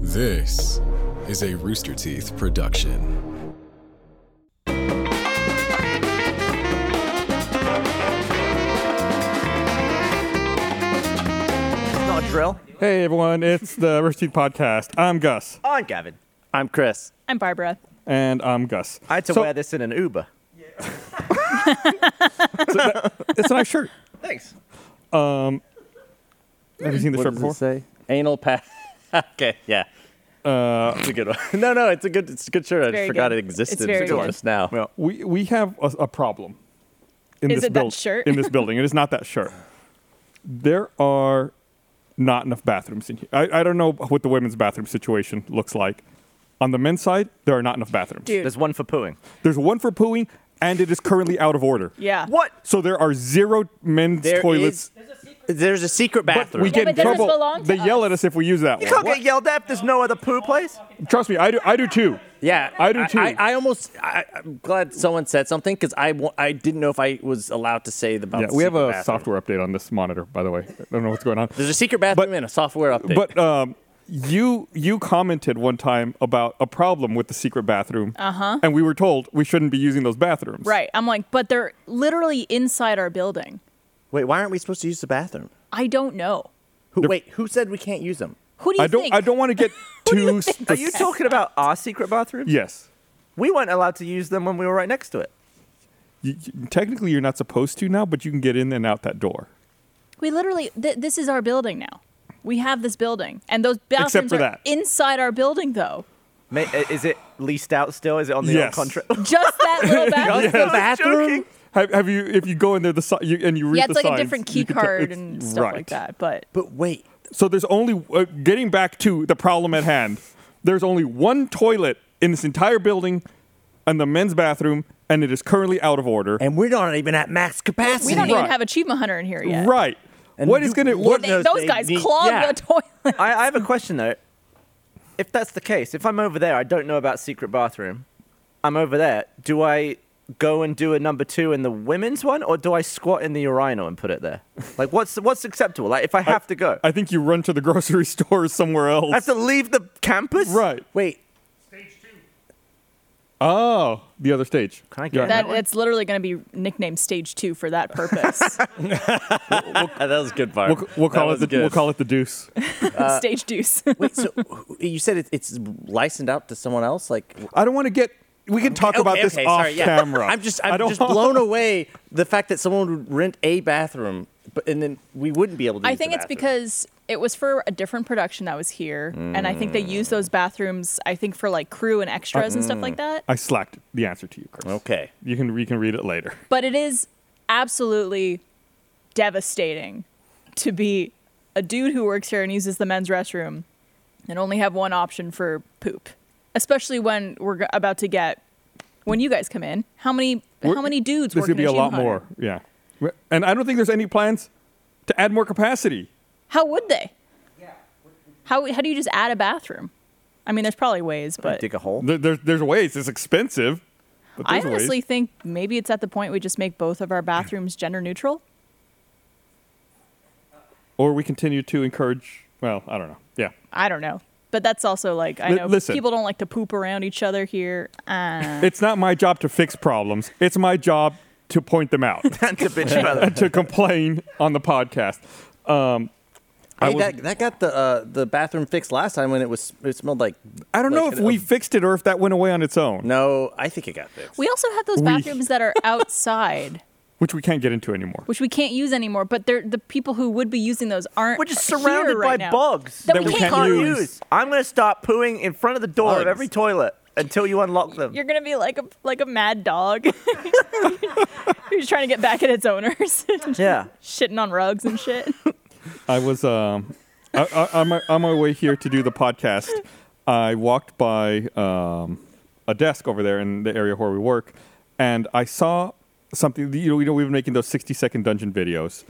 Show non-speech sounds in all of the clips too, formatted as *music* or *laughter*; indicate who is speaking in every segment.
Speaker 1: This is a Rooster Teeth production.
Speaker 2: Not a drill.
Speaker 3: Hey everyone, it's the Rooster Teeth Podcast. I'm Gus,
Speaker 2: On Oh, Gavin.
Speaker 4: I'm Chris.
Speaker 5: I'm Barbara.
Speaker 3: and I'm Gus.
Speaker 2: I had to
Speaker 3: So-
Speaker 2: wear this in an Uber.
Speaker 3: It's a nice shirt. Um,
Speaker 2: Thanks.
Speaker 3: Have you seen this
Speaker 4: What does
Speaker 3: shirt
Speaker 4: it
Speaker 3: before?
Speaker 4: say? Anal pass. *laughs* okay, yeah. Uh, it's a good one. *laughs* No, no, it's a good, it's a good shirt. I just
Speaker 5: very
Speaker 4: forgot
Speaker 5: good.
Speaker 4: it existed
Speaker 5: It's very
Speaker 4: until
Speaker 5: good.
Speaker 4: just now.
Speaker 3: Well, we we have a, a problem. In
Speaker 5: Is
Speaker 3: this
Speaker 5: it that
Speaker 3: build-
Speaker 5: shirt?
Speaker 3: In this building, it is not that shirt. There are not enough bathrooms in here. I, I don't know what the women's bathroom situation looks like. On the men's side, there are not enough bathrooms.
Speaker 5: Dude.
Speaker 2: There's one for pooing.
Speaker 3: There's one for pooing, and it is currently out of order.
Speaker 5: Yeah.
Speaker 2: What?
Speaker 3: So there are zero men's
Speaker 4: There
Speaker 3: toilets.
Speaker 4: is- there's a secret
Speaker 3: but
Speaker 4: bathroom.
Speaker 3: we get
Speaker 5: but
Speaker 3: in
Speaker 5: doesn't
Speaker 3: trouble.
Speaker 5: belong to
Speaker 3: they yell
Speaker 5: us.
Speaker 3: at us if we use that
Speaker 2: You
Speaker 3: one.
Speaker 2: can't get yelled at if there's no other poo place.
Speaker 3: Trust me, I do. I do too.
Speaker 4: yeah,
Speaker 3: I do too.
Speaker 4: I, I almost. I, I'm glad someone said something because I, wa- I didn't know if I was allowed to say the about.
Speaker 3: Yeah,
Speaker 4: the
Speaker 3: we have
Speaker 4: secret
Speaker 3: a
Speaker 4: bathroom.
Speaker 3: software update on this monitor, by the way. I don't know what's going on.
Speaker 4: There's a secret bathroom
Speaker 3: But-
Speaker 4: and a software update.
Speaker 3: But um, you you commented one time about a problem with the secret bathroom, uh-huh. and we were told we shouldn't be using those bathrooms.
Speaker 5: Right. I'm like, but they're literally inside our building.
Speaker 4: wait, why aren't we supposed to use the bathroom?
Speaker 5: I don't know.
Speaker 4: Who, wait, who said we can't use them?
Speaker 5: Who do you
Speaker 3: I don't
Speaker 5: think?
Speaker 3: I don't want to
Speaker 5: *laughs*
Speaker 3: get too. Spec-
Speaker 2: Are you talking about our secret bathroom?
Speaker 3: yes.
Speaker 2: We weren't allowed to use them when we were right next to it.
Speaker 3: You, you- technically, you're not supposed to now, but you can get in and out that door.
Speaker 5: We literally, th- this is our building now. We have this building, and those bathrooms
Speaker 3: Except for
Speaker 5: are
Speaker 3: that.
Speaker 5: inside our building, though.
Speaker 2: Ma- i- uh, Is it leased out still? Is it on the
Speaker 3: Yes.
Speaker 2: old contract?
Speaker 5: Just that
Speaker 3: *laughs*
Speaker 5: little bathroom.
Speaker 4: The bathroom?
Speaker 2: joking.
Speaker 3: Have, have you if you go in there the si- you, and you read
Speaker 5: Yeah,
Speaker 3: the
Speaker 5: it's like a
Speaker 3: signs,
Speaker 5: different
Speaker 3: you
Speaker 5: key
Speaker 3: can tell
Speaker 5: card
Speaker 3: it's-
Speaker 5: and stuff
Speaker 3: right.
Speaker 5: like that. But
Speaker 4: But wait,
Speaker 3: So there's only uh, getting back to the problem at hand. There's only one toilet in this entire building, and the men's bathroom, and it is currently out of order.
Speaker 4: and we're not even at max capacity.
Speaker 5: we don't even
Speaker 3: Right.
Speaker 5: have Achievement Hunter in here yet.
Speaker 3: Right.
Speaker 4: And
Speaker 3: what is
Speaker 4: you-
Speaker 3: going to
Speaker 4: Lord
Speaker 3: what?
Speaker 5: They-
Speaker 4: knows
Speaker 5: those
Speaker 4: they
Speaker 5: guys
Speaker 4: need-
Speaker 5: clog
Speaker 4: yeah.
Speaker 3: *laughs*
Speaker 5: the toilet.
Speaker 2: I, I have a question though. If that's the case, if I'm over there, I don't know about secret bathroom. I'm over there. Do I go and do a number two in the women's one, or do I squat in the urinal and put it there? Like, what's what's acceptable? Like, if I have to go, I
Speaker 3: I think you run to the *laughs* grocery store somewhere else.
Speaker 2: have to leave the campus.
Speaker 3: right.
Speaker 4: Wait,
Speaker 3: Oh, the other stage.
Speaker 2: Can I get
Speaker 5: That, that's literally going to be nicknamed Stage Two for
Speaker 3: *laughs*
Speaker 5: that purpose.
Speaker 4: *laughs* that was a good part.
Speaker 3: We'll, we'll call it the we'll call it the deuce. Uh,
Speaker 5: *laughs* Stage Deuce.
Speaker 4: Wait,
Speaker 3: *laughs*
Speaker 4: so who- you said it, it's licensed out to someone else? Like
Speaker 3: I don't want to get. We can talk about
Speaker 4: Okay,
Speaker 3: this
Speaker 4: okay,
Speaker 3: off
Speaker 4: sorry, yeah.
Speaker 3: camera.
Speaker 4: I'm just I'm
Speaker 3: I don't
Speaker 4: just
Speaker 3: want-
Speaker 4: blown away the fact that someone would rent a bathroom, but and then we wouldn't be able to.
Speaker 5: I
Speaker 4: use the
Speaker 5: think it's
Speaker 4: bathroom.
Speaker 5: because it was for a different production that was here, and I think they used those bathrooms. I think for like crew and extras and stuff like that.
Speaker 3: *laughs* I slacked the answer to you, Chris.
Speaker 5: *laughs*
Speaker 4: Okay.
Speaker 3: You can you can read it later.
Speaker 5: But it is absolutely devastating to be a dude who works here and uses the men's restroom and only have one option for poop, especially when we're g- about to get when you guys come in. How many
Speaker 3: We're-
Speaker 5: how many dudes?
Speaker 3: This
Speaker 5: work in
Speaker 3: could be a lot
Speaker 5: Achievement Hunter?
Speaker 3: more. Yeah. And I don't think there's any plans to add more capacity.
Speaker 5: How would they? How how do you just add a bathroom? I mean, there's probably ways, but
Speaker 2: Dig a hole.
Speaker 3: There, there, there's ways. It's expensive. But
Speaker 5: I
Speaker 3: there's ways.
Speaker 5: honestly think maybe it's at the point we just make both of our bathrooms gender neutral.
Speaker 3: Or we continue to encourage. Well, I don't know. Yeah.
Speaker 5: I don't know. But that's also like I
Speaker 3: Li-
Speaker 5: know
Speaker 3: listen.
Speaker 5: people don't like to poop around each other here. Uh,
Speaker 3: It's not my job to fix problems. It's my job to point them out,
Speaker 5: *laughs*
Speaker 2: and to bitch
Speaker 4: *laughs*
Speaker 2: about it.
Speaker 3: to complain on the podcast. Um, I
Speaker 4: Hey,
Speaker 3: was-
Speaker 4: that, that got the uh, the bathroom fixed last time when it was it smelled like.
Speaker 3: I don't know
Speaker 4: like
Speaker 3: if
Speaker 4: an-
Speaker 3: we fixed it or if that went away on its own,
Speaker 4: No, I think it got fixed.
Speaker 5: we also have those
Speaker 3: We-
Speaker 5: bathrooms that are *laughs* outside,
Speaker 3: which we can't get into anymore.
Speaker 5: which we can't use anymore. But they're the people who would be using those aren't.
Speaker 2: We're just
Speaker 5: here
Speaker 2: surrounded
Speaker 5: right
Speaker 2: by
Speaker 5: now.
Speaker 2: bugs
Speaker 5: That we That we can't can't
Speaker 3: use. use.
Speaker 2: I'm gonna start pooing in front of the door of
Speaker 4: Bugs.
Speaker 2: every toilet until you unlock them.
Speaker 5: You're gonna be like a like a mad dog *laughs* who's trying to get back at its owners, *laughs*
Speaker 2: yeah.
Speaker 5: shitting on rugs and
Speaker 3: *laughs*
Speaker 5: shit.
Speaker 3: I was um, I, I, on, my, on my way here to do the podcast. I walked by um, a desk over there in the area where we work, and I saw something. You know, you know we've been making those sixty-second dungeon videos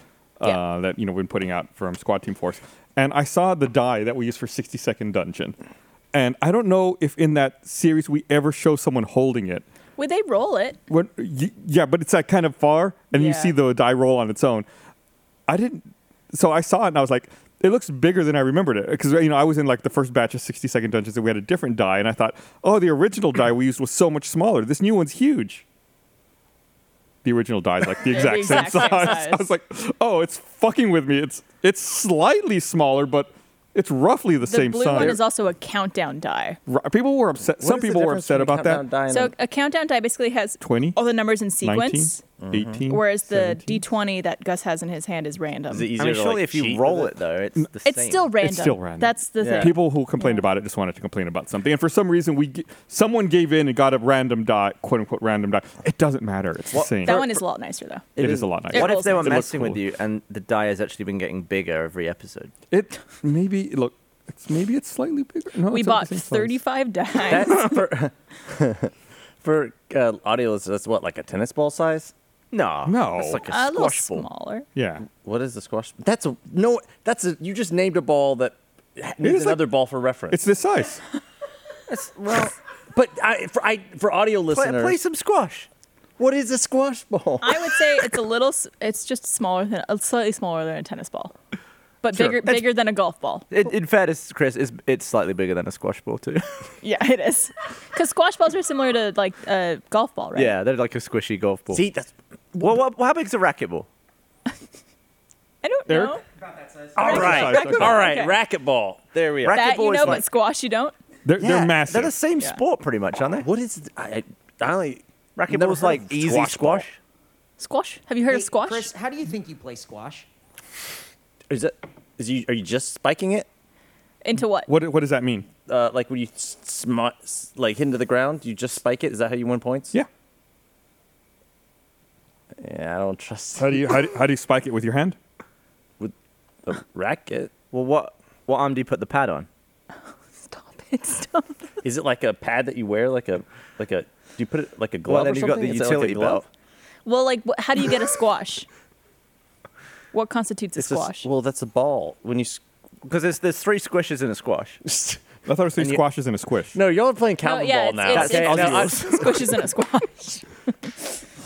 Speaker 3: uh,
Speaker 5: Yeah.
Speaker 3: that you know we've been putting out from Squad Team Force, and I saw the die that we use for sixty-second dungeon, and I don't know if in that series we ever show someone holding it.
Speaker 5: Would they roll it?
Speaker 3: When, y yeah, but it's like kind of far, and you
Speaker 5: Yeah.
Speaker 3: see the die roll on its own. I didn't. So I saw it, and I was like, it looks bigger than I remembered it because you know I was in like the first batch of 60 second dungeons and we had a different die and I thought, oh, the original die we used was so much smaller. This new one's huge. The original die is
Speaker 5: *laughs*
Speaker 3: like the exact,
Speaker 5: exact same
Speaker 3: size. *laughs* I
Speaker 5: size.
Speaker 3: was like, oh, it's fucking with me. It's it's slightly smaller, but it's roughly the,
Speaker 5: The
Speaker 3: same
Speaker 5: blue
Speaker 3: size.
Speaker 5: one is also a countdown die.
Speaker 3: Ri- People were upset.
Speaker 4: What
Speaker 3: Some
Speaker 4: is the
Speaker 3: people were
Speaker 4: difference
Speaker 3: upset
Speaker 4: between
Speaker 3: about that.
Speaker 4: countdown die and
Speaker 5: So
Speaker 4: a-
Speaker 5: a countdown die basically has
Speaker 3: 20,
Speaker 5: all the numbers in
Speaker 3: 19,
Speaker 5: sequence,
Speaker 3: 18.
Speaker 5: whereas the
Speaker 3: 17.
Speaker 5: d20 that Gus has in his hand is random.
Speaker 4: is it easier
Speaker 2: I mean,
Speaker 4: to,
Speaker 2: surely
Speaker 4: like,
Speaker 2: if you
Speaker 4: cheat
Speaker 2: roll
Speaker 4: with
Speaker 2: it though, it's the
Speaker 5: Mm, it's
Speaker 2: same.
Speaker 5: still random.
Speaker 3: still random.
Speaker 5: That's the
Speaker 2: Yeah.
Speaker 5: thing.
Speaker 3: People who complained about it just wanted to complain about something, and for some reason, we g- someone gave in and got a random die, quote unquote random die. It doesn't matter. It's the
Speaker 2: What-
Speaker 3: same.
Speaker 5: that one is a lot nicer though.
Speaker 3: it is a lot nicer.
Speaker 2: What if they were
Speaker 5: It
Speaker 3: looks
Speaker 2: messing with
Speaker 3: cool.
Speaker 2: you and the die has actually been getting bigger every episode?
Speaker 3: It maybe look. It's maybe it's slightly bigger. No,
Speaker 5: we
Speaker 3: it's not
Speaker 5: bought
Speaker 3: the same size.
Speaker 5: 35 dice.
Speaker 4: That's for for uh, audio. listeners, That's what like a tennis ball size.
Speaker 2: No,
Speaker 3: No.
Speaker 2: it's like a,
Speaker 5: a little
Speaker 2: squash ball.
Speaker 5: smaller.
Speaker 3: Yeah,
Speaker 4: What is the squash? That's a no. That's a you just named a ball that ha-
Speaker 3: is
Speaker 4: needs
Speaker 3: like-
Speaker 4: another ball for reference.
Speaker 3: it's this size.
Speaker 2: Well,
Speaker 4: but I for, I for audio
Speaker 2: play,
Speaker 4: listeners,
Speaker 2: play some squash.
Speaker 4: what is a squash ball?
Speaker 5: I would say it's a little. s- It's just smaller than, uh, slightly smaller than a tennis ball, but
Speaker 3: Sure.
Speaker 5: bigger,
Speaker 2: That's-
Speaker 5: bigger than a golf ball.
Speaker 2: In, in fairness, Chris, it's, it's slightly bigger than a squash ball *laughs* too.
Speaker 5: Yeah, it is. Because squash balls are similar to like a golf ball, right?
Speaker 2: Yeah, they're like a squishy golf
Speaker 4: *laughs*
Speaker 2: ball.
Speaker 4: See, that's
Speaker 2: well, what, how big's a racquetball?
Speaker 5: I don't
Speaker 3: Eric?
Speaker 5: know
Speaker 4: all
Speaker 3: Racquetball.
Speaker 4: right.
Speaker 3: Racquetball.
Speaker 4: All right,
Speaker 5: Okay.
Speaker 4: racquetball. There we are.
Speaker 5: that.
Speaker 2: Racquetball
Speaker 5: You
Speaker 2: is
Speaker 5: know,
Speaker 2: like-
Speaker 5: but squash you don't.
Speaker 3: They're
Speaker 4: Yeah,
Speaker 3: they're massive.
Speaker 2: They're the same
Speaker 5: Yeah.
Speaker 2: sport, pretty much, aren't they?
Speaker 4: what is I? I only never
Speaker 2: Racquetball's
Speaker 4: heard
Speaker 2: like
Speaker 4: of
Speaker 2: easy
Speaker 4: squash
Speaker 2: squash.
Speaker 4: ball.
Speaker 5: Squash. Have you heard of
Speaker 6: Hey,
Speaker 5: squash?
Speaker 6: Chris, how do you think you play squash?
Speaker 4: Is it? Is you? Are you just spiking it?
Speaker 5: Into what?
Speaker 3: what what does that mean?
Speaker 4: Uh, like when you s- smi- s- like hit into the ground, you just spike it. Is that how you win points?
Speaker 3: Yeah.
Speaker 4: Yeah, I don't trust
Speaker 3: How do you how do, how do you spike it with your hand?
Speaker 4: with the racket.
Speaker 2: Well, what what arm do you put the pad on?
Speaker 5: Stop it! *laughs* Stop.
Speaker 4: Is it like a pad that you wear, like a like a? Do you put it like a glove?
Speaker 2: Well, then
Speaker 4: or
Speaker 2: you've got the
Speaker 4: something? Is that like a
Speaker 2: utility
Speaker 4: glove?
Speaker 2: belt.
Speaker 5: Well, like, wh- how do you get a squash? What constitutes a
Speaker 4: It's a s-
Speaker 5: squash?
Speaker 4: well, that's a ball. When you
Speaker 2: Because there's there's three squishes in a squash.
Speaker 4: s- *laughs*
Speaker 3: I thought it was
Speaker 4: you-
Speaker 3: squashes and a squish.
Speaker 4: no, y'all are playing
Speaker 5: No,
Speaker 4: Calvin
Speaker 5: yeah,
Speaker 4: ball now.
Speaker 5: it's, it's,
Speaker 2: Okay,
Speaker 5: it's,
Speaker 2: I'll
Speaker 4: no, I-
Speaker 5: it's squishes and a squash. *laughs*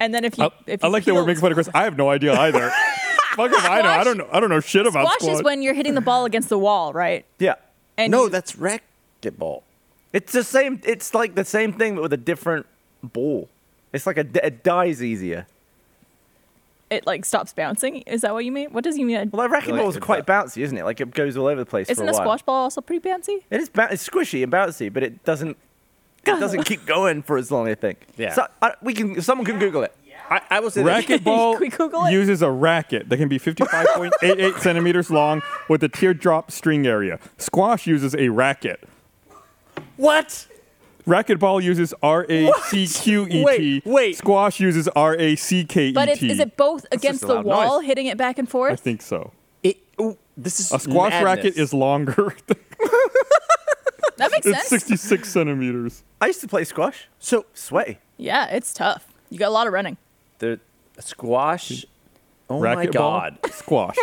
Speaker 5: and then if you,
Speaker 3: I,
Speaker 5: if
Speaker 3: Oh, I
Speaker 5: you
Speaker 3: like that we're
Speaker 5: heel-
Speaker 3: making fun of Chris. I have no idea
Speaker 5: *laughs*
Speaker 3: either. Fuck if I know. I don't know. I don't know shit about
Speaker 5: Squash is when you're hitting the ball against the wall, right?
Speaker 2: Yeah,
Speaker 5: And
Speaker 4: no,
Speaker 5: you-
Speaker 4: that's racquetball.
Speaker 2: it's the same. It's like the same thing, but with a different ball. It's like a d- it dies easier.
Speaker 5: it like stops bouncing. Is that what you mean? What does you mean?
Speaker 2: Well, that racquetball is
Speaker 4: Like-
Speaker 2: quite bouncy, isn't it? Like it goes all over the place.
Speaker 5: Isn't
Speaker 2: for a
Speaker 5: a
Speaker 2: while.
Speaker 5: squash ball also pretty
Speaker 3: E
Speaker 5: bouncy?
Speaker 2: It is ba- it's squishy and bouncy, but it doesn't it
Speaker 5: *laughs*
Speaker 2: doesn't keep going for as long. I think.
Speaker 4: Yeah.
Speaker 2: So, I, we can. Someone can Google it.
Speaker 4: I, I was in
Speaker 3: Racquetball
Speaker 5: Can we Google it?
Speaker 3: uses a racket that can
Speaker 4: *laughs*
Speaker 3: be 55.88 centimeters long with a teardrop string area. Squash uses a racket.
Speaker 4: *laughs* what?
Speaker 3: Racquetball uses R A C Q E T.
Speaker 4: Wait, wait.
Speaker 3: Squash uses R A C K E T.
Speaker 5: But it's, is it both against
Speaker 2: a
Speaker 5: the
Speaker 2: loud
Speaker 5: wall,
Speaker 2: noise.
Speaker 5: hitting it back and
Speaker 3: I
Speaker 5: forth?
Speaker 3: think so.
Speaker 4: It, ooh, this is
Speaker 3: A squash racket
Speaker 4: madness.
Speaker 3: is longer. *laughs*
Speaker 5: that makes
Speaker 3: it's
Speaker 5: sense.
Speaker 3: 66 centimeters.
Speaker 4: Oh
Speaker 2: I used to play squash.
Speaker 4: so
Speaker 2: Sweaty.
Speaker 5: Yeah, it's tough. You got a lot of running.
Speaker 4: the squash. Oh my
Speaker 3: Racquetball,
Speaker 4: god!
Speaker 3: *laughs* Squash.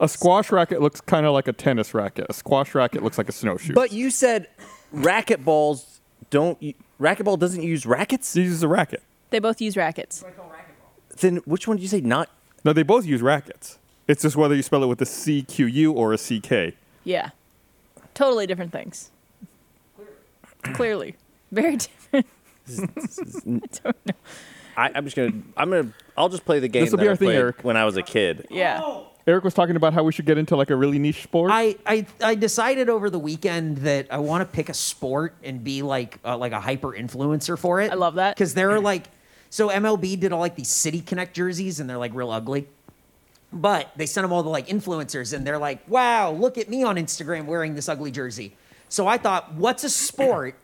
Speaker 3: a squash racket looks kind of like a tennis racket. A squash racket looks like a snowshoe.
Speaker 4: But you said racquetballs don't. u- Racquetball doesn't use rackets.
Speaker 3: it uses a racket.
Speaker 5: They both use rackets.
Speaker 4: Then which one did you say not?
Speaker 3: No, they both use rackets. It's just whether you spell it with a C Q U or a C K.
Speaker 5: Yeah, totally different things. Clearly, very different. *laughs* I don't know.
Speaker 4: I, I'm just gonna. I'm gonna. I'll just play the game.
Speaker 3: This'll
Speaker 4: that
Speaker 3: be
Speaker 4: I
Speaker 3: our thing,
Speaker 4: played
Speaker 3: Eric.
Speaker 4: When I was a kid.
Speaker 5: Yeah.
Speaker 3: Eric was talking about how we should get into like a really niche sport.
Speaker 6: I, I I decided over the weekend that I want to pick a sport and be like uh, like a hyper influencer for it.
Speaker 5: I love that. Mm.
Speaker 6: because there are like so MLB did all like these City Connect jerseys and they're like real ugly. But they sent them all to like influencers and they're like, wow, look at me on Instagram wearing this ugly jersey. So I thought, what's a sport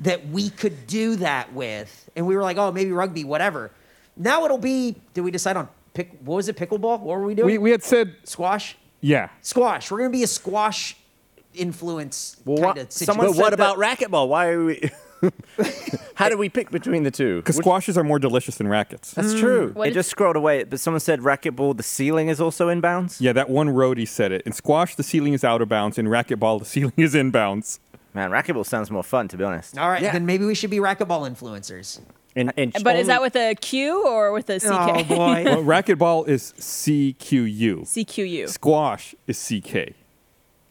Speaker 6: that we could do that with? And we were like, oh, maybe rugby, whatever. Now it'll be, did we decide on pick, what was it, pickleball? What were we doing?
Speaker 3: we, we had said,
Speaker 6: Squash?
Speaker 3: yeah.
Speaker 6: Squash. We're gonna be a squash influence
Speaker 4: what,
Speaker 6: kind of situation.
Speaker 4: but what
Speaker 2: said that-
Speaker 4: about racquetball? Why are we? How do we pick between the two?
Speaker 3: Because squashes are more delicious than rackets.
Speaker 4: That's *laughs* true.
Speaker 5: What
Speaker 2: it
Speaker 5: did-
Speaker 2: just scrolled away, but someone said racquetball. The ceiling is also in bounds.
Speaker 3: Yeah, that one roadie said it. In squash, the ceiling is out of bounds. In racquetball, the *laughs* ceiling is in bounds.
Speaker 2: Man, racquetball sounds more fun, to be honest.
Speaker 6: All right,
Speaker 4: Yeah.
Speaker 6: then maybe we should be racquetball influencers.
Speaker 4: And, and
Speaker 5: But is that with a Q or with a CK?
Speaker 6: Oh
Speaker 3: *laughs*
Speaker 5: *laughs*
Speaker 6: boy.
Speaker 3: Well, racquetball is CQU.
Speaker 5: CQU.
Speaker 3: Squash is CK.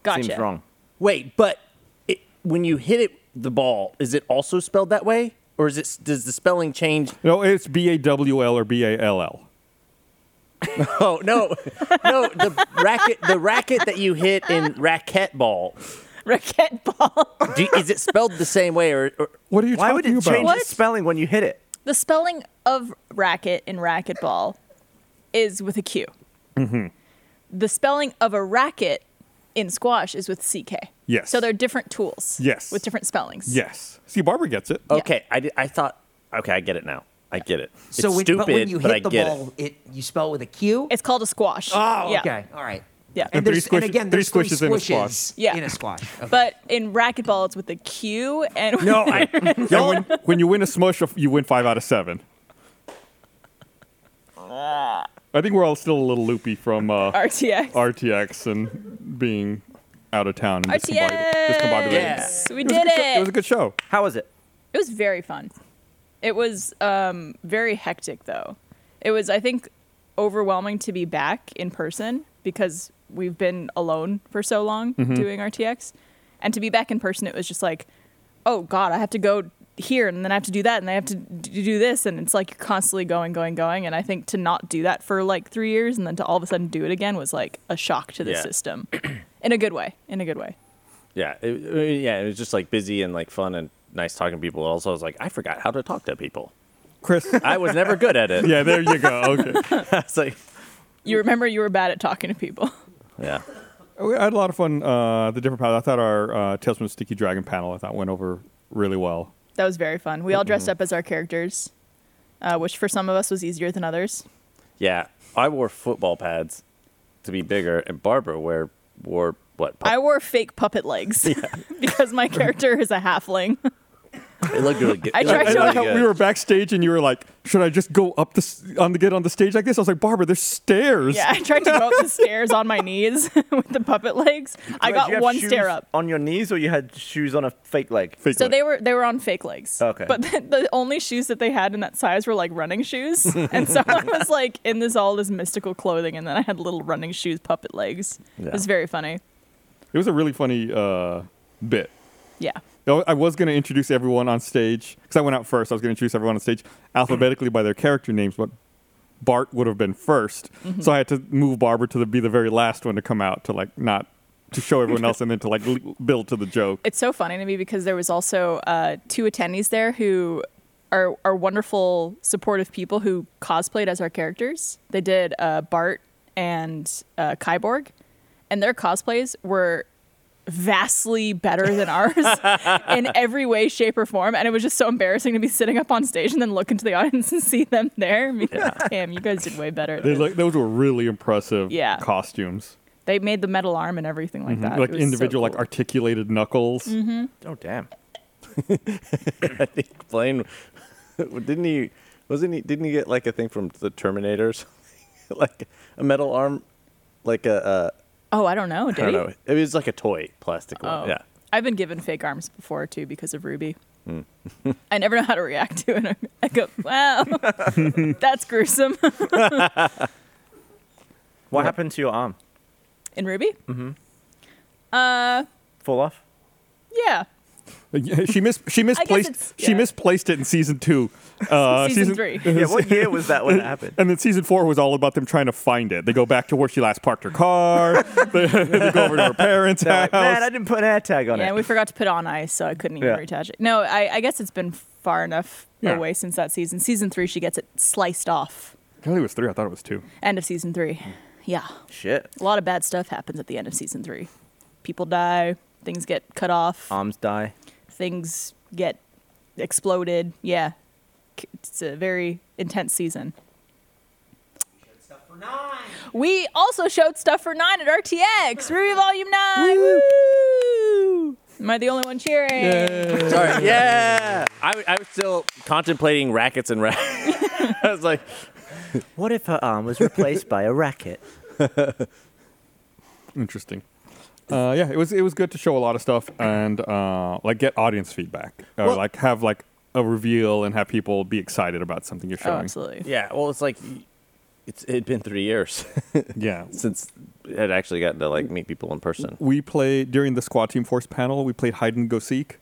Speaker 5: Gotcha.
Speaker 2: Seems wrong.
Speaker 4: Wait, but it, when you hit it, the ball is it also spelled that way, or is it does the spelling change?
Speaker 3: No, it's B A W L or B A L L.
Speaker 4: *laughs* Oh no, no the racket the racket that you hit in racket ball.
Speaker 5: Raquette ball.
Speaker 4: Do, is it spelled the same way, or, or
Speaker 3: What are you
Speaker 2: Why would
Speaker 3: talking
Speaker 2: it
Speaker 3: about?
Speaker 2: change
Speaker 5: What?
Speaker 2: the spelling when you hit it?
Speaker 5: *laughs* the spelling of racket in racquetball is with a Q. The spelling of a racket in squash is with CK.
Speaker 3: Yes.
Speaker 5: So they're different tools.
Speaker 3: Yes.
Speaker 5: With different spellings.
Speaker 3: Yes. See, Barbara gets it.
Speaker 4: okay? I, did, I thought okay, I get it now. I get it.
Speaker 6: So
Speaker 4: it's
Speaker 6: when,
Speaker 4: stupid,
Speaker 6: but when you hit
Speaker 4: I
Speaker 6: the
Speaker 4: get it.
Speaker 6: ball, it. you spell it with a Q.
Speaker 5: It's called a squash.
Speaker 6: oh,
Speaker 5: Yeah.
Speaker 6: okay, all right.
Speaker 5: Yeah.
Speaker 6: And,
Speaker 3: three
Speaker 6: there's,
Speaker 3: squish-
Speaker 6: and again,
Speaker 3: three
Speaker 6: there's three
Speaker 3: squishes in a squash.
Speaker 6: squishes
Speaker 5: Yeah.
Speaker 6: in a squash. Okay.
Speaker 5: But in racquetball, it's with a Q and
Speaker 3: *laughs*
Speaker 4: No, I,
Speaker 3: And when, when you win a smush, you win five out of seven. I think we're all still a little loopy from uh,
Speaker 5: *laughs* RTX.
Speaker 3: RTX and being out of town and discombobulated.
Speaker 5: RTX.
Speaker 4: Yeah.
Speaker 5: We
Speaker 3: It was a
Speaker 5: did
Speaker 3: good show- It
Speaker 5: it.
Speaker 3: was a good show.
Speaker 2: How was it?
Speaker 5: It was very fun. It was um, very hectic, though. It was, I think, overwhelming to be back in person because we've been alone for so long doing RTX. And to be back in person, it was just like, oh, God, I have to go here and then I have to do that and I have to d- do this. And it's like you're constantly going, going, going. And I think to not do that for like three years and then to all of a sudden do it again was like a shock to the
Speaker 4: Yeah.
Speaker 5: system in a good way. In a good way.
Speaker 4: yeah, it- it- yeah. It was just like busy and like fun and nice talking to people. Also, I was like, I forgot how to talk to people.
Speaker 5: *laughs*
Speaker 3: Chris.
Speaker 4: I was never good at *laughs* it.
Speaker 3: yeah, there you go. Okay.
Speaker 4: it's like
Speaker 5: You remember you were bad at talking to people. *laughs*
Speaker 4: yeah.
Speaker 3: We had a lot of fun. Uh, the different panel. I thought our uh, Tales from the Sticky Dragon panel. I thought went over really well.
Speaker 5: That was very fun. We all dressed
Speaker 2: Mm-hmm.
Speaker 5: up as our characters, uh, which for some of us was easier than others.
Speaker 4: Yeah, I wore football pads to be bigger, and Barbara wore wore what? *laughs*
Speaker 5: I wore fake
Speaker 2: *laughs*
Speaker 5: puppet legs *laughs* because my character is a halfling.
Speaker 4: it looked really good.
Speaker 5: I
Speaker 4: it looked
Speaker 5: tried to-
Speaker 3: And
Speaker 5: Really
Speaker 3: I thought
Speaker 4: good. *laughs*
Speaker 3: we were backstage, and you were like, "Should I just go up the s- on the get on the stage like this?" I was like, "Barbara, there's stairs."
Speaker 5: Yeah, I tried to go up the stairs on my knees *laughs* with the puppet legs. I
Speaker 2: Wait, did you
Speaker 5: got
Speaker 2: have
Speaker 5: one
Speaker 2: shoes
Speaker 5: stare up.
Speaker 2: on your knees, or you had shoes on a fake leg.
Speaker 3: Fake
Speaker 5: So
Speaker 3: leg.
Speaker 5: they were they were on fake legs.
Speaker 2: Okay.
Speaker 5: But the, the only shoes that they had in that size were like
Speaker 2: *laughs*
Speaker 5: running shoes, and so I was like in this all this mystical clothing, and then I had little running shoes, puppet legs.
Speaker 4: Yeah.
Speaker 5: It was very funny.
Speaker 3: It was a really funny uh, bit.
Speaker 5: Yeah.
Speaker 3: Though I was going to introduce everyone on stage because I went out first. I was going to introduce everyone on stage alphabetically by their character names, but Bart would have been 1st
Speaker 5: Mm-hmm.
Speaker 3: so I had to move Barbara to the, be the very last one to come out to like not to show everyone else and then to like le- build to the joke.
Speaker 5: it's so funny to me because there was also uh, two attendees there who are are wonderful, supportive people who cosplayed as our characters. They did uh, Bart and uh, Kyborg, and their cosplays were vastly better than ours in every way, shape, or form. And it was just so embarrassing to be sitting up on stage and then look into the audience and see them there. I mean, damn, you guys did way better.
Speaker 3: They, like, those were really impressive
Speaker 5: Yeah.
Speaker 3: costumes,
Speaker 5: They made the metal arm and everything like that.
Speaker 3: Mm-hmm. like
Speaker 5: It was so
Speaker 3: individual like
Speaker 5: cool.
Speaker 3: articulated knuckles.
Speaker 2: Oh damn!
Speaker 4: I think Blaine *laughs* didn't he wasn't he didn't he get like a thing from the Terminators, *laughs* like a metal arm, like a uh,
Speaker 5: oh, I don't know. Did
Speaker 4: I don't
Speaker 5: he?
Speaker 4: know. It was like a toy plastic
Speaker 5: Oh.
Speaker 4: one. Yeah.
Speaker 5: I've been given fake arms before too because of Ruby. *laughs* I never know how to react to it. *laughs* I go, wow, that's gruesome. *laughs*
Speaker 2: What happened to your arm?
Speaker 5: In Ruby?
Speaker 4: *laughs*
Speaker 2: Fall off?
Speaker 5: Yeah.
Speaker 3: Yeah, *laughs* she mis- she
Speaker 5: Mm-hmm. it's-
Speaker 3: misplaced she
Speaker 5: yeah.
Speaker 3: misplaced it in season
Speaker 5: *laughs*
Speaker 3: two, uh,
Speaker 5: Season three.
Speaker 2: Yeah. What year was that when
Speaker 4: *laughs*
Speaker 2: it happened?
Speaker 3: And then season four was all about them trying to find it. They go back to where she last parked her car. they, they go over to her parents'
Speaker 2: They're like,
Speaker 3: house.
Speaker 2: Man, I didn't put an air tag on
Speaker 5: Yeah,
Speaker 2: it.
Speaker 5: we forgot to put on ice, so I couldn't even
Speaker 2: Yeah.
Speaker 5: reattach it. No, I, I guess it's been far enough
Speaker 3: Yeah.
Speaker 5: away since that season. Season three, she gets it sliced off.
Speaker 3: I thought it was three. I thought it was two.
Speaker 5: End of season three. Yeah.
Speaker 2: Shit.
Speaker 5: A lot of bad stuff happens at the end of season three. People die, things get cut off.
Speaker 2: Arms die.
Speaker 5: things get exploded. Yeah, C- it's a very intense season. We also showed stuff for nine at RTX
Speaker 3: *laughs*
Speaker 5: Ruby Volume Nine. Woo! Am I the only one cheering?
Speaker 4: Sorry. Yeah. I, I was still contemplating rackets and rackets. *laughs* I was like,
Speaker 2: What if her arm was replaced by
Speaker 4: *laughs*
Speaker 2: a racket?
Speaker 3: Interesting. Uh, yeah, it was it was good to show a lot of stuff and uh, like get audience feedback or
Speaker 4: Well-
Speaker 3: like have like a reveal and have people be excited about something you're
Speaker 5: Oh,
Speaker 3: showing.
Speaker 5: absolutely.
Speaker 4: Yeah, well, it's like it's it'd been three years *laughs*
Speaker 3: yeah.
Speaker 4: since it had actually gotten to like meet people in person.
Speaker 3: We played during the squad team force panel. We played hide and go seek,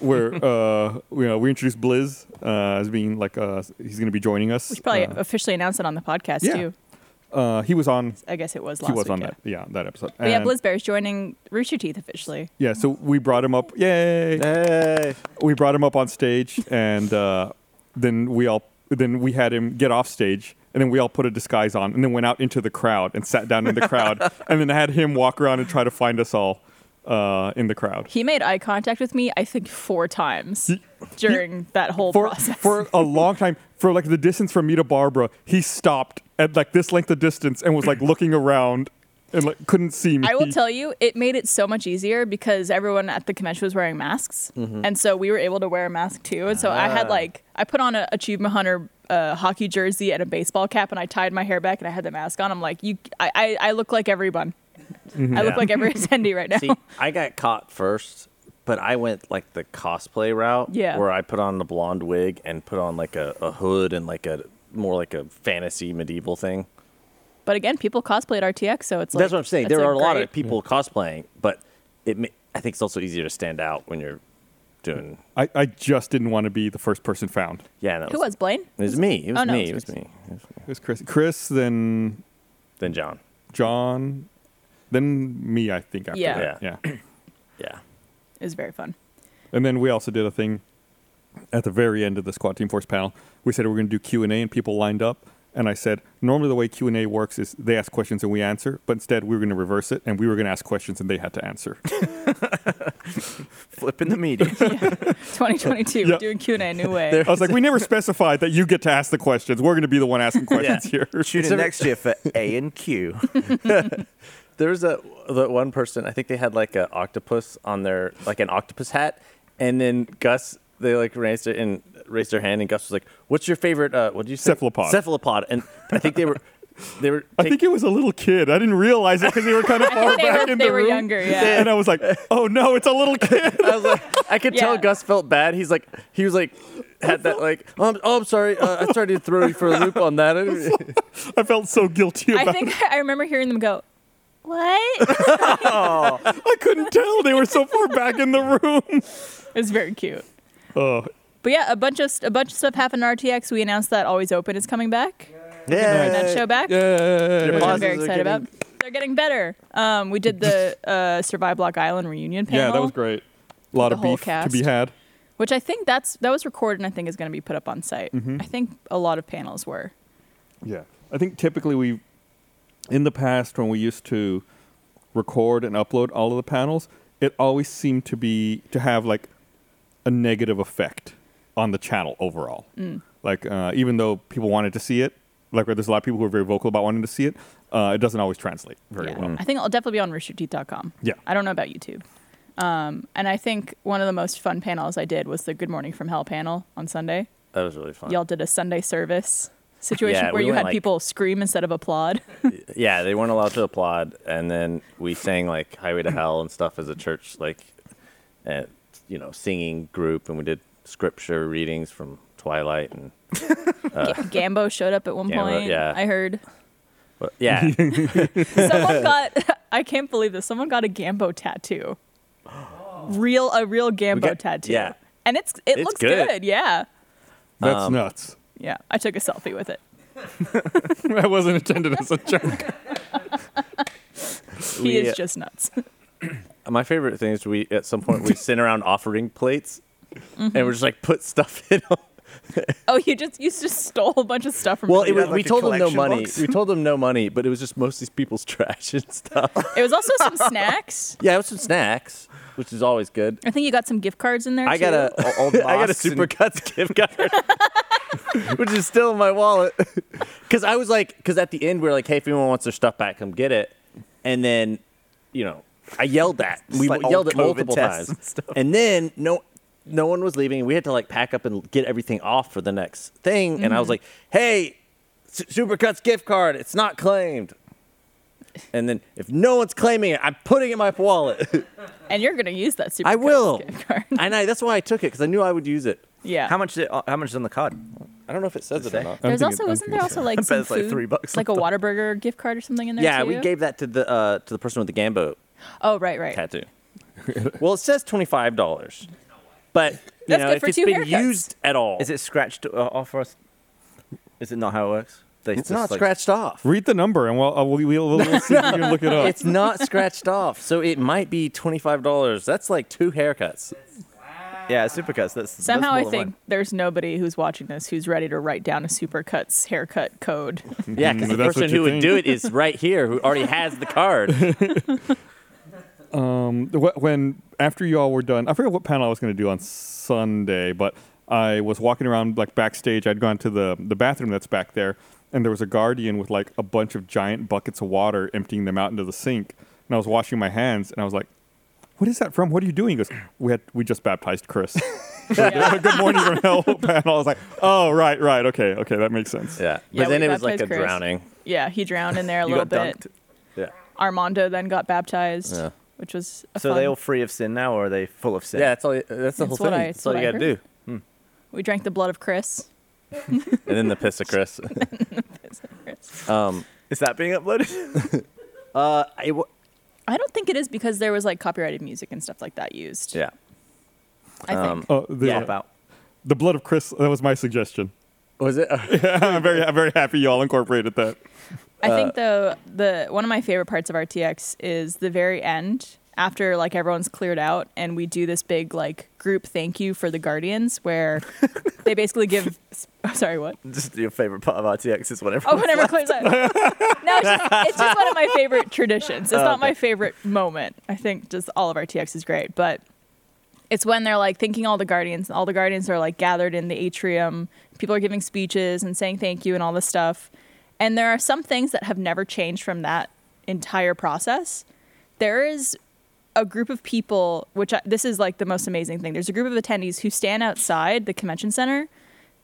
Speaker 3: where uh, you know we introduced Blizz uh, as being like uh, he's going to be joining us.
Speaker 5: We should probably
Speaker 3: uh,
Speaker 5: officially announce it on the podcast
Speaker 3: yeah.
Speaker 5: too.
Speaker 3: uh, he was on.
Speaker 5: I guess it was last
Speaker 3: He was
Speaker 5: week,
Speaker 3: on
Speaker 5: yeah.
Speaker 3: that. Yeah, that episode.
Speaker 5: But yeah,
Speaker 3: And-
Speaker 5: Blizz Bear's joining Rooster Teeth officially.
Speaker 3: Yeah, so we brought him up. Yay! We brought him up on stage, and uh, then we all then we had him get off stage, and then we all put a disguise on, and then went out into the crowd and sat down in the crowd,
Speaker 5: *laughs*
Speaker 3: and then had him walk around and try to find us all uh, in the crowd.
Speaker 5: He made eye contact with me, I think, four times during that whole
Speaker 3: for
Speaker 5: process.
Speaker 3: for a long time for like the distance from me to Barbara, he stopped at like this length of distance and
Speaker 5: *coughs*
Speaker 3: was like looking around and like couldn't see me.
Speaker 4: *laughs*
Speaker 5: I will tell you, it made it so much easier because everyone at the convention was wearing masks,
Speaker 4: Mm-hmm.
Speaker 5: and so we were able to wear a mask too. And so I
Speaker 4: Ah.
Speaker 5: had like I put on a achievement hunter uh, hockey jersey and a baseball cap, and I tied my hair back and I had the mask on. I'm like, you, I, I, I look like everyone. I look
Speaker 4: Mm-hmm. Yeah.
Speaker 5: like every attendee right
Speaker 4: *laughs*
Speaker 5: now.
Speaker 4: See, I got caught first, but I went like the cosplay route.
Speaker 5: Yeah.
Speaker 4: Where I put on the blonde wig and put on like a, a hood and like a more like a fantasy medieval thing.
Speaker 5: But again, people cosplayed RTX, so it's like,
Speaker 4: that's what I'm saying.
Speaker 5: it's,
Speaker 4: There
Speaker 5: like,
Speaker 4: are a lot
Speaker 5: great.
Speaker 4: of people cosplaying, but it ma- I think it's also easier to stand out when you're doing.
Speaker 3: I, I just didn't want to be the first person found.
Speaker 4: Yeah. That
Speaker 5: Who was Blaine?
Speaker 4: It was me. It was
Speaker 5: Oh, no,
Speaker 4: me. It
Speaker 5: it's
Speaker 4: was me. It was me.
Speaker 3: It was Chris. Chris, then
Speaker 4: Then John.
Speaker 3: John, then me, I think. After
Speaker 5: Yeah.
Speaker 3: that. yeah.
Speaker 4: Yeah.
Speaker 5: It was very fun.
Speaker 3: And then we also did a thing at the very end of the squad team force panel. We said we are going to do Q and A, and people lined up. And I said, normally the way Q and A works is they ask questions and we answer, but instead we were going to reverse it, and we were going to ask questions and they had to answer.
Speaker 2: Flipping the
Speaker 4: *laughs*
Speaker 2: media.
Speaker 5: 2022,
Speaker 3: Yeah.
Speaker 5: we're doing Q and A new way.
Speaker 3: I was like, we never specified that you get to ask the questions. We're going to be the one asking questions here.
Speaker 2: Tune in next year for A and Q. *laughs*
Speaker 4: There was a the one person I think they had like an octopus on their like an octopus hat, and then Gus they like raised it and raised their hand, and Gus was like, "What's your favorite? Uh, what did you say?
Speaker 3: Cephalopod.
Speaker 4: Cephalopod." And I think they were they were.
Speaker 3: *laughs* I think it was a little kid. I didn't realize it because they were kind
Speaker 5: *laughs*
Speaker 3: of far
Speaker 5: they were-
Speaker 3: back in
Speaker 5: they
Speaker 3: the
Speaker 5: were
Speaker 3: room.
Speaker 5: younger, yeah.
Speaker 3: And I was like, oh no, it's a little
Speaker 5: *laughs*
Speaker 3: kid.
Speaker 4: I was like, I could tell
Speaker 5: Yeah.
Speaker 4: Gus felt bad. He's like, he was like, had that like, oh, I'm, oh, I'm sorry, uh, I started to throw you for a loop
Speaker 3: *laughs*
Speaker 4: on that.
Speaker 3: I felt so guilty about
Speaker 5: I think I remember hearing them go, "What?"
Speaker 3: it. I couldn't tell. They were so far back in the *laughs* room.
Speaker 5: it was very cute.
Speaker 3: Oh,
Speaker 5: But yeah, a bunch of a bunch of stuff happened at RTX. We announced that Always Open is coming back.
Speaker 4: *laughs* yeah,
Speaker 5: That show back,
Speaker 3: Uh, yeah.
Speaker 5: which I'm
Speaker 4: pauses
Speaker 5: very
Speaker 4: are
Speaker 5: excited
Speaker 4: getting-
Speaker 5: about. They're getting better. Um, we did the uh, Survive Block Island reunion panel.
Speaker 3: Yeah, that was great. A lot
Speaker 5: The
Speaker 3: of
Speaker 5: whole
Speaker 3: beef
Speaker 5: cast.
Speaker 3: to be had.
Speaker 5: Which I think that's that was recorded and I think is going to be put up on site.
Speaker 3: Mm-hmm.
Speaker 5: I think a lot of panels were.
Speaker 3: Yeah. I think typically we, in the past, when we used to record and upload all of the panels, it always seemed to be to have like a negative effect on the channel overall.
Speaker 5: Mm.
Speaker 3: Like, uh, even though people wanted to see it, like there's a lot of people who are very vocal about wanting to see it, uh, it doesn't always translate very
Speaker 5: Yeah.
Speaker 3: well.
Speaker 5: I think it'll definitely be on roosterteeth.com.
Speaker 3: Yeah.
Speaker 5: I don't know about YouTube. Um, and I think one of the most fun panels I did was the Good Morning from Hell panel on Sunday.
Speaker 4: That was really fun.
Speaker 5: Y'all did a Sunday service situation
Speaker 4: Yeah,
Speaker 5: where
Speaker 4: we
Speaker 5: you
Speaker 4: went,
Speaker 5: had
Speaker 4: like-
Speaker 5: people scream instead of applaud.
Speaker 4: Yeah, they weren't allowed to applaud, and then we sang like "Highway to Hell" and stuff as a church, like, uh, you know, singing group, and we did scripture readings from Twilight, and
Speaker 5: Gambo showed up at one
Speaker 4: Uh. Gambo,
Speaker 5: point.
Speaker 4: yeah. *laughs*
Speaker 5: I heard.
Speaker 4: but, yeah,
Speaker 5: Someone got *laughs* I can't believe this. Someone got a Gambo tattoo. Real a real Gambo
Speaker 4: got-
Speaker 5: tattoo.
Speaker 4: yeah.
Speaker 5: And it's it
Speaker 4: It's
Speaker 5: looks good.
Speaker 4: good.
Speaker 5: Yeah.
Speaker 3: That's nuts.
Speaker 5: Yeah. I took a selfie with it.
Speaker 3: *laughs* I wasn't intended as a joke.
Speaker 5: He
Speaker 4: We, uh,
Speaker 5: is just nuts. *laughs*
Speaker 4: my favorite thing is we at some point we sent around offering plates, and we're just like put stuff in. 'em.
Speaker 5: oh, you just you just stole a bunch of stuff from
Speaker 4: Well,
Speaker 5: people.
Speaker 4: it was,
Speaker 2: have,
Speaker 4: we
Speaker 2: like, a
Speaker 4: told them no
Speaker 2: collection
Speaker 4: money.
Speaker 2: box?
Speaker 4: We told them no money, but it was just mostly people's *laughs* trash and stuff.
Speaker 5: It was also some snacks.
Speaker 4: yeah, it was some snacks, which is always good.
Speaker 5: I think you got some gift cards in there.
Speaker 4: I got
Speaker 5: too.
Speaker 4: a I got a
Speaker 2: masks and-
Speaker 4: supercuts
Speaker 2: *laughs*
Speaker 4: gift card, *laughs* which is still in my wallet. *laughs* Because I was like, because at the end we are like, hey, if anyone wants their stuff back, come get it. And then, you know, I yelled that. We
Speaker 2: like
Speaker 4: yelled
Speaker 2: old
Speaker 4: it
Speaker 2: COVID
Speaker 4: multiple
Speaker 2: tests
Speaker 4: times.
Speaker 2: and stuff.
Speaker 4: And then no, no one was leaving. We had to like pack up and get everything off for the next thing. And
Speaker 2: Mm-hmm.
Speaker 4: I was like, hey, Su- supercuts gift card. It's
Speaker 2: *laughs*
Speaker 4: not claimed. And then if no one's claiming it, I'm putting it in my wallet.
Speaker 5: and you're gonna use that super.
Speaker 4: I will.
Speaker 5: gift card. *laughs*
Speaker 4: and I, that's why I took it because I knew I would use it.
Speaker 5: yeah.
Speaker 2: How much? Is it, uh, how much is on the card?
Speaker 4: I don't know if it says it or
Speaker 2: Say.
Speaker 4: not.
Speaker 3: I don't think
Speaker 5: There's
Speaker 3: it- I
Speaker 5: also
Speaker 3: don't
Speaker 5: wasn't
Speaker 3: think
Speaker 5: there
Speaker 3: it
Speaker 5: also
Speaker 3: says.
Speaker 2: *laughs*
Speaker 5: like
Speaker 2: bet
Speaker 5: some
Speaker 2: it's like
Speaker 5: food,
Speaker 2: three bucks
Speaker 5: like a Whataburger gift card or something in there.
Speaker 4: Yeah,
Speaker 5: too?
Speaker 4: we gave that to the uh, to the person with the Gambo
Speaker 5: Oh right,
Speaker 4: *laughs*
Speaker 5: right.
Speaker 4: tattoo. well, it says twenty five dollars, but you
Speaker 5: That's
Speaker 4: know
Speaker 5: good
Speaker 4: if
Speaker 5: for
Speaker 4: it's
Speaker 5: two
Speaker 4: been
Speaker 5: haircuts.
Speaker 4: used at all,
Speaker 2: Is it scratched uh, off for us? Is it not how it works? They
Speaker 4: It's
Speaker 2: just,
Speaker 4: not
Speaker 2: like-
Speaker 4: scratched off.
Speaker 3: Read the number and we'll, uh, we'll, we'll, we'll see if we can look it *laughs* up.
Speaker 4: It's not scratched off, so it might be twenty five dollars. That's like two haircuts.
Speaker 2: Yeah, supercuts. That's that's
Speaker 5: Somehow
Speaker 2: more
Speaker 5: I
Speaker 2: than
Speaker 5: think
Speaker 2: one.
Speaker 5: there's nobody who's watching this who's ready to write down a supercuts haircut
Speaker 2: *laughs*
Speaker 5: code.
Speaker 4: Yeah, because the
Speaker 3: that's what
Speaker 4: person
Speaker 3: you
Speaker 4: who would
Speaker 3: think.
Speaker 4: do it is right here, who already has the *laughs* card.
Speaker 3: Wh- when after you all were done, I forget what panel I was going to do on Sunday, but I was walking around like backstage. I'd gone to the the bathroom that's back there, and there was a guardian with like a bunch of giant buckets of water, emptying them out into the sink. And I was washing my hands, and I was like, "What is that from? What are you doing?" He goes, "We had we just baptized Chris." uh, Good morning from hell *laughs* panel. I was like, "Oh right, right, okay, okay, that makes sense."
Speaker 4: Yeah,
Speaker 5: Yeah,
Speaker 4: but then
Speaker 5: we
Speaker 4: it was like a
Speaker 5: baptized Chris.
Speaker 4: drowning.
Speaker 5: yeah, he drowned in there a
Speaker 2: You
Speaker 5: little
Speaker 2: got
Speaker 5: bit.
Speaker 2: dunked.
Speaker 4: Yeah,
Speaker 5: Armando then got baptized,
Speaker 4: Yeah.
Speaker 5: which was a
Speaker 2: So are
Speaker 5: fun.
Speaker 2: they all free of sin now, or are they full of sin?
Speaker 4: yeah, that's all. That's the
Speaker 5: That's
Speaker 4: whole
Speaker 5: what
Speaker 4: thing.
Speaker 5: I-
Speaker 4: that's
Speaker 5: that's
Speaker 4: all
Speaker 5: what
Speaker 4: you
Speaker 5: I
Speaker 4: gotta do.
Speaker 5: we drank the blood of Chris.
Speaker 4: And then the piss of Chris. *laughs*
Speaker 5: Chris.
Speaker 4: um,
Speaker 2: Is that being uploaded?
Speaker 4: uh, I w-
Speaker 5: I don't think it is because there was like copyrighted music and stuff like that used.
Speaker 4: yeah.
Speaker 5: I think.
Speaker 4: um,
Speaker 3: Oh, the,
Speaker 2: Pop out.
Speaker 3: the blood of Chris. That was my suggestion.
Speaker 4: Was it? uh,
Speaker 3: I'm very, I'm very happy y'all incorporated that.
Speaker 5: I think though the one of my favorite parts of RTX is the very end after like everyone's cleared out and we do this big like group thank you for the guardians where they basically give oh, sorry what
Speaker 2: Just your favorite part of RTX is whatever.
Speaker 5: oh whenever clears out no it's just, it's just one of my favorite traditions it's not my favorite moment I think just all of RTX is great but it's when they're like thanking all the guardians and all the guardians are like gathered in the atrium people are giving speeches and saying thank you and all this stuff and there are some things that have never changed from that entire process there is a group of people which I, this is like the most amazing thing there's a group of attendees who stand outside the convention center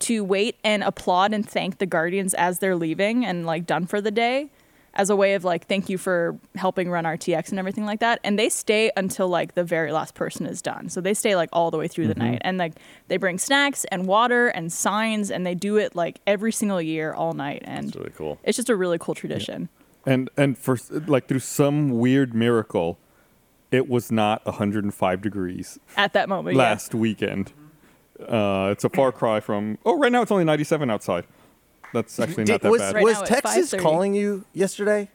Speaker 5: to wait and applaud and thank the guardians as they're leaving and like done for the day as a way of like thank you for helping run RTX and everything like that. And they stay until like the very last person is done. So they stay like all the way through
Speaker 4: Mm-hmm.
Speaker 5: the night and like they bring snacks and water and signs and they do it like every single year all night and
Speaker 4: That's really cool.
Speaker 5: it's just a really cool tradition.
Speaker 3: and and for s- like through some weird miracle it was not 105 degrees
Speaker 5: At that moment, yeah.
Speaker 3: last weekend uh, it's a far cry from oh right now it's only 97 outside that's actually
Speaker 4: Did-
Speaker 3: not that
Speaker 4: was
Speaker 3: bad
Speaker 5: Right
Speaker 4: was
Speaker 5: now at
Speaker 4: Texas
Speaker 5: 5:30.
Speaker 4: calling you *laughs* yesterday?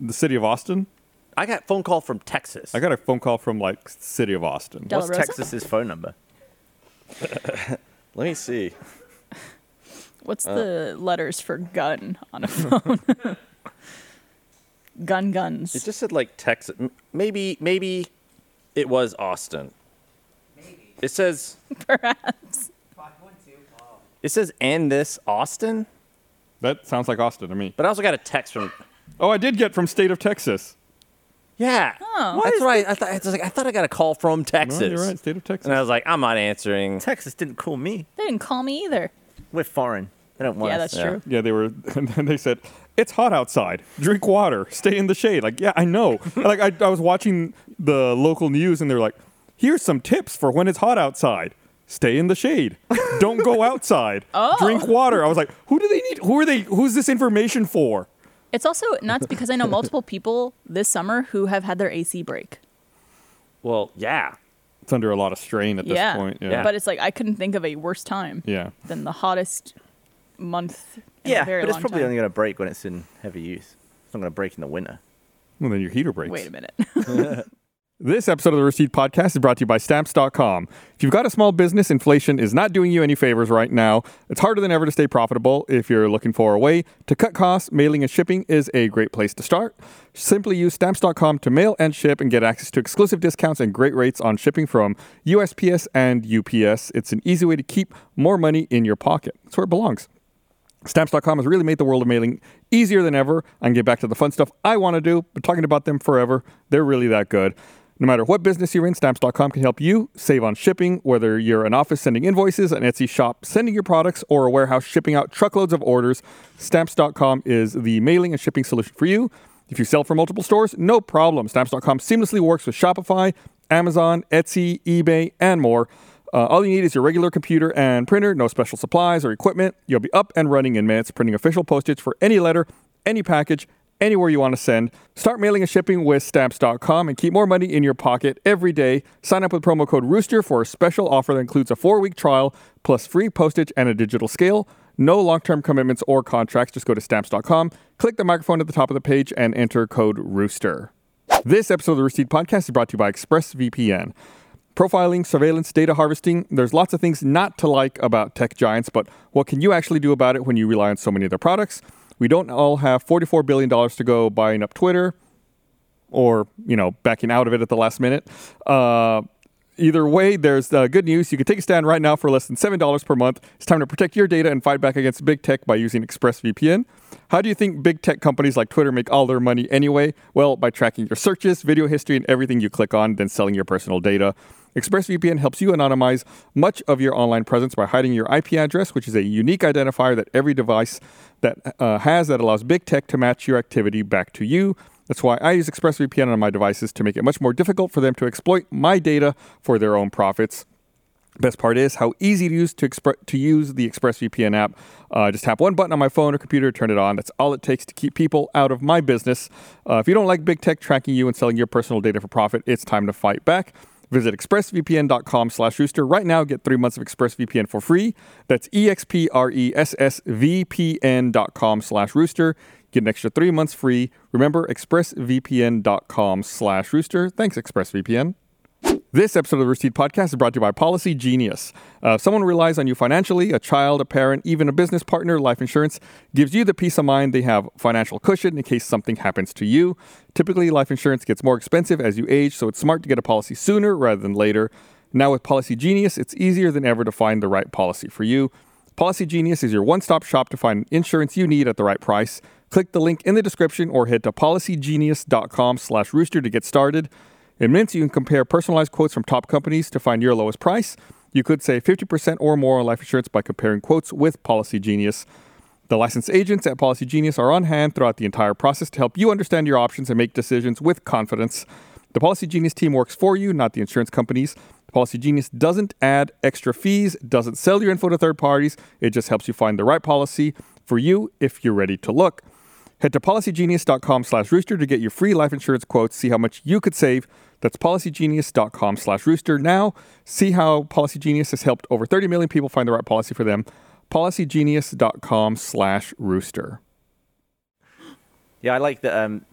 Speaker 3: the city of austin
Speaker 4: I got a phone call from Texas.
Speaker 3: i got a phone call from like city of austin
Speaker 5: Del
Speaker 2: What's
Speaker 5: Rosa?
Speaker 2: Texas's phone number?
Speaker 4: *laughs* Let me see.
Speaker 5: What's the letters for gun on
Speaker 4: *laughs*
Speaker 5: a *laughs* phone? gun guns.
Speaker 4: It just said like Texas. m- Maybe maybe it was Austin. Maybe. It says it says and this Austin,
Speaker 3: that sounds like austin to me
Speaker 4: but I also got a text from.
Speaker 3: oh i did get from state of texas
Speaker 4: Yeah.
Speaker 5: Oh.
Speaker 4: That's right. I thought I, was like, I thought I got a call from
Speaker 3: No,
Speaker 4: Texas.
Speaker 3: Oh, you're right state of texas
Speaker 4: And I was like, I'm not answering.
Speaker 2: Texas didn't call me.
Speaker 5: they didn't call me either.
Speaker 2: We're foreign. They don't want
Speaker 5: Yeah,
Speaker 2: us.
Speaker 5: that's
Speaker 4: yeah.
Speaker 5: true.
Speaker 3: yeah, they were. *laughs* And then they said, "It's hot outside. Drink water. Stay in the shade." Like, yeah, I
Speaker 5: *laughs*
Speaker 3: know. like, I, I was watching the local news, and they're like, "Here's some tips for when it's hot outside. Stay in the shade. Don't go
Speaker 5: *laughs*
Speaker 3: outside.
Speaker 5: Oh.
Speaker 3: Drink water." I was like, "Who do they need? Who are they? Who's this information for?"
Speaker 5: It's also nuts because I know multiple people this summer who have had their AC break.
Speaker 4: Well, yeah.
Speaker 3: It's under a lot of strain at
Speaker 5: yeah.
Speaker 3: this point. Yeah.
Speaker 5: But it's like I couldn't think of a worse time
Speaker 3: yeah.
Speaker 5: than the hottest month. In
Speaker 2: Yeah,
Speaker 5: a very
Speaker 2: but it's
Speaker 5: long
Speaker 2: probably
Speaker 5: time.
Speaker 2: only going to break when it's in heavy use. It's not going to break in the winter.
Speaker 3: Well, then your heater breaks.
Speaker 5: Wait a minute.
Speaker 2: *laughs*
Speaker 5: *laughs*
Speaker 3: This episode of the Receipt Podcast is brought to you by Stamps.com. If you've got a small business, inflation is not doing you any favors right now. It's harder than ever to stay profitable. If you're looking for a way to cut costs, mailing and shipping is a great place to start. Simply use Stamps.com to mail and ship and get access to exclusive discounts and great rates on shipping from USPS and UPS. It's an easy way to keep more money in your pocket. That's where it belongs. Stamps.com has really made the world of mailing easier than ever. I can get back to the fun stuff I want to do, but talking about them forever, they're really that good. No matter what business you're in, Stamps.com can help you save on shipping, whether you're an office sending invoices, an Etsy shop sending your products, or a warehouse shipping out truckloads of orders. Stamps.com is the mailing and shipping solution for you. If you sell for multiple stores, no problem. Stamps.com seamlessly works with Shopify Amazon, Etsy, eBay, and more. Uh, all you need is your regular computer and printer, no special supplies or equipment. You'll be up and running in minutes, printing official postage for any letter, any package, anywhere you want to send. Start mailing and shipping with stamps.com and keep more money in your pocket every day. Sign up with promo code Rooster for a special offer that includes a four week trial plus free postage and a digital scale. No long term commitments or contracts. Just go to stamps.com, click the microphone at the top of the page, and enter code Rooster. This episode of the Rooster Teeth Podcast is brought to you by ExpressVPN. Profiling, surveillance, data harvesting, there's lots of things not to like about tech giants, but what can you actually do about it when you rely on so many of their products? We don't all have $44 billion to go buying up Twitter or, you know, backing out of it at the last minute. Uh, either way, there's uh, good news. You can take a stand right now for less than $7 per month. It's time to protect your data and fight back against big tech by using ExpressVPN. How do you think big tech companies like Twitter make all their money anyway? Well, by tracking your searches, video history, and everything you click on, then selling your personal data. ExpressVPN helps you anonymize much of your online presence by hiding your IP address, which is a unique identifier that every device that uh, has that allows big tech to match your activity back to you. That's why I use ExpressVPN on my devices to make it much more difficult for them to exploit my data for their own profits. Best part is how easy to use to, expre- to use the ExpressVPN app. Uh, just tap one button on my phone or computer to turn it on. That's all it takes to keep people out of my business. Uh, if you don't like big tech tracking you and selling your personal data for profit, it's time to fight back. Visit expressvpn.com slash rooster right now. Get three months of ExpressVPN for free. That's E E-X-P-R-E-S-S-V-P-N dot com slash rooster. Get an extra three months free. Remember, expressvpn.com slash rooster. Thanks, ExpressVPN. This episode of the Rooster Teeth Podcast is brought to you by Policy Genius. Uh, if someone relies on you financially, a child, a parent, even a business partner, life insurance gives you the peace of mind they have financial cushion in case something happens to you. Typically, life insurance gets more expensive as you age, so it's smart to get a policy sooner rather than later. Now, with Policy Genius, it's easier than ever to find the right policy for you. Policy Genius is your one stop shop to find insurance you need at the right price. Click the link in the description or head to policygenius.com slash rooster to get started. In minutes, you can compare personalized quotes from top companies to find your lowest price. You could save 50% or more on life insurance by comparing quotes with Policy Genius. The licensed agents at Policy Genius are on hand throughout the entire process to help you understand your options and make decisions with confidence. The Policy Genius team works for you, not the insurance companies. Policy Genius doesn't add extra fees, doesn't sell your info to third parties. It just helps you find the right policy for you if you're ready to look. Head to policygenius.com slash rooster to get your free life insurance quotes. See how much you could save. That's policygenius.com slash rooster. Now, see how Policy Genius has helped over 30 million people find the right policy for them. Policygenius.com slash rooster.
Speaker 2: Yeah, I like that um,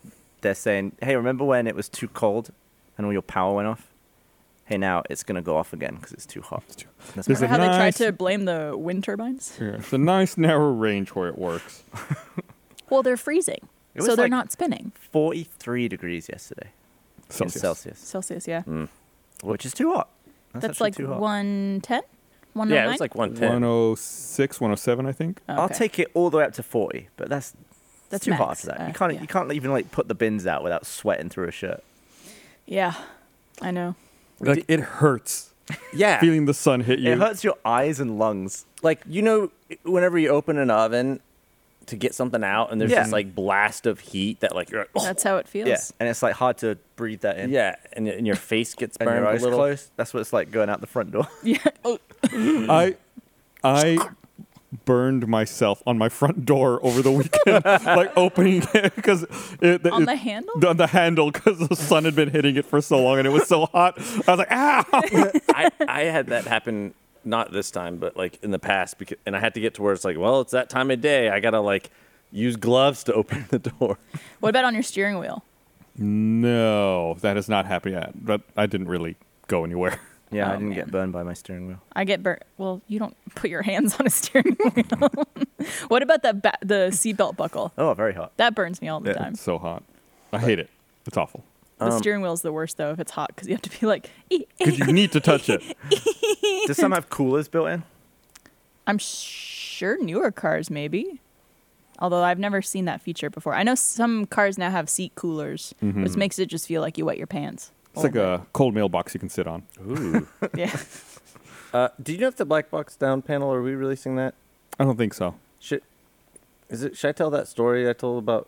Speaker 2: they're saying, hey, remember when it was too cold and all your power went off? Hey, now it's going to go off again because it's too hot. That's
Speaker 3: There's
Speaker 2: my-
Speaker 5: Remember how they
Speaker 3: nice-
Speaker 5: tried to blame the wind turbines?
Speaker 3: Here, It's a nice narrow range where it works.
Speaker 5: Well, they're freezing,
Speaker 2: It
Speaker 5: so
Speaker 2: was
Speaker 5: they're
Speaker 2: like-
Speaker 5: not spinning.
Speaker 2: 43 degrees yesterday
Speaker 3: *laughs*
Speaker 2: in
Speaker 3: Celsius.
Speaker 2: Celsius,
Speaker 5: Celsius, yeah.
Speaker 2: which is too hot. Mm. That's,
Speaker 5: That's
Speaker 2: actually
Speaker 5: like
Speaker 2: too hot.
Speaker 5: 110?
Speaker 4: Yeah, it was like 110.
Speaker 3: 106, 107, I think.
Speaker 2: I'll take it all the way up to 40, but that's
Speaker 5: That's
Speaker 2: that's too hot
Speaker 5: max.
Speaker 2: for that.
Speaker 5: Uh,
Speaker 2: you can't
Speaker 5: yeah.
Speaker 2: you can't even like put the bins out without sweating through a shirt. e-
Speaker 5: Yeah, I know.
Speaker 3: Like, Ah. it hurts
Speaker 4: Yeah.
Speaker 3: feeling the sun hit you.
Speaker 2: It hurts your eyes and lungs.
Speaker 4: like you know whenever you open an oven to get something out and there's
Speaker 2: Yeah.
Speaker 4: this like blast of heat that like you're like, "Oh."
Speaker 5: That's how it feels.
Speaker 2: Yeah, and it's like hard to breathe that in.
Speaker 4: yeah and, and your face gets
Speaker 2: and
Speaker 4: burned
Speaker 2: your eyes
Speaker 4: a little
Speaker 2: closed. That's what it's like going out the front
Speaker 4: *laughs*
Speaker 2: door.
Speaker 5: *laughs* Oh,
Speaker 3: I I burned myself on my front door over the weekend, like opening it because it,
Speaker 5: On
Speaker 3: it-
Speaker 5: the handle?
Speaker 3: on the handle because the sun had been hitting it for so long and it was so hot. I was like, ah,
Speaker 4: I, I had that happen not this time but like in the past because and i had to get to where it's like well it's that time of day i gotta like use gloves to open the
Speaker 5: *laughs*
Speaker 4: door
Speaker 5: What about on your steering wheel?
Speaker 3: no, that has not happened yet. But I didn't really go anywhere.
Speaker 2: Yeah, I
Speaker 5: Oh,
Speaker 2: didn't
Speaker 5: man.
Speaker 2: get burned by my steering wheel.
Speaker 5: I get burnt. Well, you don't *laughs* put your hands on a steering *laughs* wheel. what about the ba- the seatbelt buckle?
Speaker 2: Oh, very
Speaker 5: *laughs*
Speaker 2: hot.
Speaker 5: That burns me all the
Speaker 2: Yeah.
Speaker 5: time.
Speaker 3: It's um, so hot. I hate it. It's awful
Speaker 5: The steering wheel's the worst though if it's hot because you have to be like, *laughs* "Eh, "Ee, ee."
Speaker 3: because you need to touch it.
Speaker 2: Does some have coolers built in?
Speaker 5: I'm sure newer cars maybe. Although I've never seen that feature before. I know some cars now have seat coolers, which makes it just feel like you wet your pants.
Speaker 3: Mm-hmm. It's like a cold mailbox you can sit on.
Speaker 4: ooh
Speaker 5: yeah.
Speaker 3: *laughs*
Speaker 4: uh, do you know if the black box down panel are we releasing that
Speaker 3: I don't think so.
Speaker 4: should is it should i tell that story i told about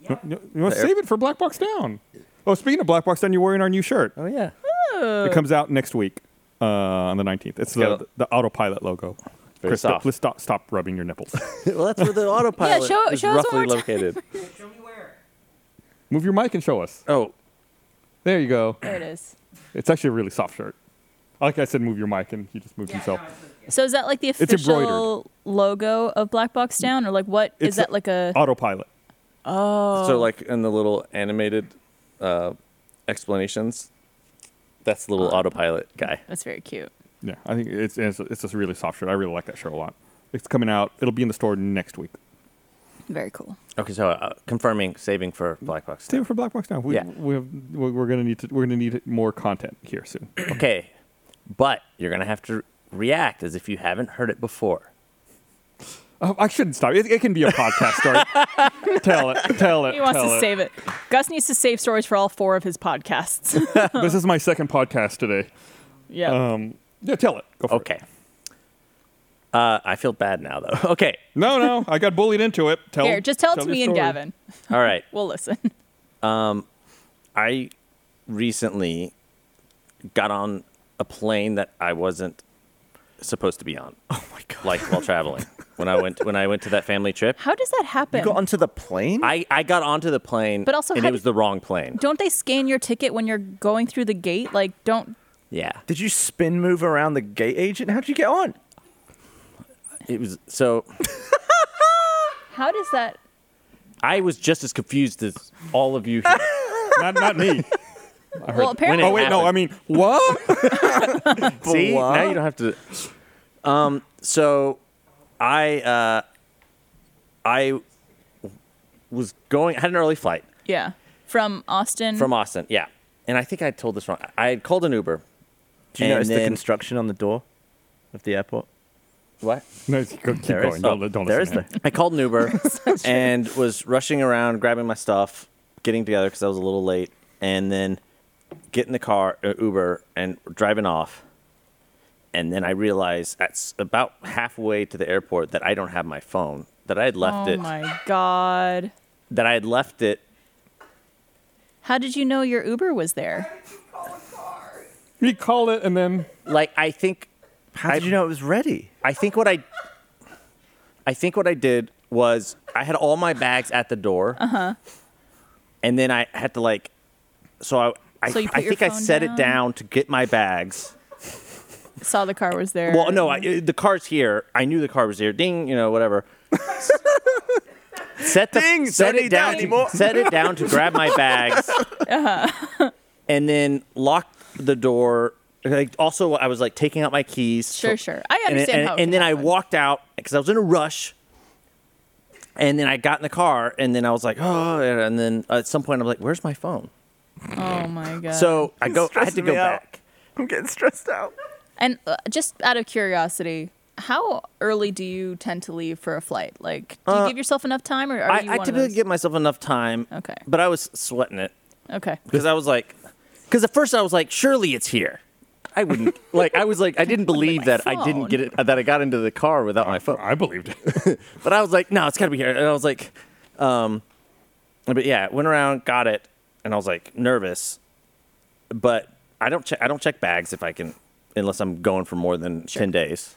Speaker 3: You- You want to
Speaker 4: The air-
Speaker 3: save it for Black Box Down. Oh, speaking of Black Box Down, you're wearing our new shirt.
Speaker 4: oh yeah *laughs*
Speaker 3: It comes out next week uh, on the 19th. It's the,
Speaker 4: Okay.
Speaker 3: the autopilot logo.
Speaker 4: Very
Speaker 3: Chris, stop,
Speaker 4: soft.
Speaker 3: please stop, stop rubbing your nipples. *laughs*
Speaker 4: well, that's where the autopilot
Speaker 5: show-
Speaker 4: is
Speaker 5: Oh, show us
Speaker 4: roughly
Speaker 5: one more
Speaker 4: located.
Speaker 5: *laughs*
Speaker 6: Show me where.
Speaker 3: Move your mic and show us.
Speaker 4: Oh,
Speaker 3: There you go.
Speaker 5: There it is.
Speaker 3: It's actually a really soft shirt. Like I said, move your mic, and he just moved himself.
Speaker 5: So is that like the
Speaker 3: embroidered.
Speaker 5: official logo of Black Box Down, or like what is
Speaker 3: It's
Speaker 5: that like a?
Speaker 3: Autopilot.
Speaker 5: Oh.
Speaker 4: so like in the little animated uh, explanations, that's the little autopilot guy.
Speaker 5: That's very cute.
Speaker 3: Yeah, I think it's it's it's just a really soft shirt. I really like that shirt a lot. It's coming out. It'll be in the store next week.
Speaker 5: Very cool.
Speaker 4: Okay, so uh, confirming saving for Black Box.
Speaker 3: Save it for Black Box now. We,
Speaker 4: Yeah.
Speaker 3: we have, we- we're gonna need to we're gonna need more content here soon.
Speaker 4: Okay, but you're gonna have to react as if you haven't heard it before.
Speaker 3: Oh, I shouldn't stop. It, it can be a podcast
Speaker 4: *laughs*
Speaker 3: story. tell it. Tell it.
Speaker 5: He wants
Speaker 3: tell
Speaker 5: to
Speaker 3: it.
Speaker 5: save it. Gus needs to save stories for all four of his podcasts. *laughs*
Speaker 3: This is my second podcast today.
Speaker 5: yeah.
Speaker 3: Um, yeah, tell it. Go for it.
Speaker 4: Okay. Uh, I feel bad now though. *laughs* Okay,
Speaker 3: No, no, I got bullied into it. Tell
Speaker 5: Here, just tell it to
Speaker 3: your
Speaker 5: me and
Speaker 3: story.
Speaker 5: Gavin.
Speaker 4: all right.
Speaker 5: We'll listen. *laughs*
Speaker 4: I recently got on a plane that I wasn't supposed to be on. Oh my god! Like while traveling, when I went when I went to that family trip,
Speaker 5: How does that happen?
Speaker 2: Got onto the plane?
Speaker 4: I I got onto the plane,
Speaker 5: But also
Speaker 4: and
Speaker 5: how
Speaker 4: it was
Speaker 5: did-
Speaker 4: the wrong plane.
Speaker 5: don't they scan your ticket when you're going through the gate? Like, don't.
Speaker 4: Yeah,
Speaker 2: Did you spin move around the gate agent? How'd you get on?
Speaker 4: it was so.
Speaker 5: How does that?
Speaker 4: I was just as confused as all of *laughs* you. Here.
Speaker 3: *laughs* Not,
Speaker 4: *laughs*
Speaker 3: not me.
Speaker 5: Well, apparently,
Speaker 3: Oh wait, no.
Speaker 4: happened.
Speaker 3: I mean, what?
Speaker 4: See,
Speaker 2: Blah.
Speaker 4: now *laughs* you don't have to. Um, so I uh, I was going. I had an early flight
Speaker 5: yeah. From Austin.
Speaker 4: from Austin. Yeah, and I think I told this wrong. I had called an Uber.
Speaker 2: Do you
Speaker 4: And
Speaker 2: notice the
Speaker 4: then-
Speaker 2: construction on the door of the airport?
Speaker 4: What?
Speaker 3: *laughs* no, go- keep
Speaker 2: There
Speaker 3: going.
Speaker 2: is-
Speaker 3: Don't, don't
Speaker 2: there
Speaker 3: listen
Speaker 2: is
Speaker 3: to
Speaker 2: no-
Speaker 3: him.
Speaker 4: I called an
Speaker 5: *laughs*
Speaker 4: Uber and was rushing around, grabbing my stuff, getting together because I was a little late, and then get in the car, uh, Uber, and driving off. And then I realized at s- about halfway to the airport that I don't have my phone. That I had left
Speaker 5: oh
Speaker 4: it.
Speaker 5: my god.
Speaker 4: That I had left it.
Speaker 5: How did you know your Uber was there?
Speaker 3: He called it, and then
Speaker 4: Like I think,
Speaker 2: How did you know it was ready?
Speaker 4: I think what I, I think what I did was I had all my bags at the door. Uh
Speaker 5: Uh-huh.
Speaker 4: huh. And then I had to like, so I. I,
Speaker 5: So you put
Speaker 4: I
Speaker 5: your
Speaker 4: think I
Speaker 5: phone
Speaker 4: set it
Speaker 5: down?
Speaker 4: down to get my bags.
Speaker 5: Saw the car was there.
Speaker 4: Well, no, I, uh, the car's here. I knew the car was here. Ding, you know,
Speaker 5: *laughs*
Speaker 4: whatever. set the
Speaker 2: Ding,
Speaker 4: set
Speaker 2: don't
Speaker 4: it
Speaker 2: need
Speaker 4: down to,
Speaker 2: that anymore.
Speaker 4: set it down to grab my
Speaker 5: *laughs*
Speaker 4: bags,
Speaker 5: Uh-huh.
Speaker 4: and then locked the door. Like, also, I was like taking out my keys.
Speaker 5: Sure, sure. I
Speaker 4: and-
Speaker 5: understand
Speaker 4: And,
Speaker 5: how it
Speaker 4: and
Speaker 5: can
Speaker 4: then I
Speaker 5: happen.
Speaker 4: walked out because I was in a rush. And then I got in the car, and then I was like, oh, and then at some point I'm like, where's my phone?
Speaker 5: Oh my god.
Speaker 4: So I go, I had to
Speaker 2: stressing
Speaker 4: go
Speaker 2: me out.
Speaker 4: back.
Speaker 2: I'm getting stressed out.
Speaker 5: And uh, just out of curiosity, how early do you tend to leave for a flight? Like, do you give yourself enough time, or are
Speaker 4: Uh, I,
Speaker 5: you
Speaker 4: I
Speaker 5: one of
Speaker 4: typically
Speaker 5: those-
Speaker 4: give myself enough time.
Speaker 5: Okay.
Speaker 4: But I was sweating it.
Speaker 5: Okay.
Speaker 4: because I was like, because at first I was like, surely it's here. I wouldn't like. I was like, I didn't believe
Speaker 5: my
Speaker 4: that I
Speaker 5: phone.
Speaker 4: didn't get it. That I got into the car without my phone.
Speaker 3: I believed it. *laughs*
Speaker 4: But I was like, no, it's got to be here. And I was like, um, but yeah, went around, got it, and I was like nervous. But I don't check. I don't check bags if I can, unless I'm going for more than ten days.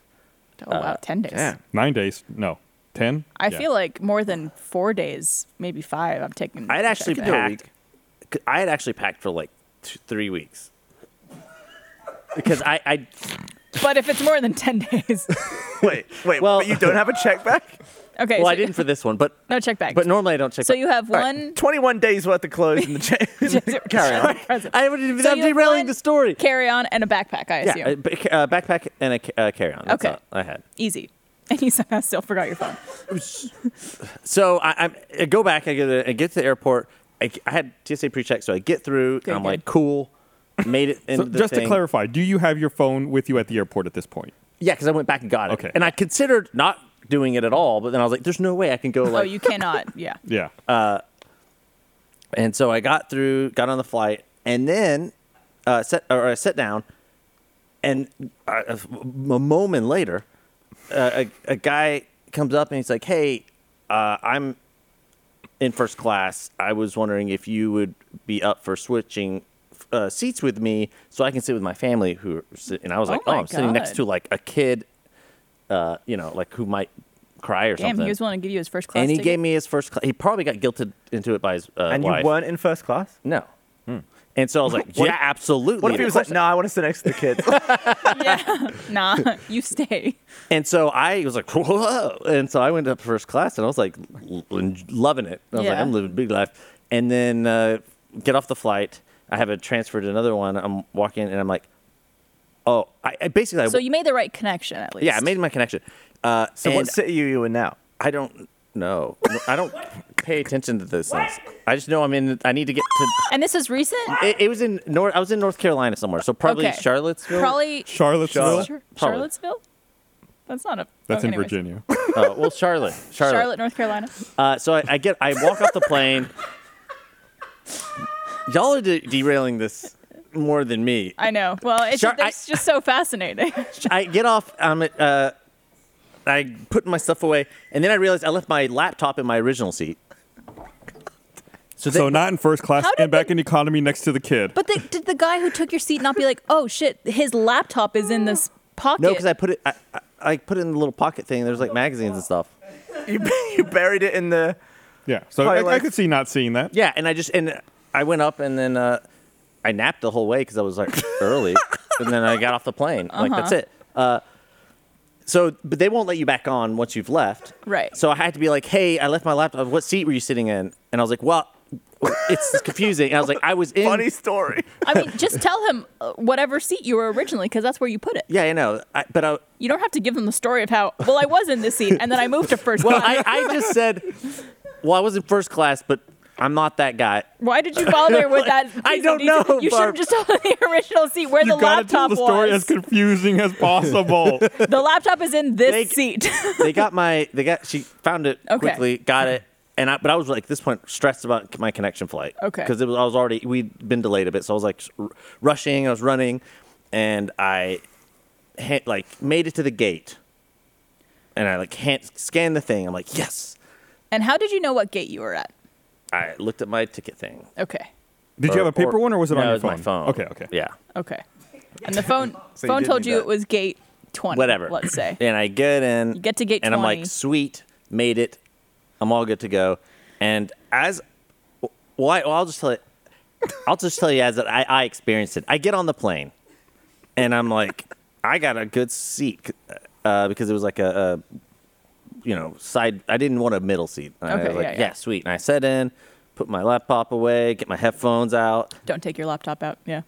Speaker 5: Oh
Speaker 4: Uh,
Speaker 5: wow, ten days.
Speaker 2: Yeah.
Speaker 3: Nine days. No, ten.
Speaker 5: I
Speaker 3: Yeah.
Speaker 5: feel like more than four days, maybe five. I'm taking.
Speaker 4: I had actually
Speaker 5: checking out.
Speaker 4: packed. I had actually packed for like t- three weeks. Because I, I
Speaker 5: *laughs* but if it's more than
Speaker 4: *laughs*
Speaker 5: ten days,
Speaker 2: *laughs* Wait, wait.
Speaker 4: Well-
Speaker 2: but you don't have a check back? *laughs*
Speaker 5: okay.
Speaker 4: well,
Speaker 5: so
Speaker 4: I didn't for this one, but
Speaker 5: No check bags.
Speaker 4: But normally I don't check.
Speaker 5: So
Speaker 4: bags.
Speaker 5: you have
Speaker 2: All
Speaker 4: *laughs*
Speaker 2: right,
Speaker 5: one.
Speaker 2: 21 days worth of clothes in the check.
Speaker 5: *laughs*
Speaker 2: Carry on.
Speaker 5: present.
Speaker 4: I haven't even.
Speaker 5: So
Speaker 4: I'm
Speaker 5: you have
Speaker 4: derailing
Speaker 5: one
Speaker 4: the story.
Speaker 5: Carry on and a backpack. I
Speaker 4: yeah,
Speaker 5: assume
Speaker 4: a ba- uh, backpack and a ca- uh, carry-on. That's
Speaker 5: Okay.
Speaker 4: all I had.
Speaker 5: easy. *laughs* And you somehow still forgot your phone.
Speaker 4: So I, I'm- I go back. I get a, I get to the airport. I, I had TSA pre-check, so I get through.
Speaker 5: Good,
Speaker 4: and I'm
Speaker 5: good.
Speaker 4: like, cool. Made it. Into
Speaker 3: So
Speaker 4: the
Speaker 3: just to
Speaker 4: thing.
Speaker 3: clarify, do you have your phone with you at the airport at this point?
Speaker 4: yeah, because I went back and got it.
Speaker 3: Okay.
Speaker 4: And I considered not doing it at all, but then I was like, there's no way I can go. Like,
Speaker 5: oh, you
Speaker 4: *laughs*
Speaker 5: cannot. Yeah.
Speaker 3: Yeah.
Speaker 4: Uh, And so I got through, got on the flight, and then uh, set or I sat down, and uh, a f- a moment later, uh, a, a guy comes up and he's like, "Hey, uh, I'm in first class. I was wondering if you would be up for switching f- uh, seats with me so I can sit with my family who are sit- and I was
Speaker 5: Oh
Speaker 4: like, oh,
Speaker 5: my
Speaker 4: I'm sitting next
Speaker 5: God.
Speaker 4: to like a kid, uh, you know, like who might cry or
Speaker 5: Damn,
Speaker 4: something.
Speaker 5: he was willing to give you his first class.
Speaker 4: and he
Speaker 5: ticket.
Speaker 4: gave me his first. Cl- he probably got guilted into it by his uh,
Speaker 2: and you
Speaker 4: wife.
Speaker 2: weren't in first class.
Speaker 4: No. Hmm. And so I was like,
Speaker 2: *laughs* What
Speaker 4: yeah,
Speaker 2: if-
Speaker 4: absolutely.
Speaker 2: What if he
Speaker 4: of
Speaker 2: was like,
Speaker 4: course I-
Speaker 2: "No, I want to sit next to the kids."
Speaker 5: Yeah. nah, *laughs*
Speaker 4: *laughs*
Speaker 5: you stay.
Speaker 4: And so I was like, whoa. And so I went up first class and I was like, l- l- loving it. I was like,
Speaker 5: Yeah.
Speaker 4: I'm living big life. And then uh, get off the flight. I have a transfer to another one. I'm walking and I'm like, oh, I, I basically, I,
Speaker 5: So you made the right connection at least.
Speaker 4: yeah, I made my connection. Uh,
Speaker 2: so
Speaker 4: and
Speaker 2: what city are you in now?
Speaker 4: I don't know. I don't pay attention to those things. I just know I'm in, I need to get to,
Speaker 5: And this is recent.
Speaker 4: it, it was in North, I was in North Carolina somewhere. So probably
Speaker 5: Okay.
Speaker 4: Charlottesville.
Speaker 5: Probably
Speaker 3: Charlottesville.
Speaker 5: Char-
Speaker 4: Probably.
Speaker 5: Charlottesville. That's not a.
Speaker 3: That's
Speaker 5: okay,
Speaker 3: in
Speaker 5: anyways.
Speaker 4: *laughs*
Speaker 3: Virginia.
Speaker 4: Uh, well, Charlotte.
Speaker 5: Charlotte.
Speaker 4: Charlotte.
Speaker 5: North Carolina.
Speaker 4: Uh, so I, I get, I walk off the plane. Y'all are de- derailing this more than me.
Speaker 5: I know. Well, it's,
Speaker 4: Char- I-
Speaker 5: it's just so fascinating.
Speaker 4: I get off. I'm at. Uh, I put my stuff away, and then I realized I left my laptop in my original seat. So,
Speaker 3: So
Speaker 4: they-
Speaker 3: not in first class
Speaker 5: How did
Speaker 3: and back in economy next to the kid.
Speaker 5: *laughs* but the, did the guy who took your seat not be like, oh shit, his laptop is in this pocket?
Speaker 4: no, because I put it. I, I, I put it in the little pocket thing. There's like magazines and stuff.
Speaker 2: You, *laughs* you buried it in the.
Speaker 3: yeah. So
Speaker 2: Probably
Speaker 3: I, I
Speaker 2: like-
Speaker 3: could see not seeing that.
Speaker 4: Yeah, and I just and I went up and then uh, I napped the whole way because I was like early, and then I got off the plane. Like that's it. Uh, so, but they won't let you back on once you've left.
Speaker 5: Right.
Speaker 4: So I had to be like, "Hey, I left my laptop. What seat were you sitting in?" And I was like, "Well, it's confusing." And I was like, "I was in."
Speaker 2: Funny story. *laughs*
Speaker 5: I mean, just tell him uh, whatever seat you were originally, because that's where you put it.
Speaker 4: Yeah, I know. I, but I,
Speaker 5: You don't have to give them the story of how. Well, I was in this seat, and then I moved to first
Speaker 4: well,
Speaker 5: class.
Speaker 4: I, I just said, "Well, I was in first class, but I'm not that guy."
Speaker 5: Why did you bother with *laughs* that? piece
Speaker 4: I
Speaker 5: of
Speaker 4: don't
Speaker 5: detail?
Speaker 4: know,
Speaker 5: You should
Speaker 4: Barb.
Speaker 5: have just told them the original seat where the
Speaker 3: You gotta
Speaker 5: laptop
Speaker 3: tell the story
Speaker 5: was.
Speaker 3: as confusing
Speaker 4: *laughs*
Speaker 3: as possible.
Speaker 5: the laptop is in this
Speaker 4: They-
Speaker 5: seat.
Speaker 4: they got my they got she found it
Speaker 5: Okay.
Speaker 4: quickly got it and I, but I was like at this point stressed about my connection flight
Speaker 5: Okay.
Speaker 4: because it was I was already we'd been delayed a bit so I was like r- rushing I was running and I hit, like made it to the gate and I like hand, scanned the thing I'm like yes
Speaker 5: and how did you know what gate you were at?
Speaker 4: I looked at my ticket thing
Speaker 5: Okay,
Speaker 3: Did you have a paper one or was it
Speaker 4: no,
Speaker 3: on your
Speaker 4: was
Speaker 3: phone?
Speaker 4: my phone
Speaker 3: Okay, okay.
Speaker 4: yeah
Speaker 5: okay. *laughs* And the phone
Speaker 2: So you
Speaker 5: phone
Speaker 2: did
Speaker 5: told
Speaker 2: need
Speaker 5: you
Speaker 2: that.
Speaker 5: it was gate twenty.
Speaker 4: whatever
Speaker 2: *laughs*
Speaker 5: Let's say.
Speaker 4: *laughs* and I get in you
Speaker 5: get to gate
Speaker 4: and I'm
Speaker 5: 20.
Speaker 4: like sweet made it I'm all good to go and as well, I, well I'll just tell it I'll just tell you as that I, I experienced it. I get on the plane, and I'm like, I got a good seat uh, because it was like a, a, you know, side. I didn't want a middle seat. And I
Speaker 5: Okay,
Speaker 4: was like,
Speaker 5: yeah, yeah.
Speaker 4: sweet. And I sat in, put my laptop away, get my headphones out,
Speaker 5: Don't take your laptop out. Yeah.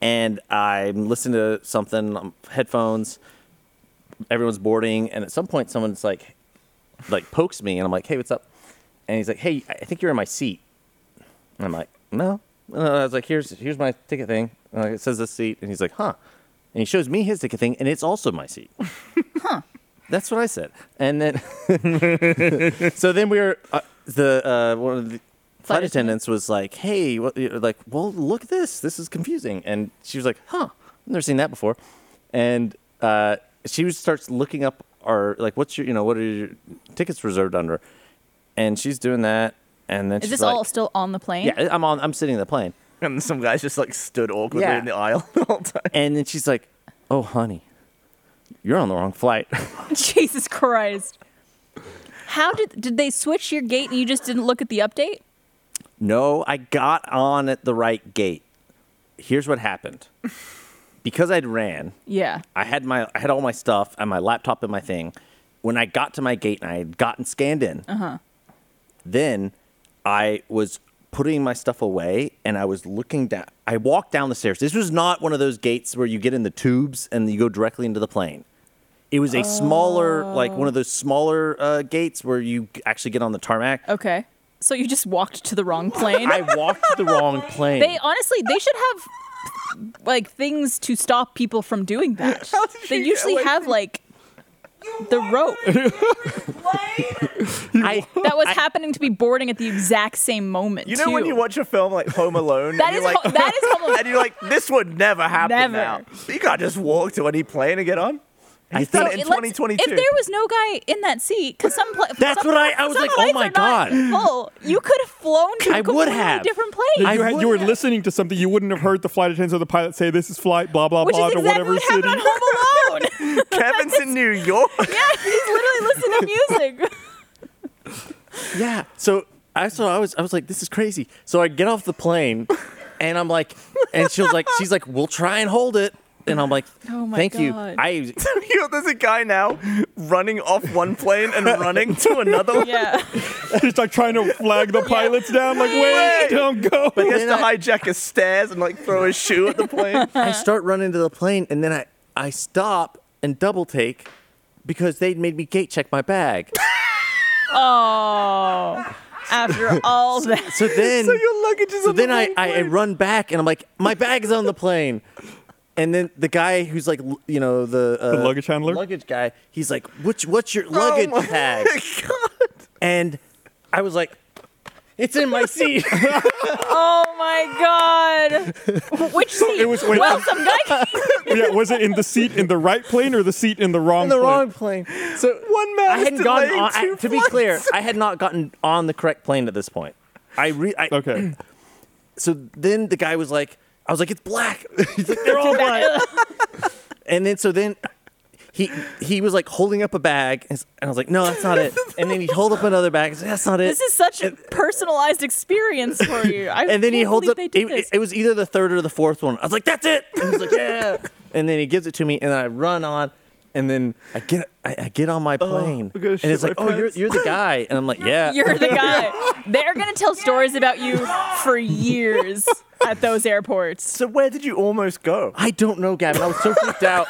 Speaker 4: and I'm listening to something on headphones. Everyone's boarding, and at some point, someone's like, like pokes me, and I'm like, "Hey, what's up?" And he's like, "Hey, I think you're in my seat." And I'm like, "No." And I was like, "Here's here's my ticket thing. And like, it says this seat." And he's like, "Huh?" And he shows me his ticket thing, and it's also my
Speaker 5: *laughs*
Speaker 4: seat. huh? That's what I said. And then, so then *laughs* we were uh, the uh, one of the flight,
Speaker 5: Flight
Speaker 4: attendants was like, "Hey, what?" you know, Like, well, look at this. This is confusing. And she was like, "Huh? I've never seen that before." And uh, she was, starts looking up our like, "What's your you know what are your tickets reserved under?" And she's doing that. And then
Speaker 5: Is
Speaker 4: she's
Speaker 5: this
Speaker 4: like,
Speaker 5: all still on the plane?
Speaker 4: yeah, I'm on. I'm sitting in the plane,
Speaker 2: And some guys just like stood awkwardly
Speaker 4: Yeah.
Speaker 2: in the aisle *laughs* the whole time.
Speaker 4: and then she's like, "Oh, honey, you're on the wrong flight."
Speaker 5: *laughs*
Speaker 4: *laughs*
Speaker 5: Jesus Christ. How did did they switch your gate and you just didn't look at the update?
Speaker 4: no, I got on at the right gate. Here's what happened. Because I'd ran,
Speaker 5: Yeah.
Speaker 4: I had my I had all my stuff and my laptop and my thing. When I got to my gate and I had gotten scanned in,
Speaker 5: Uh-huh.
Speaker 4: then I was putting my stuff away and I was looking down. I walked down the stairs. This was not one of those gates where you get in the tubes and you go directly into the plane. It was a smaller, like one of those smaller uh, gates where you actually get on the tarmac.
Speaker 5: Okay. So you just walked to the
Speaker 2: *laughs*
Speaker 5: wrong plane.
Speaker 4: I walked the wrong plane.
Speaker 5: *laughs* They honestly, they should have like things to stop people from
Speaker 2: *laughs*
Speaker 5: doing that. They usually have like the rope
Speaker 4: I,
Speaker 5: that was happening to be boarding at the exact same moment.
Speaker 2: You know when
Speaker 5: too.
Speaker 2: you watch a film like Home Alone,
Speaker 5: that
Speaker 2: and
Speaker 5: is
Speaker 2: you're like, *laughs*
Speaker 5: ho- that
Speaker 4: *laughs*
Speaker 5: is
Speaker 2: and you're like, this would never happen
Speaker 5: Never.
Speaker 2: now. You can't just walk to any plane and get on.
Speaker 5: *laughs*
Speaker 2: He's
Speaker 5: So
Speaker 2: done it in
Speaker 5: let's-
Speaker 2: 2022.
Speaker 5: If there was no guy in in that seat, because some pla-
Speaker 4: That's
Speaker 5: some
Speaker 4: what I-
Speaker 5: pla-
Speaker 4: I was
Speaker 5: some
Speaker 4: like, oh
Speaker 5: planes
Speaker 4: my
Speaker 5: are
Speaker 4: God.
Speaker 5: not Full. You could have flown to a
Speaker 4: I would
Speaker 5: completely
Speaker 4: have.
Speaker 5: different
Speaker 3: You,
Speaker 5: place.
Speaker 3: had- you were listening to something you wouldn't have heard the flight attendants or the pilot say, "This is flight blah blah
Speaker 5: which
Speaker 3: blah"
Speaker 5: is
Speaker 3: to
Speaker 5: exactly
Speaker 3: whatever
Speaker 5: what
Speaker 3: city.
Speaker 5: happened on
Speaker 3: *laughs*
Speaker 4: *laughs*
Speaker 5: Home Alone.
Speaker 2: Kevin's in New York.
Speaker 5: yeah, he's literally listening to music.
Speaker 4: Yeah. So I so I was I was like, this is crazy. So I get off the plane, and I'm like, and she was like, she's like, we'll try and hold it, and I'm like,
Speaker 5: Oh my
Speaker 4: thank you.
Speaker 5: God.
Speaker 4: I
Speaker 2: *laughs* Yo, there's a guy now running off one plane and running to another one.
Speaker 5: *laughs* Yeah,
Speaker 3: He's like trying to flag the pilots down. Like, wait,
Speaker 2: Wait.
Speaker 3: don't go.
Speaker 2: He has to
Speaker 4: Then I-
Speaker 2: hijack his stairs and like throw his shoe at the
Speaker 4: *laughs*
Speaker 2: plane.
Speaker 4: I start running to the plane, and then I I stop and double take because they made me gate check my bag.
Speaker 5: Oh, after *laughs* all that.
Speaker 4: So then
Speaker 2: so your luggage is
Speaker 4: so
Speaker 2: on the
Speaker 4: then I,
Speaker 2: wrong
Speaker 4: I, I
Speaker 2: plane.
Speaker 4: run back and I'm like, my bag's on the plane. And then the guy who's like, l- you know, the, uh,
Speaker 3: The luggage handler?
Speaker 4: luggage guy, he's like, "Which, what's your luggage
Speaker 2: my
Speaker 4: tag?" And I was like, "It's in my seat."
Speaker 5: Oh my
Speaker 4: *laughs*
Speaker 5: god! Which seat?
Speaker 3: it was- wait,
Speaker 5: well,
Speaker 3: um,
Speaker 5: some guy.
Speaker 3: *laughs* yeah, was it in the seat in the right plane or the seat in the
Speaker 4: *laughs*
Speaker 3: wrong
Speaker 4: in the
Speaker 3: plane?
Speaker 4: wrong plane. So
Speaker 2: One man
Speaker 4: I
Speaker 2: is
Speaker 4: hadn't gotten
Speaker 2: delaying
Speaker 4: on. I-
Speaker 2: two
Speaker 4: to be
Speaker 2: flights.
Speaker 4: clear, I had not gotten on the correct plane at this point. I re. I,
Speaker 3: *clears throat* Okay.
Speaker 4: So then the guy was like, "I was like, it's black." He's like, "They're all black." *laughs* and then so then he he was like holding up a bag, and s- and I was like, "No, that's not it." And then he held up another bag. I said, that's not it.
Speaker 5: This
Speaker 4: *laughs*
Speaker 5: is such a personalized experience for you. I
Speaker 4: and then he
Speaker 5: can't
Speaker 4: holds
Speaker 5: believe
Speaker 4: up.
Speaker 5: They
Speaker 4: It,
Speaker 5: did this.
Speaker 4: it, it was either the third or the fourth one. I was like, "That's
Speaker 5: *laughs*
Speaker 4: it." And he's like, "Yeah." and then he gives it to me, and then I run on, and then I get I, I get on my plane,
Speaker 2: Oh, gonna
Speaker 4: and
Speaker 2: shit
Speaker 4: it's like,
Speaker 2: my
Speaker 4: "Oh, you're,
Speaker 2: pants."
Speaker 4: you're the guy," and I'm like, "Yeah."
Speaker 5: *laughs* You're the guy. They're gonna tell stories about you for years at those airports.
Speaker 2: So where did you almost go?
Speaker 4: I don't know, Gavin. I was so freaked out.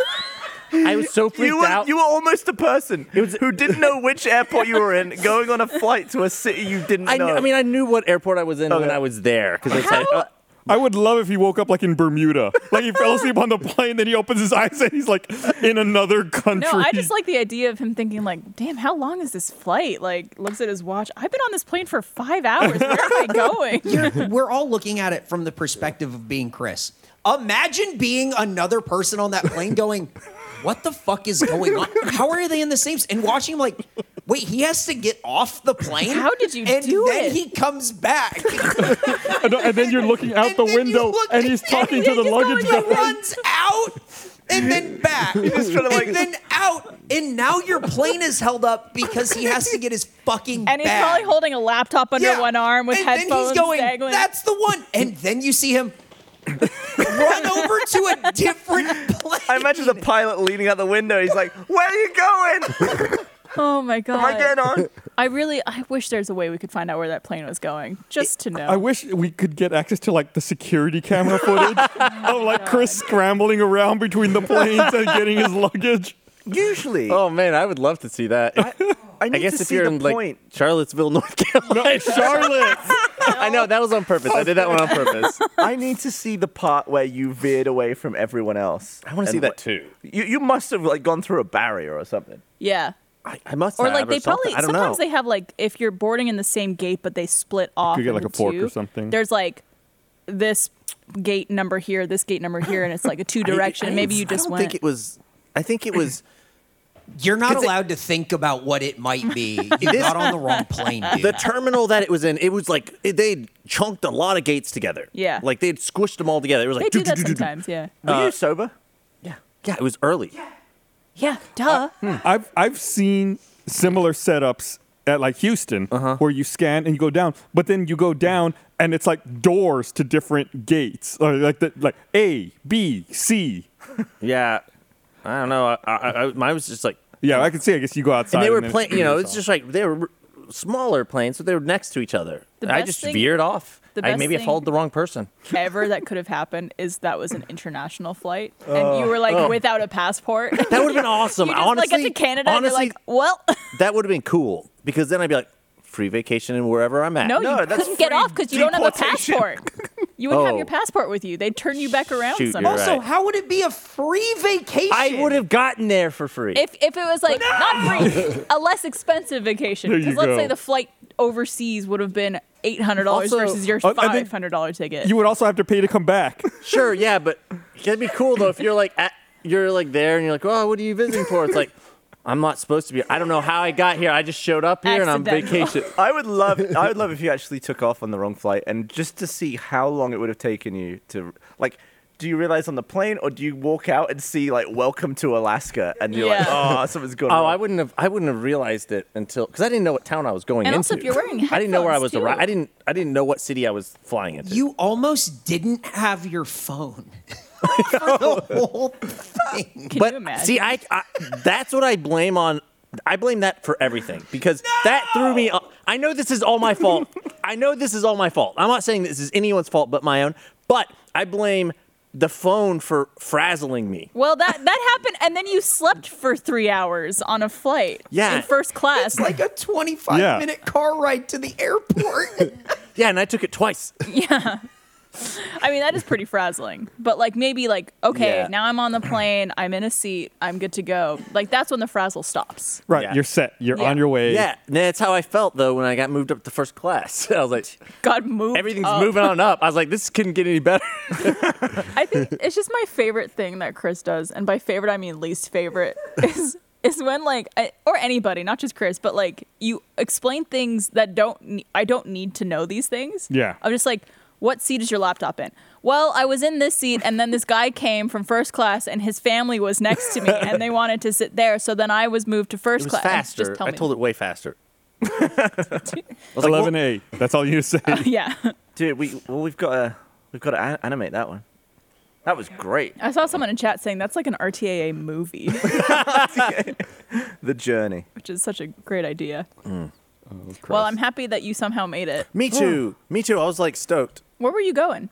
Speaker 4: I was so freaked
Speaker 2: *laughs* You were,
Speaker 4: out.
Speaker 2: you were almost a person who didn't know which airport you were in, going on a flight to a city you didn't
Speaker 4: I, kn-
Speaker 2: know.
Speaker 4: I mean, I knew what airport I was in when
Speaker 2: Okay.
Speaker 4: I was there because they said, uh,
Speaker 3: I would love if he woke up like in Bermuda. Like he fell asleep on the plane, then he opens his eyes and he's like in another country.
Speaker 5: No, I
Speaker 3: *laughs*
Speaker 5: just like the idea of him thinking like, "Damn, how long is this flight?" Like, looks at his watch. I've been on this plane for five hours. Where am
Speaker 6: *laughs*
Speaker 5: I going?
Speaker 6: You're-
Speaker 5: *laughs*
Speaker 6: we're all looking at it from the perspective of being Chris. Imagine being another person on that plane going, what the fuck is going on? How are they in the same? s-" And watching him like, wait, he has to get off the plane.
Speaker 5: How did you
Speaker 6: and
Speaker 5: do
Speaker 6: then
Speaker 5: it?
Speaker 6: he comes
Speaker 5: *laughs*
Speaker 6: back.
Speaker 3: and, and then you're looking out
Speaker 6: And
Speaker 3: the
Speaker 6: then you
Speaker 3: window
Speaker 6: look-
Speaker 3: and he's
Speaker 6: and
Speaker 3: talking
Speaker 5: then
Speaker 3: to the
Speaker 5: he's
Speaker 3: luggage
Speaker 5: going
Speaker 3: guy.
Speaker 6: runs out and then back.
Speaker 2: just trying to, like-
Speaker 6: and then out. And now your plane is held up because he has to get his fucking
Speaker 5: And he's
Speaker 6: bag.
Speaker 5: probably holding a laptop under
Speaker 6: Yeah.
Speaker 5: one arm with
Speaker 6: and
Speaker 5: headphones
Speaker 6: Then he's going,
Speaker 5: dangling.
Speaker 6: That's the one. And then you see him run over to a different plane.
Speaker 2: I imagine the pilot leaning out the window. He's like, "Where are you going?
Speaker 5: oh my god!
Speaker 2: Am I getting on?"
Speaker 5: I really, I wish there's a way we could find out where that plane was going, just to know.
Speaker 3: I wish we could get access to like the security camera
Speaker 5: *laughs*
Speaker 3: footage of like Chris scrambling around between the planes and getting his luggage.
Speaker 2: Usually,
Speaker 4: "Oh man, I would love to see that." I,
Speaker 2: I need
Speaker 4: guess
Speaker 2: to
Speaker 4: if
Speaker 2: see
Speaker 4: you're
Speaker 2: the
Speaker 4: in
Speaker 2: point.
Speaker 4: like Charlottesville,
Speaker 2: *laughs*
Speaker 4: North Carolina,
Speaker 3: Charlotte,
Speaker 4: *laughs* I know that was on purpose. I did that one on
Speaker 2: *laughs*
Speaker 4: purpose.
Speaker 2: I need to see the part where you veered away from everyone else.
Speaker 4: I want to see
Speaker 2: And
Speaker 4: that
Speaker 2: wh-
Speaker 4: too.
Speaker 2: You, you must have like gone through a barrier or something.
Speaker 5: yeah.
Speaker 4: I, I must.
Speaker 5: Or
Speaker 4: have
Speaker 5: like they
Speaker 4: something.
Speaker 5: probably
Speaker 4: I don't
Speaker 5: sometimes
Speaker 4: know.
Speaker 5: they have like if you're boarding in the same gate but they split off.
Speaker 3: get, like,
Speaker 5: into
Speaker 3: a fork or
Speaker 5: two,
Speaker 3: something.
Speaker 5: There's like this gate number here, this gate number here, and it's like a *laughs*
Speaker 4: I-
Speaker 5: two direction.
Speaker 4: I
Speaker 5: Maybe
Speaker 4: don't-
Speaker 5: you
Speaker 4: I
Speaker 5: just
Speaker 4: don't
Speaker 5: went.
Speaker 4: think it was. I think it *laughs* was
Speaker 6: You're not
Speaker 4: 'Cause it-
Speaker 6: allowed to think about what it might be. You got on the wrong plane, dude.
Speaker 4: the terminal that it was in. It was like it- they'd chunked a lot of gates together.
Speaker 5: Yeah.
Speaker 4: like they'd squished them all together. It was
Speaker 5: they
Speaker 4: like
Speaker 5: do that
Speaker 4: "Do-do-do-do-do."
Speaker 5: sometimes. Yeah.
Speaker 2: Were
Speaker 4: uh,
Speaker 2: you sober?
Speaker 4: Yeah, yeah. It was early.
Speaker 5: *laughs* Yeah. Duh.
Speaker 3: I've I've seen similar setups at like Houston where you scan and you go down, but then you go down and it's like doors to different gates, or like the, like A, B, C.
Speaker 4: Yeah, I don't know. I, I, I mine was just like,
Speaker 3: Yeah, I can see. I guess you go outside.
Speaker 4: and they were
Speaker 3: then
Speaker 4: playing.
Speaker 3: it
Speaker 4: You know,
Speaker 3: goes
Speaker 4: it's
Speaker 3: off.
Speaker 4: just like they were smaller planes, so they were next to each other.
Speaker 5: The
Speaker 4: I
Speaker 5: best
Speaker 4: just
Speaker 5: thing-
Speaker 4: veered off.
Speaker 5: the
Speaker 4: I
Speaker 5: best
Speaker 4: maybe I
Speaker 5: thing-
Speaker 4: followed the wrong person.
Speaker 5: Ever that could have happened is that was an international flight and you were like without a passport.
Speaker 4: That
Speaker 5: *laughs*
Speaker 4: would have been awesome.
Speaker 5: You just
Speaker 4: honestly,
Speaker 5: like get to Canada
Speaker 4: honestly,
Speaker 5: and you're like, well, *laughs*
Speaker 4: that would have been cool because then I'd be like, free vacation and wherever I'm at.
Speaker 5: no,
Speaker 2: No,
Speaker 5: you
Speaker 2: that's
Speaker 5: couldn't get
Speaker 2: free
Speaker 5: off because you don't have a
Speaker 2: deportation.
Speaker 5: passport. You wouldn't have
Speaker 4: Oh.
Speaker 5: your passport with you. They'd turn you back around
Speaker 4: Shoot, you're
Speaker 5: somehow.
Speaker 4: right.
Speaker 6: also, how would it be a free vacation?
Speaker 4: I would have gotten there for free.
Speaker 5: If if it was like not free, a less expensive vacation.
Speaker 3: There you
Speaker 5: Because let's
Speaker 3: go.
Speaker 5: say the flight overseas would have been eight hundred dollars
Speaker 4: Also- uh,
Speaker 5: versus your
Speaker 3: I- I think
Speaker 5: five hundred dollar
Speaker 4: *laughs*
Speaker 5: ticket.
Speaker 3: You would also have to pay to come back.
Speaker 4: Sure, yeah, but it'd be cool though if you're like at you're like there and you're like, oh, what are you visiting for? It's like, I'm not supposed to be. I don't know how I got here. I just showed up here and I'm
Speaker 5: Accidental.
Speaker 4: vacation.
Speaker 2: I would love, I would
Speaker 4: *laughs*
Speaker 2: love if you actually took off on the wrong flight, and just to see how long it would have taken you to, like, do you realize on the plane, or do you walk out and see like "Welcome to Alaska" and you're
Speaker 5: Yeah.
Speaker 2: like, "Oh, something's going
Speaker 4: Oh,
Speaker 2: wrong."
Speaker 4: I wouldn't have. I wouldn't have realized it until because I didn't know what town I was going
Speaker 5: And
Speaker 4: into.
Speaker 5: also if you're wearing
Speaker 4: I didn't know where I was.
Speaker 5: headphones,
Speaker 4: Arri-
Speaker 5: too.
Speaker 4: I didn't. I didn't know what city I was flying into.
Speaker 6: You almost didn't have your phone *laughs* for the whole thing.
Speaker 5: Can
Speaker 4: but
Speaker 5: you imagine?
Speaker 4: see, I, I that's what I blame on. I blame that for everything because that threw me. Up. I know this is all my *laughs* fault. I know this is all my fault. I'm not saying this is anyone's fault but my own. But I blame the phone for frazzling me.
Speaker 5: well, that that happened, and then you slept for three hours on a flight.
Speaker 4: Yeah.
Speaker 5: in first class.
Speaker 6: It's like a 25
Speaker 3: Yeah.
Speaker 6: minute car ride to the airport. *laughs*
Speaker 4: Yeah, and I took it *laughs* twice.
Speaker 5: I mean, that is pretty frazzling. But like maybe like okay,
Speaker 4: Yeah.
Speaker 5: now I'm on the plane. I'm in a seat. I'm good to go. Like that's when the frazzle stops.
Speaker 3: Right,
Speaker 4: Yeah.
Speaker 3: you're set. You're
Speaker 5: Yeah.
Speaker 3: on your way.
Speaker 4: Yeah, and that's how I felt though when I got moved up to first class. *laughs* I was like,
Speaker 5: God moved.
Speaker 4: everything's
Speaker 5: up.
Speaker 4: moving on up. I was like, this couldn't get any better.
Speaker 5: I think it's just my favorite thing that Chris does, and by favorite I mean
Speaker 3: *laughs*
Speaker 5: least favorite is is when like I, or anybody, not just Chris, but like you explain things that don't ne- I don't need to know these things.
Speaker 3: Yeah.
Speaker 5: I'm just like, what seat is your laptop in? Well, I was in this seat, and then this guy came from first class, and his family was next to me, and they wanted to sit there, so then I was moved to
Speaker 4: It
Speaker 5: first
Speaker 4: was
Speaker 5: class.
Speaker 4: faster.
Speaker 5: Just tell
Speaker 4: I
Speaker 5: me.
Speaker 4: told it way
Speaker 2: *laughs*
Speaker 4: faster. I was like, well-
Speaker 3: Eleven A. That's all
Speaker 4: *laughs*
Speaker 3: you need to say.
Speaker 5: *laughs* yeah,
Speaker 2: Dude, we well, we've got to we've got to an- animate that one. That was great.
Speaker 5: I saw someone in chat saying that's like an RTAA movie, *laughs*
Speaker 2: The journey.
Speaker 5: which is such a great idea.
Speaker 4: Mm.
Speaker 3: Oh, Christ.
Speaker 5: Well, I'm happy that you somehow made it.
Speaker 4: Me too. Me too. I was like stoked.
Speaker 5: Where were you going?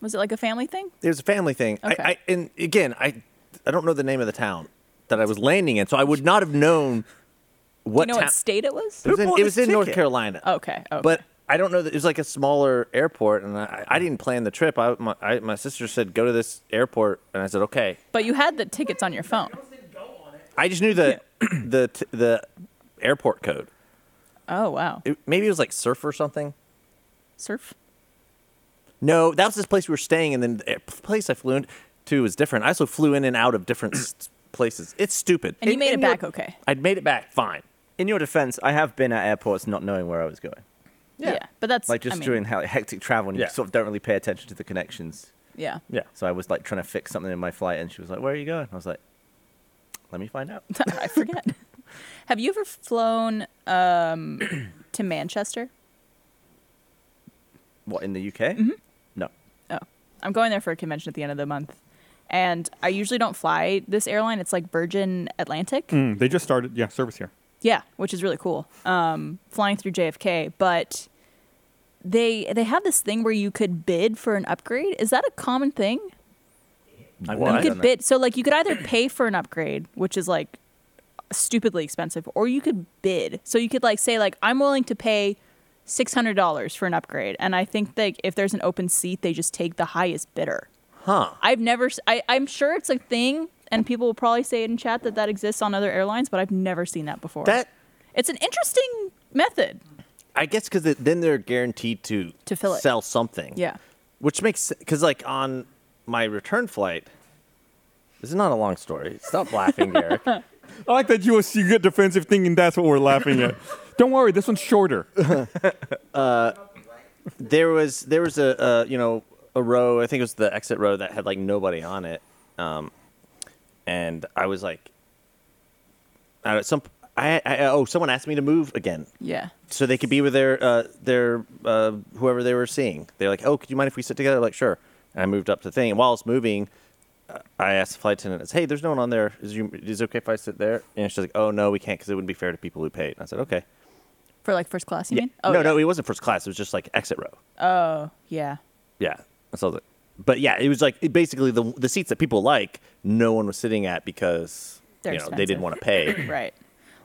Speaker 5: Was it like a family thing?
Speaker 4: It was a family thing.
Speaker 5: Okay.
Speaker 4: I, I and again, I I don't know the name of the town that I was landing in, so I would not have known what
Speaker 5: Do you know
Speaker 4: town.
Speaker 5: what state it was?
Speaker 4: it was in,
Speaker 2: bought
Speaker 4: it
Speaker 2: this
Speaker 4: was in North
Speaker 2: ticket?
Speaker 4: Carolina.
Speaker 5: Okay. oh. okay.
Speaker 4: But I don't know that it was like a smaller airport, and I, I didn't plan the trip. I my, I my sister said go to this airport, and I said okay.
Speaker 5: but you had the tickets on your phone.
Speaker 4: I just knew the *clears throat* the t- the airport code.
Speaker 5: Oh wow.
Speaker 4: It, maybe it was like surf or something.
Speaker 5: Surf.
Speaker 4: No, that was this place we were staying, and then the air- place I flew in to was different. I also flew in and out of different *clears throat* s- places. It's stupid.
Speaker 5: And you
Speaker 2: In-
Speaker 5: made
Speaker 2: in
Speaker 5: it back
Speaker 2: your-
Speaker 5: okay.
Speaker 4: I'd made it back fine.
Speaker 2: In your defense, I have been at airports not knowing where I was going.
Speaker 5: Yeah. But that's
Speaker 2: Like just
Speaker 5: I mean,
Speaker 2: during how hectic travel, and
Speaker 4: Yeah.
Speaker 2: you sort of don't really pay attention to the connections.
Speaker 5: Yeah. *laughs*
Speaker 4: Yeah.
Speaker 2: So I was like trying to fix something in my flight, and she was like, "Where are you going?" I was like, "Let me find out."
Speaker 5: I forget. *laughs* Have you ever flown um, *clears throat* to Manchester?
Speaker 2: What in the UK? Mm-hmm. No.
Speaker 5: Oh, I'm going there for a convention at the end of the month, and I usually don't fly this airline. It's like Virgin Atlantic.
Speaker 3: Mm, they just started. Yeah, service here.
Speaker 5: Yeah, which is really cool. Um, flying through JFK, but they they have this thing where you could bid for an upgrade. Is that a common thing?
Speaker 4: I've
Speaker 2: What?
Speaker 4: never
Speaker 5: You
Speaker 2: I
Speaker 5: could
Speaker 2: don't know.
Speaker 5: bid. So like you could either pay for an upgrade, which is like stupidly expensive, or you could bid. So you could like say like I'm willing to pay six hundred dollars for an upgrade, and I think that if there's an open seat, they just take the highest bidder.
Speaker 4: Huh.
Speaker 5: I've never. s- I, am sure it's a thing, and people will probably say in chat that that exists on other airlines, but I've never seen that before.
Speaker 4: That
Speaker 5: It's an interesting method.
Speaker 4: I guess because then they're guaranteed to
Speaker 5: To fill it.
Speaker 4: sell something.
Speaker 5: Yeah.
Speaker 4: Which makes because like on my return flight, this is not a long story. Stop laughing, Eric.
Speaker 3: I like that you you get defensive thinking that's what we're
Speaker 4: *laughs*
Speaker 3: laughing at. Don't worry, this one's shorter.
Speaker 4: *laughs* there was there was a uh, you know a row I think it was the exit row that had like nobody on it, um, and I was like, I don't- some I, I oh someone asked me to move again
Speaker 5: Yeah.
Speaker 4: so they could be with their uh, their uh, whoever they were seeing. They're like, "Oh, could you mind if we sit together?" like, sure. And I moved up to the thing, and while I was moving, uh, I asked the flight attendant, "Hey, there's no one on there. Is you is it okay if I sit there?" And she's like, "Oh no, we can't because it wouldn't be fair to people who paid." And I said, "Okay."
Speaker 5: For like first class, you mean? Oh,
Speaker 4: no,
Speaker 5: yeah.
Speaker 4: no, it wasn't first class. It was just like exit row.
Speaker 5: Yeah.
Speaker 4: Yeah. And So I was like, but yeah, it was like it basically the the seats that people like, no one was sitting at because
Speaker 5: They're
Speaker 4: you know they
Speaker 5: expensive.
Speaker 4: didn't want to
Speaker 5: *coughs*
Speaker 4: pay.
Speaker 5: Right.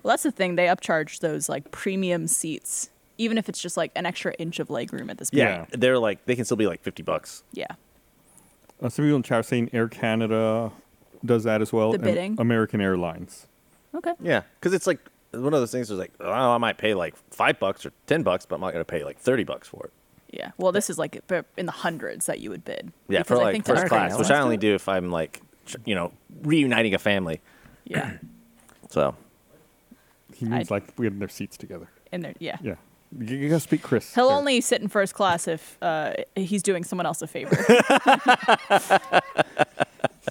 Speaker 5: Well, that's the thing. They upcharge those like premium seats, even if it's just like an extra inch of legroom at this point.
Speaker 3: Yeah.
Speaker 4: They're like they can still be like fifty bucks.
Speaker 5: Yeah.
Speaker 3: Uh, some people in chat are saying Air Canada does that as well.
Speaker 5: The
Speaker 3: and
Speaker 5: bidding.
Speaker 3: American Airlines.
Speaker 5: Okay.
Speaker 4: Yeah, because it's like one of those things. Was like, oh, I might pay like five bucks or ten bucks, but I'm not gonna pay like thirty bucks for it.
Speaker 5: Yeah. Well, this is like in the hundreds that you would bid.
Speaker 4: Yeah,
Speaker 5: Because
Speaker 4: for
Speaker 5: I
Speaker 4: like
Speaker 5: think that
Speaker 4: first
Speaker 5: our
Speaker 4: class, which I
Speaker 5: airlines
Speaker 4: only
Speaker 5: do it.
Speaker 4: do if I'm like you know, reuniting a family.
Speaker 5: Yeah.
Speaker 4: So
Speaker 3: He means
Speaker 5: I-
Speaker 3: like we had their seats together.
Speaker 5: In there. Yeah.
Speaker 3: Yeah. You, you gotta speak Chris.
Speaker 5: He'll
Speaker 3: there.
Speaker 5: only sit in first class if uh, he's doing someone else
Speaker 4: *laughs*
Speaker 5: a favor. *laughs*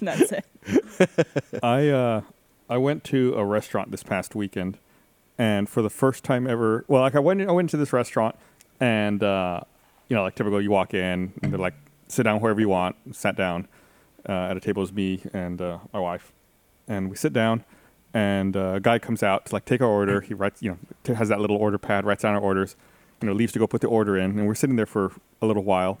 Speaker 5: That's it.
Speaker 3: I uh, I went to a restaurant this past weekend, and for the first time ever, well, like I went I went to this restaurant, and uh, you know, like typical, you walk in, and they're like, sit down wherever you want. Sat down uh, at a table is me and uh, my wife, and we sit down, and uh, a guy comes out to like take our order. He writes, you know, t- has that little order pad, writes down our orders, you know, leaves to go put the order in, and we're sitting there for a little while.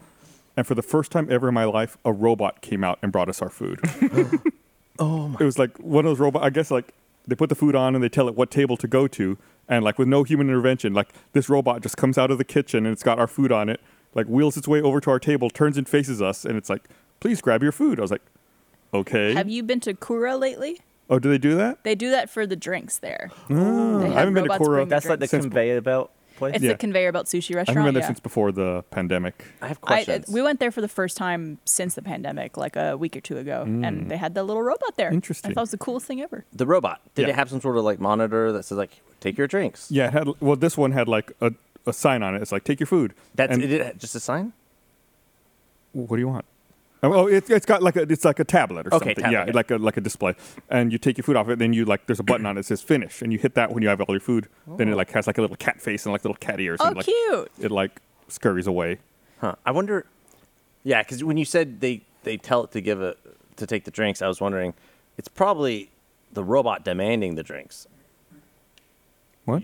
Speaker 3: And for the first time ever in my life, a robot came out and brought us our food. It was like one of those robot. I guess like they put the food on and they tell it what table to go to, and like with no human intervention, like this robot just comes out of the kitchen and it's got our food on it, like wheels its way over to our table, turns and faces us, and it's like, "Please grab your food." I was like, "Okay."
Speaker 5: Have you been to Kura lately?
Speaker 3: oh, do they do that?
Speaker 5: They do that for the drinks there.
Speaker 3: Mm. I
Speaker 5: I
Speaker 3: haven't been to Kura.
Speaker 2: That's like the
Speaker 3: Since-
Speaker 2: conveyor belt place.
Speaker 5: It's
Speaker 3: Yeah.
Speaker 5: the conveyor belt sushi
Speaker 3: I
Speaker 5: restaurant.
Speaker 3: haven't been there
Speaker 5: yeah.
Speaker 3: since before the pandemic.
Speaker 4: I have
Speaker 5: I- uh,
Speaker 4: questions.
Speaker 5: we went there for the first time since the pandemic, like a week or two ago, and they had that little robot there.
Speaker 3: Mm. Interesting.
Speaker 5: I thought it was the coolest thing ever.
Speaker 4: the robot. Did
Speaker 3: Yeah.
Speaker 4: it have some sort of like monitor that says like take your drinks?
Speaker 3: Yeah, it had well, this one had like a, a sign on it. It's like, "Take your food."
Speaker 4: That's
Speaker 3: And-
Speaker 4: it, it. Just a sign.
Speaker 3: What do you want? Oh, oh, it, it's got like a it's like a tablet or
Speaker 4: Okay,
Speaker 3: something.
Speaker 4: tablet,
Speaker 3: yeah,
Speaker 4: okay.
Speaker 3: like a like a display, and you take your food off it. Then you like there's a button on it that says finish, and you hit that when you have all your food. Then it like has like a little cat face and like little cat ears.
Speaker 5: Oh,
Speaker 3: and, like,
Speaker 5: cute.
Speaker 3: It like scurries away.
Speaker 4: Huh. I wonder. Yeah, because when you said they they tell it to give a to take the drinks, I was wondering, it's probably the robot demanding the drinks.
Speaker 3: What?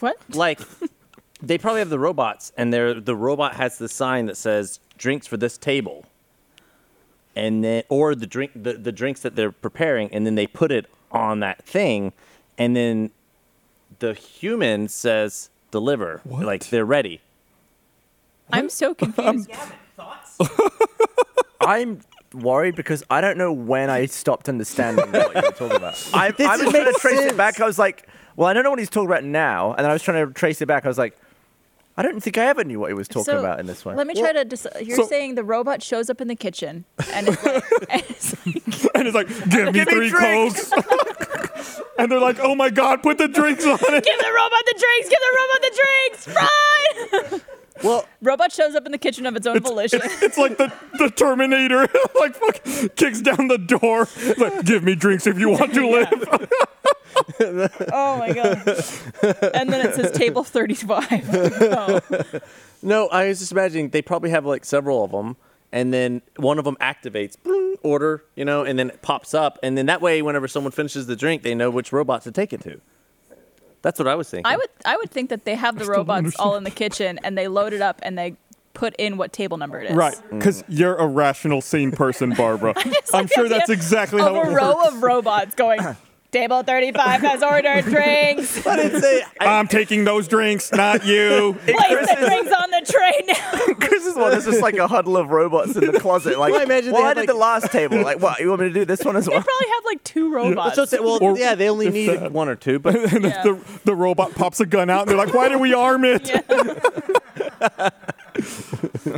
Speaker 5: What?
Speaker 4: Like *laughs* they probably have the robots, and they're the robot has the sign that says drinks for this table, and then or the drink the, the drinks that they're preparing, and then they put it on that thing, and then the human says deliver,
Speaker 3: What?
Speaker 4: like they're ready.
Speaker 5: I'm
Speaker 3: *laughs*
Speaker 5: so confused.
Speaker 2: I'm worried because I don't know when I stopped understanding what you were talking about. *laughs* I, I was trying to trace it back. I was like, well, I don't know what he's talking about now. And then I was trying to trace it back. I was like, I don't think I ever knew what he was talking about in this one.
Speaker 5: Let me try to. Dis- you're
Speaker 3: so-
Speaker 5: saying the robot shows up in the kitchen
Speaker 3: *laughs*
Speaker 5: and it's like, *laughs* and it's
Speaker 3: *laughs*
Speaker 5: like
Speaker 3: And it's like, give me
Speaker 2: Give me
Speaker 3: three
Speaker 2: drinks!"
Speaker 3: cokes. and they're like, oh my god, put the drinks on it.
Speaker 5: give the robot the drinks, give the robot the drinks, fry.
Speaker 4: Well,
Speaker 5: *laughs* robot shows up in the kitchen of its own volition.
Speaker 3: It's, it's like the, the Terminator, *laughs* like fuck, kicks down the door. Like, give me drinks if you want to live.
Speaker 5: oh
Speaker 3: *laughs*
Speaker 5: my god! And then it says table thirty-five. *laughs* Oh.
Speaker 4: No, I was just imagining they probably have like several of them, and then one of them activates bling, order, you know, and then it pops up, and then that way, whenever someone finishes the drink, they know which robot to take it to. That's what I was thinking.
Speaker 5: I would I would think that they have the robots all in the kitchen and they load it up and they put in what table number it is. *laughs*
Speaker 3: Right, because you're a rational, sane person, Barbara. I'm
Speaker 5: like
Speaker 3: sure
Speaker 5: the
Speaker 3: that's
Speaker 5: idea
Speaker 3: exactly
Speaker 5: Of
Speaker 3: how it
Speaker 5: a
Speaker 3: works.
Speaker 5: row of
Speaker 3: *laughs*
Speaker 5: robots going. Table thirty-five has ordered drinks.
Speaker 4: I didn't say. I,
Speaker 3: I'm taking those drinks,
Speaker 5: *laughs*
Speaker 3: not you.
Speaker 5: Place the drinks on the tray now.
Speaker 2: Chris's one is just *laughs* like a huddle of robots in the closet. Like,
Speaker 4: Well, I imagine they
Speaker 2: why
Speaker 4: had,
Speaker 2: did
Speaker 4: like-
Speaker 2: the last table? Like, what? You want me to do this one as
Speaker 5: They
Speaker 2: well?
Speaker 5: probably have like two robots.
Speaker 4: so say, well,
Speaker 3: Or-
Speaker 4: yeah, they only need one or two, but
Speaker 3: *laughs*
Speaker 5: *laughs*
Speaker 3: and
Speaker 5: Yeah.
Speaker 3: the, the robot pops a gun out, and they're like, "Why did we arm it?"
Speaker 5: Yeah.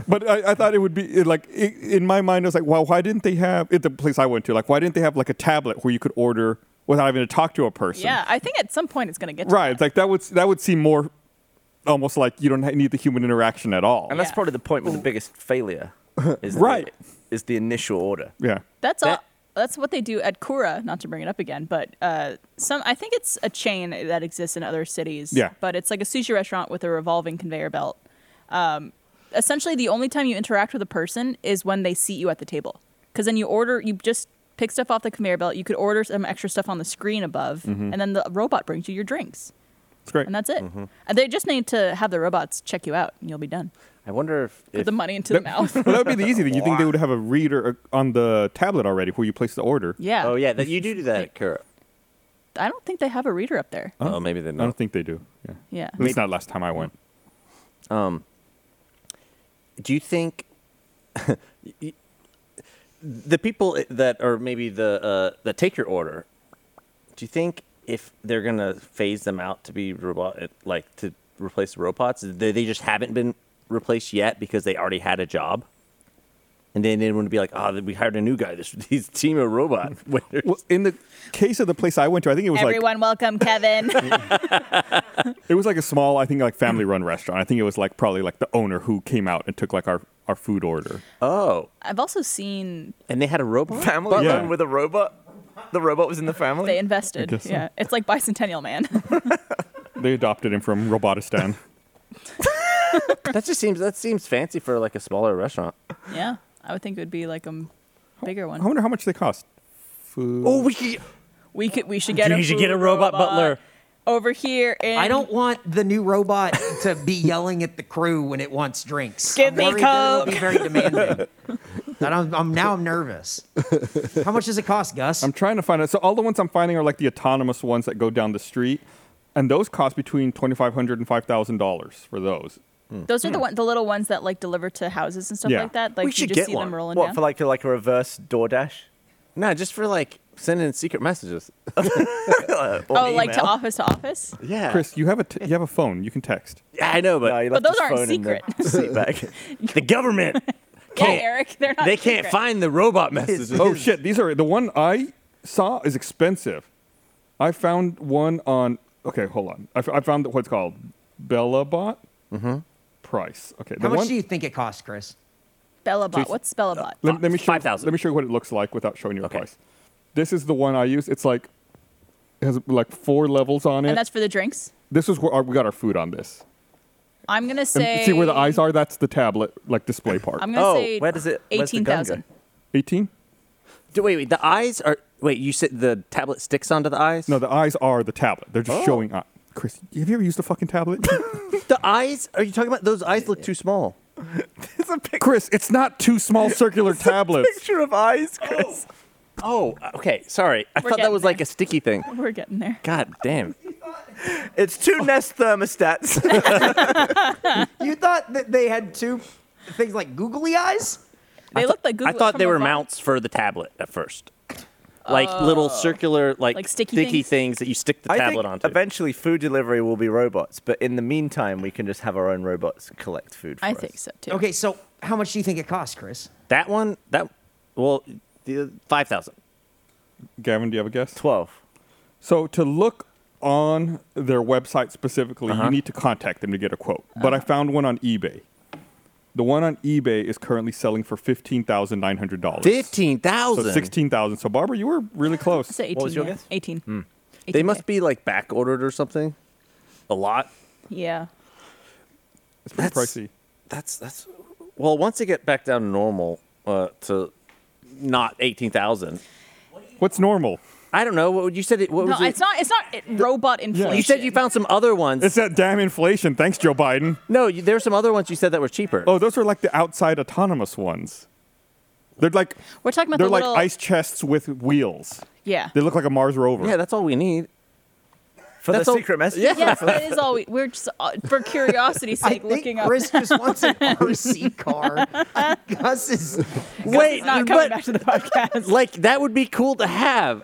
Speaker 3: But I, I thought it would be it, like i in my mind, I was like, "Wow, why didn't they have at the place I went to? Like, why didn't they have like a tablet where you could order without having to talk to a person?"
Speaker 5: yeah, I think at some point it's gonna get to
Speaker 3: right. It's like that would that would seem more almost like you don't ha- need the human interaction at all.
Speaker 2: And that's
Speaker 5: Yeah.
Speaker 2: probably the point with the biggest *laughs* failure. Is
Speaker 3: Right.
Speaker 2: The, is the initial order.
Speaker 3: yeah.
Speaker 5: That's
Speaker 4: That-
Speaker 5: all. That's what they do at Kura. Not to bring it up again, but uh, some I think it's a chain that exists in other cities.
Speaker 3: Yeah.
Speaker 5: But it's like a sushi restaurant with a revolving conveyor belt. Um, essentially, the only time you interact with a person is when they seat you at the table, because then you order. You just pick stuff off the conveyor belt. You could order some extra stuff on the screen above, and then the robot brings you your drinks,
Speaker 3: It's great.
Speaker 5: and that's it. And they just need to have the robots check you out, and you'll be done.
Speaker 4: I wonder if,
Speaker 5: Put
Speaker 4: if
Speaker 5: the money into the mouth.
Speaker 3: *laughs* well, that would be the easy thing. You think they would have a reader uh, on the tablet already where you place the order?
Speaker 5: yeah.
Speaker 4: Oh yeah, that you do do that at Kura.
Speaker 5: I don't think they have a reader up there.
Speaker 4: Oh, maybe they
Speaker 3: I
Speaker 4: don't.
Speaker 3: don't think they do. Yeah.
Speaker 5: Yeah.
Speaker 3: At least not last time I went.
Speaker 4: do you think *laughs* the people that or maybe the uh, that take your order do you think if they're gonna phase them out to be robot like to replace robots they, they just haven't been replaced yet because they already had a job and then everyone would be like, "Oh, we hired a new guy. This *laughs* he's team of robot." winners."
Speaker 3: Well, in the case of the place I went to, I think it was like
Speaker 5: Everyone, welcome
Speaker 3: *laughs*
Speaker 5: Kevin. *laughs*
Speaker 3: It was like a small, I think, like family run restaurant. I think it was like probably like the owner who came out and took like our, our food order.
Speaker 4: oh,
Speaker 5: I've also seen
Speaker 4: and they had a
Speaker 2: *laughs*
Speaker 4: robot.
Speaker 2: Family
Speaker 3: Yeah.
Speaker 2: run with a robot. The robot was in the family.
Speaker 5: they invested.
Speaker 3: guess so.
Speaker 5: Yeah, it's like Bicentennial Man. *laughs*
Speaker 3: They adopted him from Robotistan.
Speaker 4: that just seems that seems fancy for like a smaller restaurant.
Speaker 5: yeah, I would think it would be like a m-
Speaker 3: *laughs*
Speaker 5: bigger
Speaker 3: I
Speaker 5: one.
Speaker 3: wonder how much they cost. Food.
Speaker 4: Oh, we could,
Speaker 5: We could, we should get. a
Speaker 4: You should get a
Speaker 5: food
Speaker 4: robot butler.
Speaker 5: over here. In
Speaker 6: I don't want the new robot to be yelling at the crew when it wants drinks.
Speaker 5: Give
Speaker 6: I'm
Speaker 5: me
Speaker 6: worried that it'll
Speaker 5: Coke.
Speaker 6: Be very
Speaker 3: *laughs*
Speaker 6: demanding. and I'm, I'm now I'm nervous. How much does it cost, Gus?
Speaker 3: I'm trying to find out. So all the ones I'm finding are like the autonomous ones that go down the street, and those cost between twenty five hundred and five thousand dollars for those.
Speaker 5: Those are the one, the little ones that like deliver to houses and stuff
Speaker 3: Hmm. Yeah.
Speaker 5: like that. Like
Speaker 4: We
Speaker 5: you
Speaker 4: should
Speaker 5: just
Speaker 4: get
Speaker 5: see
Speaker 4: one.
Speaker 5: them rolling
Speaker 2: what
Speaker 5: down.
Speaker 2: for like a, like a reverse DoorDash?
Speaker 4: no, just for like sending secret messages.
Speaker 2: Or
Speaker 5: oh, like to
Speaker 2: email?
Speaker 5: office to office.
Speaker 4: Yeah,
Speaker 3: Chris, you have a t- you have a phone. You can text.
Speaker 4: Yeah, I know, but
Speaker 2: No, he
Speaker 5: But
Speaker 2: left
Speaker 5: those
Speaker 2: his
Speaker 5: aren't
Speaker 2: phone in the
Speaker 5: secret.
Speaker 2: *laughs* seat back.
Speaker 5: *laughs*
Speaker 4: the government
Speaker 5: Yeah,
Speaker 4: can't.
Speaker 5: Eric, they're not.
Speaker 4: they can't
Speaker 5: secret.
Speaker 4: find the robot messages.
Speaker 3: Oh shit! These are the one I saw is expensive. I found one on. Okay, hold on. I, f- I found what's called Bella Bot. Mm-hmm. Price. Okay. The
Speaker 6: How much
Speaker 3: one,
Speaker 6: do you think it costs, Chris?
Speaker 5: Bellabot. What's Bellabot?
Speaker 3: Let, let me show,
Speaker 4: 5,000.
Speaker 3: Let me show you what it looks like without showing you a
Speaker 4: Okay.
Speaker 3: price. This is the one I use. It's like it has like four levels on
Speaker 5: And
Speaker 3: it.
Speaker 5: that's for the drinks.
Speaker 3: This is where our, we got our food on this.
Speaker 5: I'm gonna
Speaker 3: And
Speaker 5: say.
Speaker 3: see where the eyes are? That's the tablet, like display part.
Speaker 5: I'm gonna
Speaker 4: Oh,
Speaker 5: say.
Speaker 2: where does it- where's the
Speaker 5: Eighteen
Speaker 2: gun
Speaker 5: thousand.
Speaker 2: go?
Speaker 3: Eighteen?
Speaker 4: D- Wait, wait. The eyes are. Wait, you said the tablet sticks onto the eyes?
Speaker 3: No, the eyes are the tablet. They're just showing up. Chris, have you ever used a fucking tablet?
Speaker 4: the eyes. Are you talking about those eyes? Look too small.
Speaker 2: There's a pic-
Speaker 3: Chris, it's not two small circular tablets.
Speaker 2: picture of eyes, Chris.
Speaker 4: Oh, okay. Sorry, I
Speaker 5: We're
Speaker 4: thought that
Speaker 5: getting
Speaker 4: was like
Speaker 5: there.
Speaker 4: a sticky thing.
Speaker 5: We're getting there.
Speaker 4: God damn.
Speaker 2: It's two
Speaker 5: *laughs*
Speaker 2: Nest thermostats.
Speaker 6: You thought that they had two things like googly eyes?
Speaker 5: They look like Google.
Speaker 4: I thought
Speaker 5: from
Speaker 4: they were
Speaker 5: above.
Speaker 4: mounts for the tablet at first. Like little circular, like,
Speaker 5: Oh. Like sticky
Speaker 4: things?
Speaker 5: things?
Speaker 4: that you stick the
Speaker 2: I
Speaker 4: tablet
Speaker 2: think
Speaker 4: onto.
Speaker 2: eventually food delivery will be robots, but in the meantime, we can just have our own robots collect food. For
Speaker 5: I
Speaker 2: us.
Speaker 5: think so too.
Speaker 6: Okay, so how much do you think it costs, Chris?
Speaker 4: That one, that well, the five thousand.
Speaker 3: Gavin, do you have a guess?
Speaker 2: Twelve.
Speaker 3: So to look on their website specifically,
Speaker 4: Uh-huh.
Speaker 3: you need to contact them to get a quote. But I found one on eBay. The one on eBay is currently selling for fifteen thousand nine hundred dollars.
Speaker 4: Fifteen
Speaker 3: So
Speaker 4: thousand.
Speaker 3: sixteen thousand. So Barbara, you were really close.
Speaker 5: So 18,
Speaker 2: was your
Speaker 5: yeah.
Speaker 2: guess?
Speaker 5: 18.
Speaker 4: They must be like back ordered or something. A lot.
Speaker 5: Yeah.
Speaker 3: It's pretty
Speaker 4: That's-
Speaker 3: pricey.
Speaker 4: That's that's. Well, once they get back down to normal, uh, to not eighteen thousand.
Speaker 3: What's normal?
Speaker 4: I don't know. What would- you said? It, what
Speaker 5: No,
Speaker 4: was it?
Speaker 5: it's not. It's not it- robot inflation.
Speaker 4: You said you found some other ones.
Speaker 3: It's that damn inflation. Thanks, Joe Biden.
Speaker 4: no, you, there were some other ones you said that were cheaper.
Speaker 3: Oh, those are like the outside autonomous ones. They're like
Speaker 5: We're talking about
Speaker 3: they're
Speaker 5: the
Speaker 3: like
Speaker 5: little.
Speaker 3: ice chests with wheels.
Speaker 5: Yeah.
Speaker 3: They look like a Mars rover.
Speaker 4: yeah, that's all we need.
Speaker 2: For
Speaker 4: That's
Speaker 2: the
Speaker 4: all-
Speaker 2: secret message.
Speaker 4: Yeah.
Speaker 5: yes, that is all. We, we're just uh, for curiosity's
Speaker 6: *laughs* I
Speaker 5: sake
Speaker 6: think
Speaker 5: looking up.
Speaker 6: Chris just wants
Speaker 5: *laughs*
Speaker 6: an RC car. Gus is
Speaker 4: Wait,
Speaker 5: It's not
Speaker 4: but
Speaker 5: coming back to the podcast.
Speaker 4: like that would be cool to have.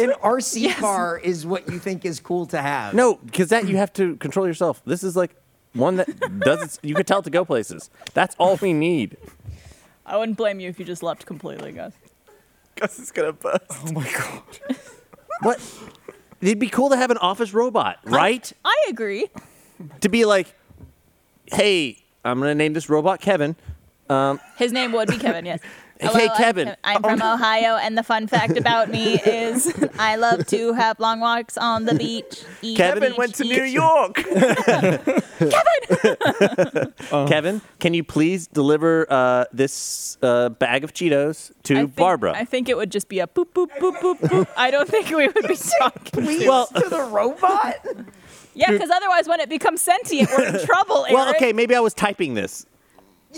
Speaker 6: an RC car is what you think is cool to have.
Speaker 4: No, because that you have to control yourself. This is like one that does its, you could tell it to go places. That's all we need.
Speaker 5: I wouldn't blame you if you just left completely, guys.
Speaker 2: *laughs* Gus is gonna burst.
Speaker 3: Oh my god.
Speaker 4: *laughs* What? It'd be cool to have an office robot, right?
Speaker 5: I agree.
Speaker 4: to be like, hey, I'm gonna name this robot Kevin.
Speaker 5: His name would be Kevin. Yes.
Speaker 4: Hey,
Speaker 5: Hello, I'm
Speaker 4: Kevin.
Speaker 5: Kev- I'm from Ohio, and the fun fact about *laughs* me is I love to have long walks on the beach. eat
Speaker 4: Kevin
Speaker 2: Kevin
Speaker 5: beach,
Speaker 2: went to
Speaker 5: eat-
Speaker 2: New
Speaker 4: *laughs*
Speaker 2: York.
Speaker 4: Kevin, can you please deliver uh, this uh, bag of Cheetos to
Speaker 5: I think-
Speaker 4: Barbara?
Speaker 5: I think it would just be a boop boop boop boop boop. I don't think we would *laughs* be talking.
Speaker 6: Please
Speaker 4: Well-
Speaker 6: to the robot.
Speaker 5: Yeah, because otherwise, when it becomes sentient, we're
Speaker 4: *laughs*
Speaker 5: in trouble. Eric.
Speaker 4: well, okay, maybe I was typing this.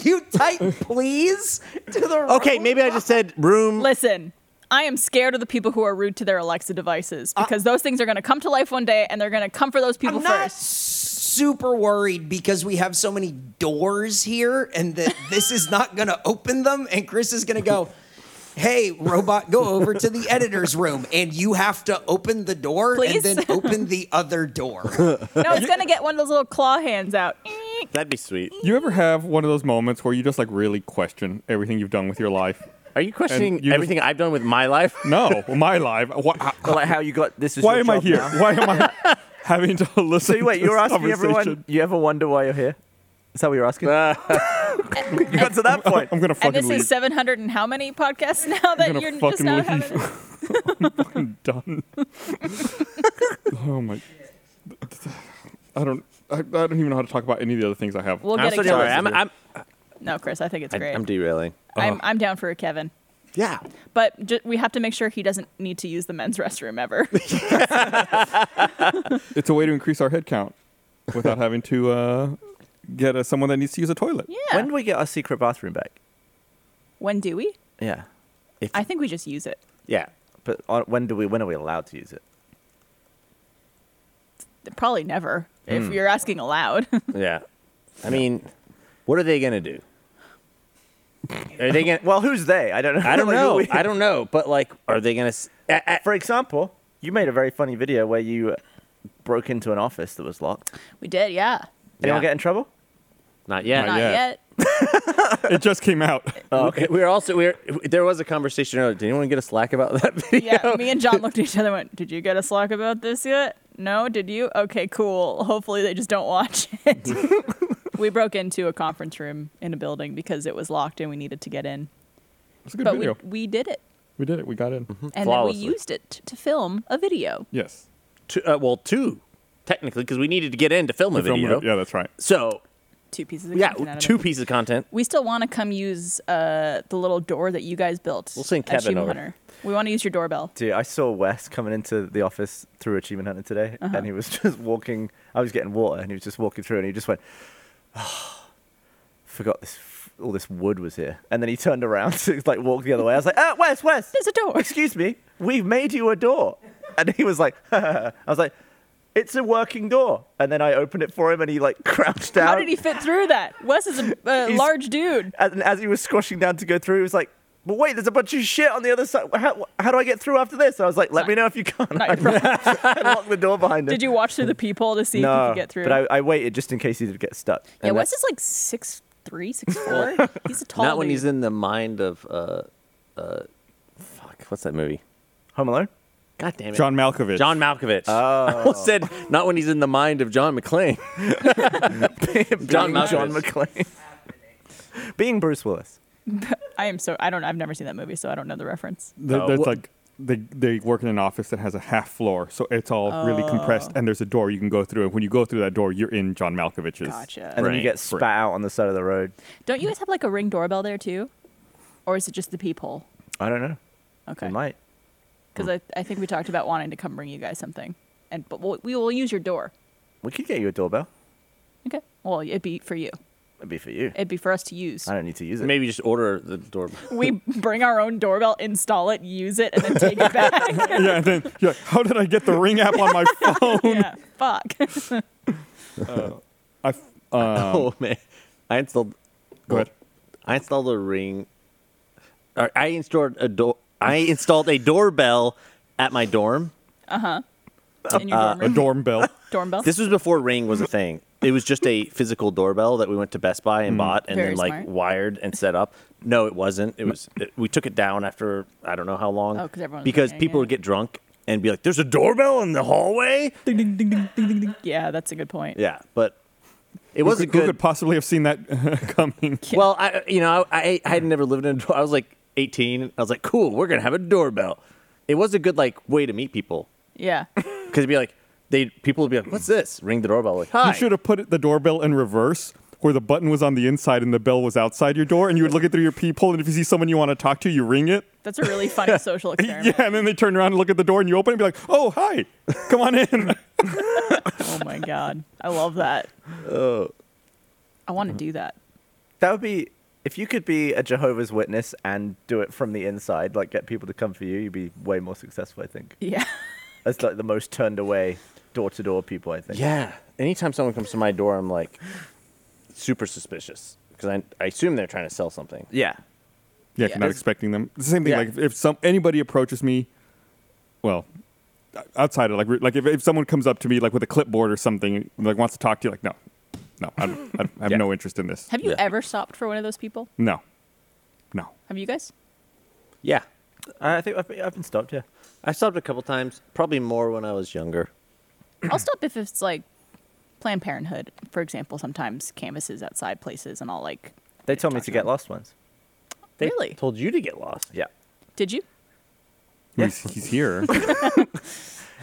Speaker 6: You type please to the robot.
Speaker 4: Okay, maybe I just said room.
Speaker 5: Listen, I am scared of the people who are rude to their Alexa devices
Speaker 4: Uh,
Speaker 5: because those things are going to come to life one day, and they're going to come for those people
Speaker 6: I'm not
Speaker 5: first.
Speaker 6: super worried because we have so many doors here and that this is not going to open them. And Chris is going to go, Hey, robot, go over to the editor's room and you have to open the door
Speaker 5: Please?
Speaker 6: and then open the other door.
Speaker 4: *laughs*
Speaker 5: No, it's going to get one of those little claw hands out. *laughs*
Speaker 4: That'd be sweet.
Speaker 3: You ever have one of those moments where you just like really question everything you've done with your life?
Speaker 4: Are you questioning
Speaker 3: you just-
Speaker 4: everything I've done with my life?
Speaker 3: No, my life. Why,
Speaker 2: Or like how you got this is.
Speaker 3: why
Speaker 2: your
Speaker 3: am I
Speaker 2: job
Speaker 3: here?
Speaker 2: now.
Speaker 3: Why am I
Speaker 2: *laughs*
Speaker 3: having to listen?
Speaker 2: So you, wait,
Speaker 3: to *laughs* this
Speaker 2: you're asking
Speaker 3: conversation?
Speaker 2: everyone. You ever wonder why you're here? Is that what
Speaker 3: *laughs*
Speaker 2: you're asking?
Speaker 4: Uh,
Speaker 2: you got to that
Speaker 5: uh,
Speaker 2: point.
Speaker 3: I'm gonna
Speaker 5: And
Speaker 3: fucking
Speaker 5: this
Speaker 3: leave.
Speaker 5: is 700 and how many podcasts *laughs* now
Speaker 3: gonna
Speaker 5: that you're just
Speaker 3: fucking
Speaker 5: now
Speaker 3: leave.
Speaker 5: having?
Speaker 2: *laughs*
Speaker 3: done. oh my! I don't. I, I don't even know how to talk about any of the other things I have.
Speaker 5: We'll
Speaker 4: I'm
Speaker 5: get
Speaker 4: so
Speaker 5: a
Speaker 4: sorry.
Speaker 5: Kevin.
Speaker 4: I'm, I'm,
Speaker 5: No, Chris, I think it's great.
Speaker 4: I'm derailing.
Speaker 5: I'm, I'm down for a Kevin.
Speaker 4: Yeah.
Speaker 5: But ju- we have to make sure he doesn't need to use the men's *laughs*
Speaker 4: *laughs*
Speaker 5: restroom ever.
Speaker 3: It's a way to increase our head count without
Speaker 2: *laughs*
Speaker 3: having to uh, get uh someone that needs to use a toilet.
Speaker 5: Yeah.
Speaker 2: When do we get our secret bathroom back?
Speaker 5: When do we?
Speaker 2: Yeah,
Speaker 5: I think we just use it.
Speaker 4: Yeah.
Speaker 2: but uh, when do we? When are we allowed to use it?
Speaker 5: Probably never, if you're asking aloud. *laughs*
Speaker 4: Yeah. I mean, what are they going to do? Are they *laughs* going to.
Speaker 2: Well, who's they? I don't
Speaker 4: *laughs*
Speaker 2: know.
Speaker 4: I don't
Speaker 2: Like, who
Speaker 4: know.
Speaker 2: we-
Speaker 4: I don't know. But, like, are they going to.
Speaker 2: For example, you made a very funny video where you broke into an office that was locked.
Speaker 5: we did, yeah.
Speaker 2: Anyone
Speaker 4: Yeah.
Speaker 2: get in trouble?
Speaker 4: Not yet.
Speaker 5: Not
Speaker 3: yet.
Speaker 5: yet.
Speaker 4: *laughs*
Speaker 3: It just came
Speaker 2: *laughs*
Speaker 3: out.
Speaker 4: Oh, Okay. We were also we were, there was a conversation earlier. Did anyone get a slack about that *laughs* video?
Speaker 5: Yeah, me and John looked at each other and went, Did you get a slack about this yet? No, did you? Okay, cool. Hopefully they just don't watch
Speaker 4: *laughs*
Speaker 5: it. we broke into a conference room in a building because it was locked and we needed to get in.
Speaker 3: It's a good
Speaker 5: but
Speaker 3: video.
Speaker 5: we, we did it.
Speaker 3: We did it. We got in.
Speaker 2: Mm-hmm.
Speaker 5: And
Speaker 4: Flawlessly.
Speaker 5: then we used it t- to film a video.
Speaker 3: Yes.
Speaker 4: Two, uh, well, two technically because we needed to get in to film a
Speaker 3: Film
Speaker 4: video.
Speaker 3: it. uh, Yeah, that's right.
Speaker 4: So
Speaker 5: Two pieces of
Speaker 4: yeah,
Speaker 5: content out of it.
Speaker 4: two pieces of content.
Speaker 5: We still want to come use uh, the little door that you guys built.
Speaker 4: We'll send
Speaker 5: at
Speaker 4: Kevin
Speaker 5: Achievement
Speaker 4: over.
Speaker 5: Hunter. We want to use your doorbell.
Speaker 2: Dude, I saw Wes coming into the office through Achievement Hunter today,
Speaker 4: Uh-huh.
Speaker 2: and he was *laughs* just walking. I was getting water, and he was just walking through, and he just went, "Ah, "Forgot this. f- All this wood was here." And then he turned around *laughs* to like walk the other way. I was like, "Ah, Wes, Wes,
Speaker 5: There's
Speaker 4: *laughs*
Speaker 5: a door.
Speaker 2: excuse me, we've made you a door." And he was like, *laughs* "I was like, it's a working door." And then I opened it for him, and he like *laughs* crouched down.
Speaker 5: How did he fit through that? Wes is a uh,
Speaker 2: He's-
Speaker 5: large
Speaker 4: *laughs*
Speaker 5: dude.
Speaker 2: And as he was squashing down to go through, he was like, "But wait, there's a bunch of shit on the other side. How, how do I get through after this?" And I was like, "Let me know if you can."
Speaker 5: Not
Speaker 2: *laughs*
Speaker 5: your problem.
Speaker 2: and locked the door behind him.
Speaker 5: Did you watch through the peephole to see if
Speaker 2: No,
Speaker 5: you could get through?
Speaker 2: but I, I waited just in case he did get stuck.
Speaker 5: yeah,
Speaker 4: and
Speaker 5: Wes
Speaker 4: that-
Speaker 5: is like six
Speaker 4: *laughs*
Speaker 5: three, six four. he's a tall
Speaker 4: Not when
Speaker 5: dude.
Speaker 4: he's in the mind of uh, uh, fuck, what's that movie?
Speaker 2: Home
Speaker 4: *laughs*
Speaker 2: Alone.
Speaker 4: God damn it,
Speaker 3: John Malkovich.
Speaker 4: John Malkovich. Oh, I *laughs* almost said not when he's in the mind of John McClane.
Speaker 2: John
Speaker 4: Malkovich.
Speaker 2: John McClane. *laughs* Being Bruce Willis.
Speaker 5: I am so I don't I've never seen that movie, so I don't know the reference.
Speaker 3: Th-
Speaker 4: Oh.
Speaker 3: That's
Speaker 4: Wha-
Speaker 3: like they they work in an office that has a half floor, so it's all really
Speaker 4: Oh.
Speaker 3: compressed, and there's a door you can go through. And when you go through that door, you're in John Malkovich's.
Speaker 5: Gotcha.
Speaker 2: And then you
Speaker 4: Right,
Speaker 2: get spat out on the side of the road.
Speaker 5: don't you guys have like a ring doorbell there too, or is it just the peephole?
Speaker 2: I don't know.
Speaker 5: Okay,
Speaker 2: We might.
Speaker 5: because I, I think we talked about wanting to come bring you guys something, and but we'll, we will use your door.
Speaker 2: We could get you a doorbell.
Speaker 5: Okay, well it'd be for you.
Speaker 2: It'd be for you.
Speaker 5: It'd be for us to use.
Speaker 2: I don't need to use it.
Speaker 4: Maybe just order the door. *laughs*
Speaker 5: we bring our own doorbell, install it, use it, and then take
Speaker 4: *laughs*
Speaker 5: it back.
Speaker 3: *laughs* yeah, and then you're like, how did I get the ring app on my phone?
Speaker 5: yeah, fuck. *laughs*
Speaker 3: I f- uh,
Speaker 4: oh man, I installed.
Speaker 3: Go ahead.
Speaker 4: I installed a ring. Or I installed a door. I installed a doorbell at my dorm.
Speaker 5: In your dorm
Speaker 3: a
Speaker 5: room.
Speaker 3: dorm bell.
Speaker 5: dorm bell.
Speaker 4: Uh, This was before Ring was a thing. It was just a physical doorbell that we went to Best
Speaker 3: Mm.
Speaker 4: Buy and bought, and
Speaker 5: Very
Speaker 4: then like
Speaker 5: smart.
Speaker 4: wired and set up. No, it wasn't. It was it, we took it down after I don't know how long.
Speaker 5: Oh, 'cause everyone was
Speaker 4: because
Speaker 5: like,
Speaker 4: people
Speaker 5: "Yeah,
Speaker 4: would
Speaker 5: yeah."
Speaker 4: get drunk and be like, "There's a doorbell in the hallway."
Speaker 5: Ding, ding, ding, ding, ding, ding, ding. Yeah, that's a good point.
Speaker 4: Yeah, but it
Speaker 3: Who
Speaker 4: was a
Speaker 3: could- Who
Speaker 4: good.
Speaker 3: could possibly have seen that *laughs* coming?
Speaker 4: Well, I you know I I had never lived in. a door- I was like 18. I was like, "Cool, we're gonna have a doorbell." It was a good like way to meet people
Speaker 5: Yeah.
Speaker 4: because it'd be like they people would be like, "What's this?" Ring the doorbell like, "Hi."
Speaker 3: You should have put it- the doorbell in reverse, where the button was on the inside and the bell was outside your door, and you would look it through your peephole, and if you see someone you want to talk to, you ring it.
Speaker 5: That's a really funny social experiment.
Speaker 3: *laughs* Yeah, and then they turn around and look at the door, and you open it, and be like, "Oh, hi, come on in."
Speaker 5: Oh my god, I love that.
Speaker 3: Oh.
Speaker 5: I want to do that.
Speaker 2: That would be if you could be a Jehovah's Witness and do it from the inside, like get people to come for you. You'd be way more successful, I think.
Speaker 5: Yeah.
Speaker 2: That's like the most turned away door to door people, I think.
Speaker 4: Yeah. Anytime someone comes to my door, I'm like super suspicious because I, I assume they're trying to sell something.
Speaker 2: Yeah.
Speaker 3: Yeah,
Speaker 5: Yeah.
Speaker 3: if you're not expecting them. It's the same thing.
Speaker 4: Yeah.
Speaker 3: Like if, if some anybody approaches me, well, o- outside of like re- like if, if someone comes up to me like with a clipboard or something, like wants to talk to you, like no, No, I, don't- I have
Speaker 4: Yeah.
Speaker 3: no interest in this.
Speaker 5: *laughs* Have you
Speaker 4: Yeah.
Speaker 5: ever stopped for one of those people?
Speaker 3: No, no.
Speaker 5: Have you guys?
Speaker 4: Yeah,
Speaker 2: I think I've been, I've been stopped. Yeah.
Speaker 4: I stopped a couple times. Probably more when I was younger.
Speaker 5: I'll stop if it's like Planned Parenthood, for example. Sometimes canvases outside places, and I'll like.
Speaker 2: They told me to get lost once.
Speaker 4: They
Speaker 5: Really?
Speaker 4: told you to get lost.
Speaker 2: Yeah.
Speaker 5: Did you?
Speaker 3: He's, he's here.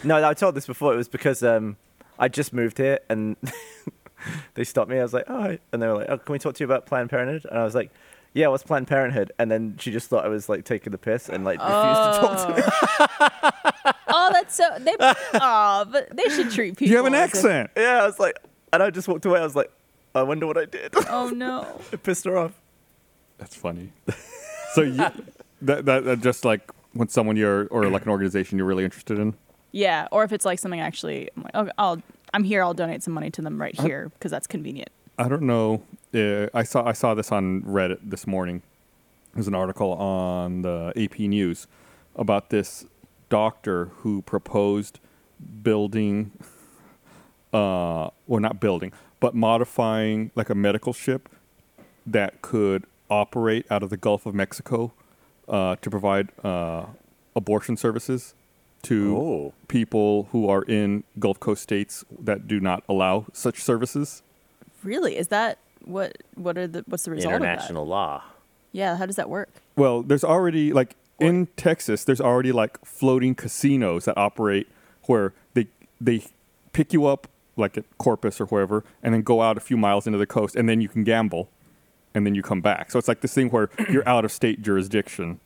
Speaker 2: No, I told this before. It was because um, I just moved here and *laughs* they stopped me. I was like, oh, hi." and they were like, oh, can we talk to you about Planned Parenthood? And I was like, yeah, what's Planned Parenthood? And then she just thought I was like taking the piss and like refused to talk to me.
Speaker 5: Oh, that's so.
Speaker 3: *laughs*
Speaker 5: They. oh, but they should treat people.
Speaker 3: you have an
Speaker 5: as if-
Speaker 3: accent.
Speaker 2: Yeah, I was like, and I just walked away. I was like, I wonder what I did. *laughs*
Speaker 5: Oh no.
Speaker 2: it pissed her off.
Speaker 3: That's funny. so you, that, that that just like when someone you're or like an organization you're really interested in.
Speaker 5: Yeah, or if it's like something actually, I'm like, okay, I'll. I'm here. I'll donate some money to them right
Speaker 3: Uh-huh.
Speaker 5: here because that's convenient.
Speaker 3: I don't know. Uh, I saw I saw this on Reddit this morning. There's an article on the AP News about this doctor who proposed building, *laughs* uh, well, not building, but modifying like a medical ship that could operate out of the Gulf of Mexico uh, to provide uh, abortion services to
Speaker 4: Oh.
Speaker 3: people who are in Gulf Coast states that do not allow such services.
Speaker 5: Really? Is that what? What are the? What's the result of
Speaker 4: International law.
Speaker 5: that? Yeah. How does that work?
Speaker 3: Well, there's already like in Texas, there's already like floating casinos that operate where they they pick you up like at Corpus or wherever, and then go out a few miles into the coast, and then you can gamble, and then you come back. So it's like this thing
Speaker 2: *clears throat*
Speaker 3: where you're out of state jurisdiction,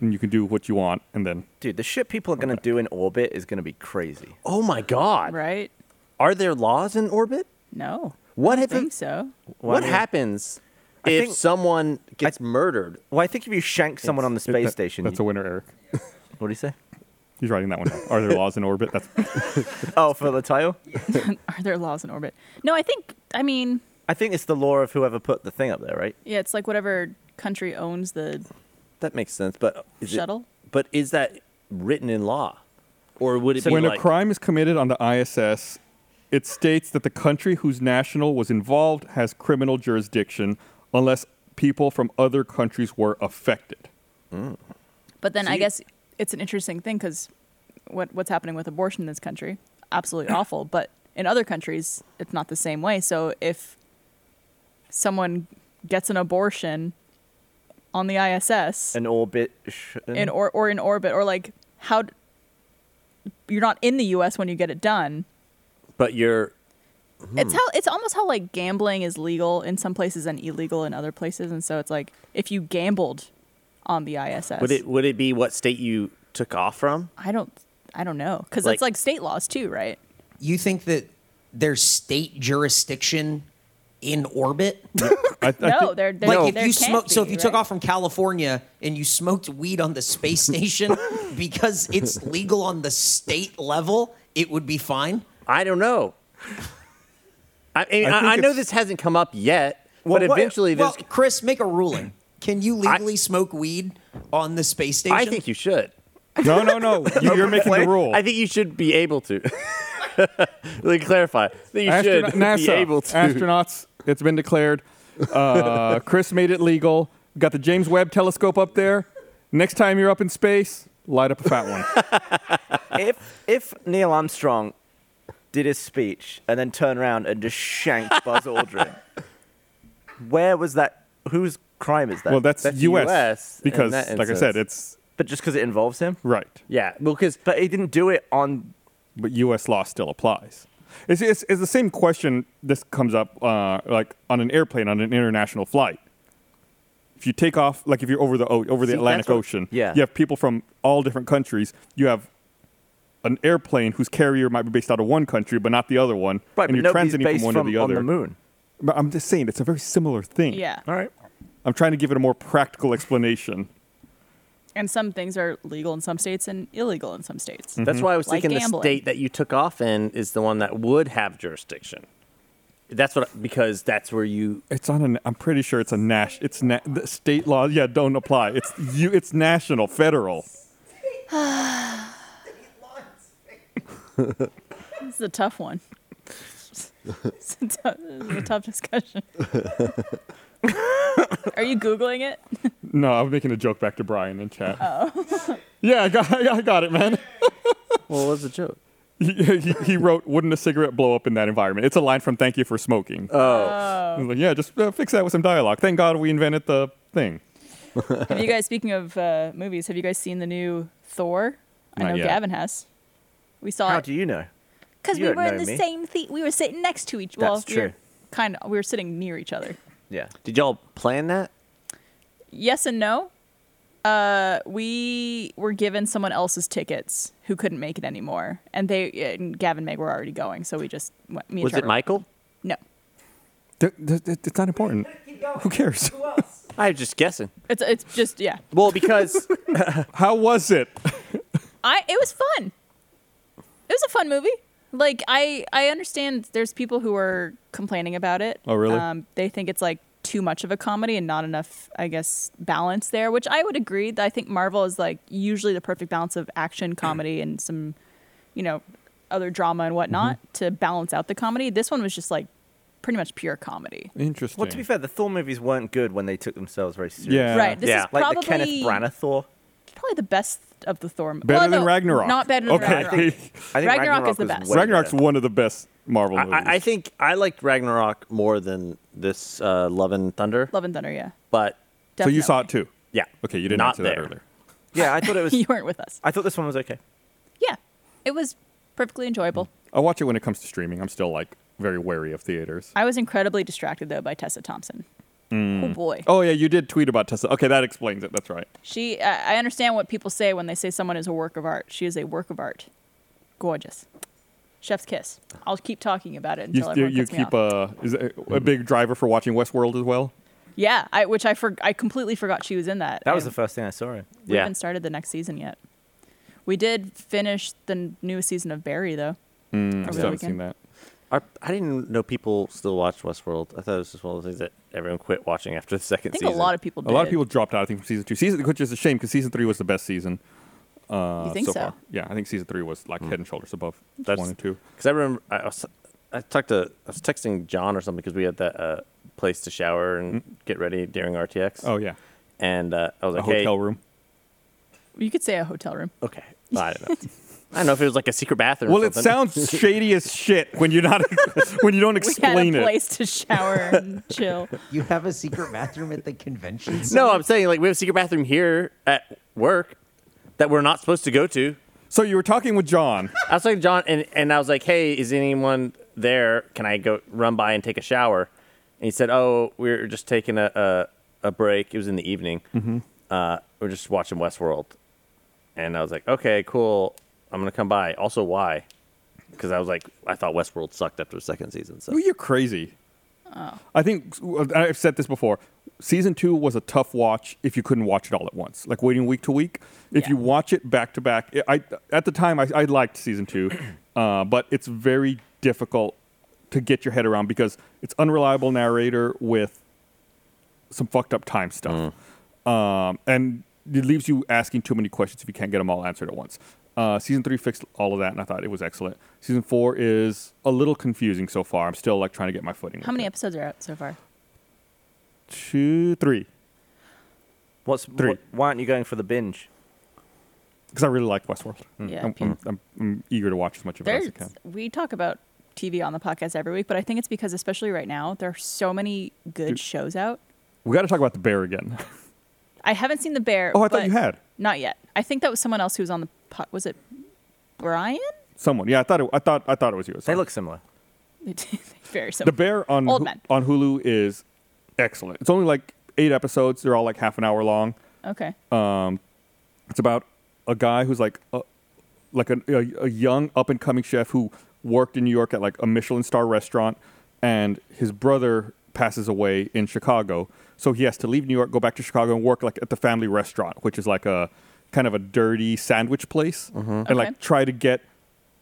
Speaker 3: and you can do what you want, and then
Speaker 2: Dude, the shit people are gonna do in orbit is gonna be crazy.
Speaker 4: Oh my God!
Speaker 5: Right?
Speaker 4: Are there laws in orbit?
Speaker 5: No.
Speaker 4: What
Speaker 5: I
Speaker 4: if
Speaker 5: think so. *laughs*
Speaker 4: What
Speaker 2: Why-
Speaker 4: happens
Speaker 2: I
Speaker 4: if
Speaker 2: think-
Speaker 4: someone gets murdered?
Speaker 2: Well, I think if you shank someone on the space
Speaker 3: that-
Speaker 2: station,
Speaker 3: That's a winner, Eric.
Speaker 2: what do you say?
Speaker 3: He's writing that one. down. Are there laws in orbit? That's
Speaker 2: *laughs* Oh, for the title,
Speaker 5: Are there laws in orbit? No, I think. I mean,
Speaker 2: I think it's the law of whoever put the thing up there, right?
Speaker 5: yeah, it's like whatever country owns the
Speaker 4: That makes sense, but is it-
Speaker 5: Shuttle?
Speaker 4: but is that written in law, or would it be
Speaker 3: when
Speaker 4: like
Speaker 3: a crime is committed on the ISS, it states that the country whose national was involved has criminal jurisdiction unless people from other countries were affected.
Speaker 5: But then I
Speaker 2: See?
Speaker 5: guess it's an interesting thing because what what's happening with abortion in this country
Speaker 4: *coughs*
Speaker 5: absolutely awful, but in other countries it's not the same way. So if someone gets an abortion on the ISS
Speaker 2: An orbit. Sh-
Speaker 5: in or or in orbit or like how d- you're not in the U.S. when you get it done.
Speaker 4: But you're
Speaker 6: Hmm.
Speaker 5: It's how it's almost how like gambling is legal in some places and illegal in other places, and so it's like if you gambled on the ISS,
Speaker 4: would it would it be what state you took off from?
Speaker 5: I don't I don't know because
Speaker 4: Like-
Speaker 5: it's like state laws too, right?
Speaker 6: You think that there's state jurisdiction in orbit?
Speaker 3: I, I
Speaker 5: no,
Speaker 3: think-
Speaker 5: they're, they're
Speaker 6: like
Speaker 5: there
Speaker 6: if you
Speaker 5: can't
Speaker 6: smoked, so
Speaker 5: be,
Speaker 6: if you took
Speaker 5: right?
Speaker 6: off from California and you smoked weed on the
Speaker 5: *laughs*
Speaker 6: space station because it's legal on the state level, it would be fine.
Speaker 4: I don't know. I I,
Speaker 3: think
Speaker 4: I, I know
Speaker 3: it's-
Speaker 4: this hasn't come up yet,
Speaker 2: Well,
Speaker 4: but
Speaker 2: what-
Speaker 4: eventually
Speaker 6: Well,
Speaker 4: this.
Speaker 6: Chris, make a ruling. Can you legally smoke weed on the space station?
Speaker 4: I think you should.
Speaker 3: no,
Speaker 4: *laughs*
Speaker 3: no, no. You, you're making the rule.
Speaker 4: I think you should be able to. *laughs* Let me clarify. I think you
Speaker 3: Astronaut-
Speaker 4: should
Speaker 3: NASA,
Speaker 4: be able to.
Speaker 3: Astronauts, it's been declared.
Speaker 4: *laughs*
Speaker 3: Uh, Chris made it legal. We got the James Webb telescope up there. Next time you're up in space, light up a fat
Speaker 4: *laughs*
Speaker 3: one.
Speaker 2: if if Neil Armstrong did his speech and then turned around and just shanked Buzz Aldrin, where was that? Whose crime is that?
Speaker 3: Well, that's,
Speaker 4: That's
Speaker 3: US,
Speaker 4: US in
Speaker 3: because,
Speaker 4: that
Speaker 3: like I said, it's
Speaker 2: but just because it involves him.
Speaker 3: right.
Speaker 4: yeah, well, because
Speaker 2: But he didn't do it on.
Speaker 3: but U.S. law still applies. It's, it's, it's the same question. This comes up uh, like on an airplane on an international flight. If you take off, like if you're over the o- over the
Speaker 4: See,
Speaker 3: Atlantic
Speaker 4: that's what-
Speaker 3: Ocean,
Speaker 2: yeah.
Speaker 3: you have people from all different countries. You have an airplane whose carrier might be based out of one country but not the other one,
Speaker 2: Right,
Speaker 3: and
Speaker 2: but
Speaker 3: you're
Speaker 2: nobody's
Speaker 3: transiting
Speaker 2: based
Speaker 3: from one to the
Speaker 2: on
Speaker 3: other.
Speaker 2: the moon.
Speaker 3: But I'm just saying, it's a very similar thing.
Speaker 5: Yeah,
Speaker 2: All right.
Speaker 3: I'm trying to give it a more practical explanation.
Speaker 5: and some things are legal in some states and illegal in some states.
Speaker 6: Mm-hmm.
Speaker 4: that's why I was
Speaker 5: Like
Speaker 4: thinking the
Speaker 5: gambling.
Speaker 4: state that you took off in is the one that would have jurisdiction. That's what because that's where you.
Speaker 3: It's on an. I'm pretty sure it's a nash. It's na- the state law. Yeah, don't apply. It's you. It's national, federal.
Speaker 5: This is a tough one. *laughs* It's a tou- it's a tough
Speaker 6: *laughs*
Speaker 5: discussion. Are you Googling it?
Speaker 3: No, I was making a joke back to Brian in chat.
Speaker 5: Oh.
Speaker 3: *laughs* yeah, I got, I got it, man.
Speaker 4: Well, what's the joke?
Speaker 3: He, he, he wrote, "Wouldn't a cigarette blow up in that environment?" It's a line from "Thank You for Smoking."
Speaker 4: Oh.
Speaker 3: I was like, yeah, just uh, fix that with some dialogue. Thank God we invented the thing.
Speaker 2: *laughs*
Speaker 5: Have you guys, speaking of uh, movies, have you guys seen the new Thor? I
Speaker 3: Not
Speaker 5: know
Speaker 3: yet.
Speaker 5: Gavin has. We saw
Speaker 2: How
Speaker 5: it
Speaker 2: do you know?
Speaker 5: because
Speaker 2: you
Speaker 5: we
Speaker 2: don't
Speaker 5: were in
Speaker 2: know
Speaker 5: the
Speaker 2: me.
Speaker 5: same thing. We were sitting next to each. well,
Speaker 2: That's
Speaker 5: we were
Speaker 2: true.
Speaker 5: Kind of, we were sitting near each other.
Speaker 2: Yeah.
Speaker 4: Did y'all plan that?
Speaker 5: Yes and no. Uh, we were given someone else's tickets who couldn't make it anymore, and they and Gavin and Meg were already going, so we just went. Me and
Speaker 4: Was it
Speaker 5: Trevor-
Speaker 4: Michael?
Speaker 5: No,
Speaker 3: it's not important. Who cares?
Speaker 4: I'm just guessing.
Speaker 5: it's it's just yeah.
Speaker 4: Well,
Speaker 5: *laughs*
Speaker 4: because
Speaker 3: How was it?
Speaker 5: I it was fun. It was a fun movie. Like I I understand there's people who are complaining about it.
Speaker 3: Oh, really?
Speaker 5: Um, they think it's like too much of a comedy and not enough, I guess, balance there. Which I would agree. That I think Marvel is like usually the perfect balance of action, *clears throat* comedy, and some, you know, other drama and whatnot
Speaker 3: Mm-hmm.
Speaker 5: to balance out the comedy. This one was just like pretty much pure comedy.
Speaker 3: Interesting.
Speaker 2: Well, to be fair, the Thor movies weren't good when they took themselves very seriously.
Speaker 3: Yeah.
Speaker 5: right. This
Speaker 4: yeah.
Speaker 5: is
Speaker 2: Like
Speaker 5: probably
Speaker 2: the Kenneth Branagh Thor.
Speaker 5: probably the best of the Thor.
Speaker 3: better
Speaker 5: well,
Speaker 3: than
Speaker 5: no,
Speaker 3: Ragnarok.
Speaker 5: Not better than
Speaker 3: okay.
Speaker 5: Ragnarok.
Speaker 3: *laughs*
Speaker 2: I think
Speaker 5: Ragnarok is the
Speaker 2: was
Speaker 5: best.
Speaker 2: way
Speaker 3: Ragnarok's
Speaker 2: better.
Speaker 3: one of the best Marvel
Speaker 4: I-
Speaker 3: movies.
Speaker 4: I, I think I liked Ragnarok more than this uh, Love and Thunder,
Speaker 5: Love and Thunder. Yeah.
Speaker 4: but
Speaker 3: so you saw
Speaker 5: Definitely.
Speaker 3: it too?
Speaker 4: yeah.
Speaker 3: Okay, you didn't
Speaker 4: Not
Speaker 3: answer that
Speaker 4: there.
Speaker 3: earlier.
Speaker 2: Yeah, I thought it was.
Speaker 5: *laughs* you weren't with us.
Speaker 2: I thought this one was okay.
Speaker 5: Yeah, it was perfectly enjoyable.
Speaker 3: I'll watch it when it comes to streaming. I'm still like very wary of theaters.
Speaker 5: I was incredibly distracted though by Tessa Thompson. Oh boy,
Speaker 3: Oh yeah, you did tweet about Tessa. Okay, that explains it. That's right.
Speaker 5: she. I I understand what people say when they say someone is a work of art. She is a work of art. Gorgeous. Chef's kiss. I'll keep talking about it
Speaker 3: You
Speaker 5: until
Speaker 3: you,
Speaker 5: everyone
Speaker 3: you
Speaker 5: cuts me
Speaker 3: keep
Speaker 5: off.
Speaker 3: a is it a big driver for watching Westworld as well.
Speaker 5: Yeah, I, which I for, I completely forgot she was in that.
Speaker 2: That was
Speaker 5: I-
Speaker 2: the first thing I saw him.
Speaker 5: We
Speaker 4: Yeah.
Speaker 5: haven't started the next season yet. We did finish the n- newest season of Barry though.
Speaker 3: Mm, I still
Speaker 5: over the
Speaker 3: haven't
Speaker 5: weekend.
Speaker 3: seen that.
Speaker 4: Our, I didn't know people still watch Westworld. I thought it was just one of the things that everyone quit watching after the second
Speaker 5: I think
Speaker 4: season.
Speaker 5: a lot of people. Did.
Speaker 3: A lot of people dropped out. I think from season two, season which is a shame because season three was the best season. Uh,
Speaker 5: You think so?
Speaker 3: Far. Yeah, I think season three was
Speaker 4: Hmm.
Speaker 3: like head and shoulders above
Speaker 4: That's-
Speaker 3: one and two.
Speaker 4: because I remember I was I talked to I was texting John or something because we had that uh, place to shower and get ready during RTX.
Speaker 3: Hmm? Oh yeah,
Speaker 4: and uh, I was
Speaker 3: a
Speaker 4: like, hey,
Speaker 3: hotel room.
Speaker 5: You could say a hotel room.
Speaker 4: okay, Well, I don't know. *laughs* I don't know if it was like a secret bathroom. or
Speaker 3: Well, it
Speaker 4: something. *laughs*
Speaker 3: sounds shady as shit when you're not *laughs* when you don't
Speaker 5: we
Speaker 3: explain
Speaker 5: had
Speaker 3: it.
Speaker 5: a place
Speaker 3: *laughs*
Speaker 5: to shower and chill.
Speaker 6: You have a secret bathroom at the convention.
Speaker 4: No,
Speaker 6: center?
Speaker 4: I'm saying like we have a secret bathroom here at work that we're not supposed to go to.
Speaker 3: So you were talking with John.
Speaker 4: I was talking to John, and, and I was like, "Hey, is anyone there? Can I go run by and take a shower?" And he said, "Oh, we are just taking a, a, a break. It was in the evening. Uh, we are just watching Westworld." And I was like, "Okay, cool. I'm gonna come by. Also, why? Because I was like, I thought Westworld sucked after the second season. So
Speaker 3: Well, you're crazy. I think I've said this before. Season two was a tough watch if you couldn't watch it all at once, like waiting week to week. If
Speaker 5: Yeah.
Speaker 3: you watch it back to back, I I- at the time I, I liked season two, *clears throat* uh, but it's very difficult to get your head around because it's unreliable narrator with some fucked up time stuff, um, and it leaves you asking too many questions if you can't get them all answered at once. Uh, season three fixed all of that, and I thought it was excellent. Season four is a little confusing so far. I'm still like trying to get my footing.
Speaker 5: How many
Speaker 3: episodes?
Speaker 5: episodes are out so
Speaker 3: Oh,
Speaker 5: far?
Speaker 3: Two, three.
Speaker 2: What's
Speaker 3: Three.
Speaker 2: wh- why aren't you going for the binge?
Speaker 3: Because I really like Westworld. Mm.
Speaker 5: Yeah,
Speaker 3: I'm, I'm, I'm, I'm eager to watch as much of it as I
Speaker 5: There's,
Speaker 3: can.
Speaker 5: we talk about TV on the podcast every week, but I think it's because especially right now there are so many good shows out.
Speaker 3: We got to talk about the bear again. *laughs*
Speaker 5: I haven't seen The Bear.
Speaker 3: oh, I thought
Speaker 5: but
Speaker 3: you had
Speaker 5: Not yet. I think that was someone else who was on the pod. Was it Brian? *laughs*
Speaker 3: someone. Yeah, I thought it, I thought I thought it was you.
Speaker 2: They
Speaker 3: Sorry.
Speaker 2: look similar.
Speaker 5: They did- Very
Speaker 3: The
Speaker 5: similar.
Speaker 3: Bear on
Speaker 5: Old
Speaker 3: Hu-
Speaker 5: men.
Speaker 3: on Hulu is excellent. It's only like eight episodes. They're all like half an hour long.
Speaker 5: okay.
Speaker 3: Oh, It's about a guy who's like a, like an, a, a young up and coming chef who worked in New York at like a Michelin star restaurant, and his brother passes away in Chicago, so he has to leave New York, go back to Chicago, and work like at the family restaurant, which is like a kind of a dirty sandwich place, and
Speaker 5: Okay.
Speaker 3: like try to get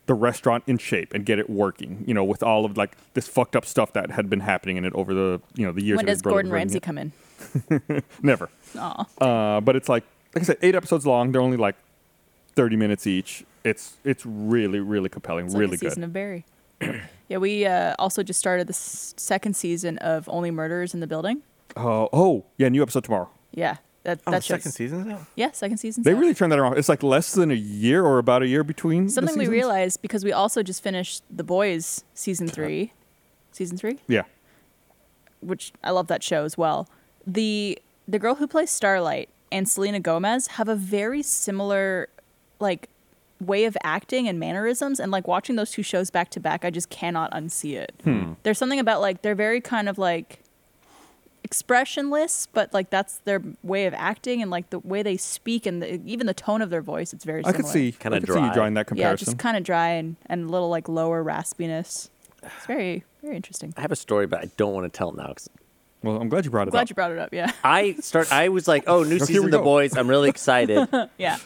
Speaker 3: the restaurant in shape and get it working, you know, with all of like this fucked up stuff that had been happening in it over the you know the years.
Speaker 5: when
Speaker 3: of his
Speaker 5: does
Speaker 3: brother
Speaker 5: Gordon
Speaker 3: running
Speaker 5: Ramsay
Speaker 3: it.
Speaker 5: come in?
Speaker 3: Never.
Speaker 5: Aw.
Speaker 3: Uh, but it's like, like I said, eight episodes long. They're only like thirty minutes each. It's it's really really compelling,
Speaker 5: It's
Speaker 3: really
Speaker 5: like a
Speaker 3: good. *clears throat*
Speaker 5: season of Barry. Yeah, we uh, also just started the s- second season of Only Murders in the Building.
Speaker 3: Oh, oh, yeah, new episode tomorrow.
Speaker 5: Yeah, that
Speaker 2: Oh,
Speaker 5: that
Speaker 2: second
Speaker 5: show's-
Speaker 2: season's
Speaker 5: *laughs*
Speaker 2: out.
Speaker 5: Yeah, second season.
Speaker 3: They really turned that around. It's like less than a year or about a year between. the
Speaker 5: something we
Speaker 3: seasons.
Speaker 5: realized because we also just finished The Boys season three, season three,
Speaker 3: Yeah.
Speaker 5: which I love that show as well. The the girl who plays Starlight and Selena Gomez have a very similar like way of acting and mannerisms and like watching those two shows back to back I just cannot unsee it.
Speaker 3: Hmm.
Speaker 5: There's something about like they're very kind of like expressionless but like that's their way of acting and like the way they speak and the, even the tone of their voice it's very
Speaker 3: I
Speaker 5: similar.
Speaker 3: could see.
Speaker 4: Kinda
Speaker 3: I could see you
Speaker 4: dry.
Speaker 3: drawing that
Speaker 5: Yeah,
Speaker 3: comparison.
Speaker 5: just kind of dry and, and a little like lower raspiness. It's very, very interesting.
Speaker 4: I have a story, but I don't want to tell it now 'cause
Speaker 3: well, I'm glad you brought it
Speaker 5: Glad
Speaker 3: up.
Speaker 5: you brought it up. Yeah. *laughs*
Speaker 4: I start. I was like,
Speaker 3: *laughs*
Speaker 4: "Oh, new
Speaker 3: here
Speaker 4: season
Speaker 3: we
Speaker 4: of The
Speaker 3: go.
Speaker 4: Boys! I'm
Speaker 3: *laughs*
Speaker 4: really excited."
Speaker 5: Yeah.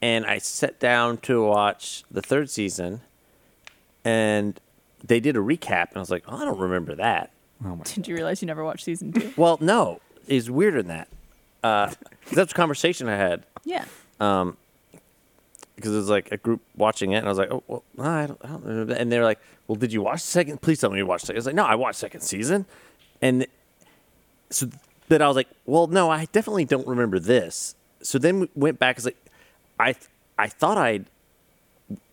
Speaker 4: and I sat down to watch the third season, and they did a recap, and I was like, oh, "I don't remember that."
Speaker 5: Did you realize you never watched
Speaker 4: *laughs*
Speaker 5: season two?
Speaker 4: Well, no, it's weirder than that. Uh, *laughs* 'cause that's a conversation I had
Speaker 5: Yeah.
Speaker 4: because it was like a group watching it, and I was like, "Oh, well, no, I don't, I don't remember." That. And they were like, "Well, did you watch the second? Please tell me you watched second. I was like, "No, I watched second season," and so then I was like, "Well, no, I definitely don't remember this." So then we went back. I was like, "I I thought I'd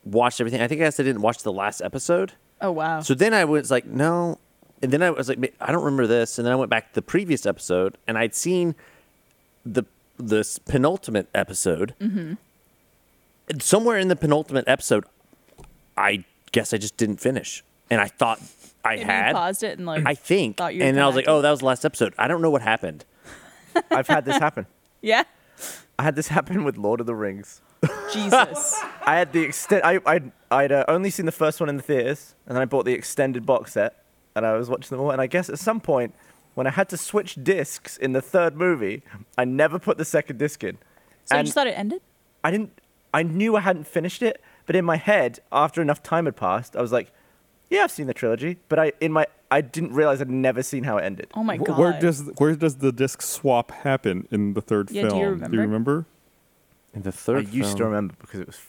Speaker 4: watched everything. I think I guess I didn't watch the last episode."
Speaker 5: Oh wow.
Speaker 4: So then I was like, no. And then I was like, "Ma- I don't remember this. And then I went back to the previous episode and I'd seen the this penultimate episode.
Speaker 5: Mm-hmm.
Speaker 4: And somewhere in the penultimate episode, I guess I just didn't finish. And I thought I
Speaker 5: Maybe you
Speaker 4: had.
Speaker 5: paused it and like
Speaker 4: I think.
Speaker 5: thought you
Speaker 4: And
Speaker 5: were
Speaker 4: then I was like,
Speaker 5: connected.
Speaker 4: oh, that was the last episode. I don't know what happened.
Speaker 2: I've had this happen.
Speaker 5: *laughs* Yeah.
Speaker 2: I had this *laughs* happen with Lord of the Rings.
Speaker 5: Jesus.
Speaker 2: I had the extent. I I'd, I'd uh, only seen the first one in the theaters, and then I bought the extended box set, and I was watching them all. And I guess at some point, when I had to switch discs in the third movie, I never put the second disc in.
Speaker 5: So you
Speaker 2: And-
Speaker 5: just thought it ended?
Speaker 2: I didn't. I knew I hadn't finished it, but in my head, after enough time had passed, I was like, "Yeah, I've seen the trilogy," but I in my I didn't realize I'd never seen how it ended.
Speaker 5: Oh my god.
Speaker 3: Wh- Where does where does the disc swap happen in the third
Speaker 5: Yeah, do you
Speaker 3: film?
Speaker 5: remember?
Speaker 4: In the
Speaker 2: I
Speaker 4: third
Speaker 2: used to remember because it was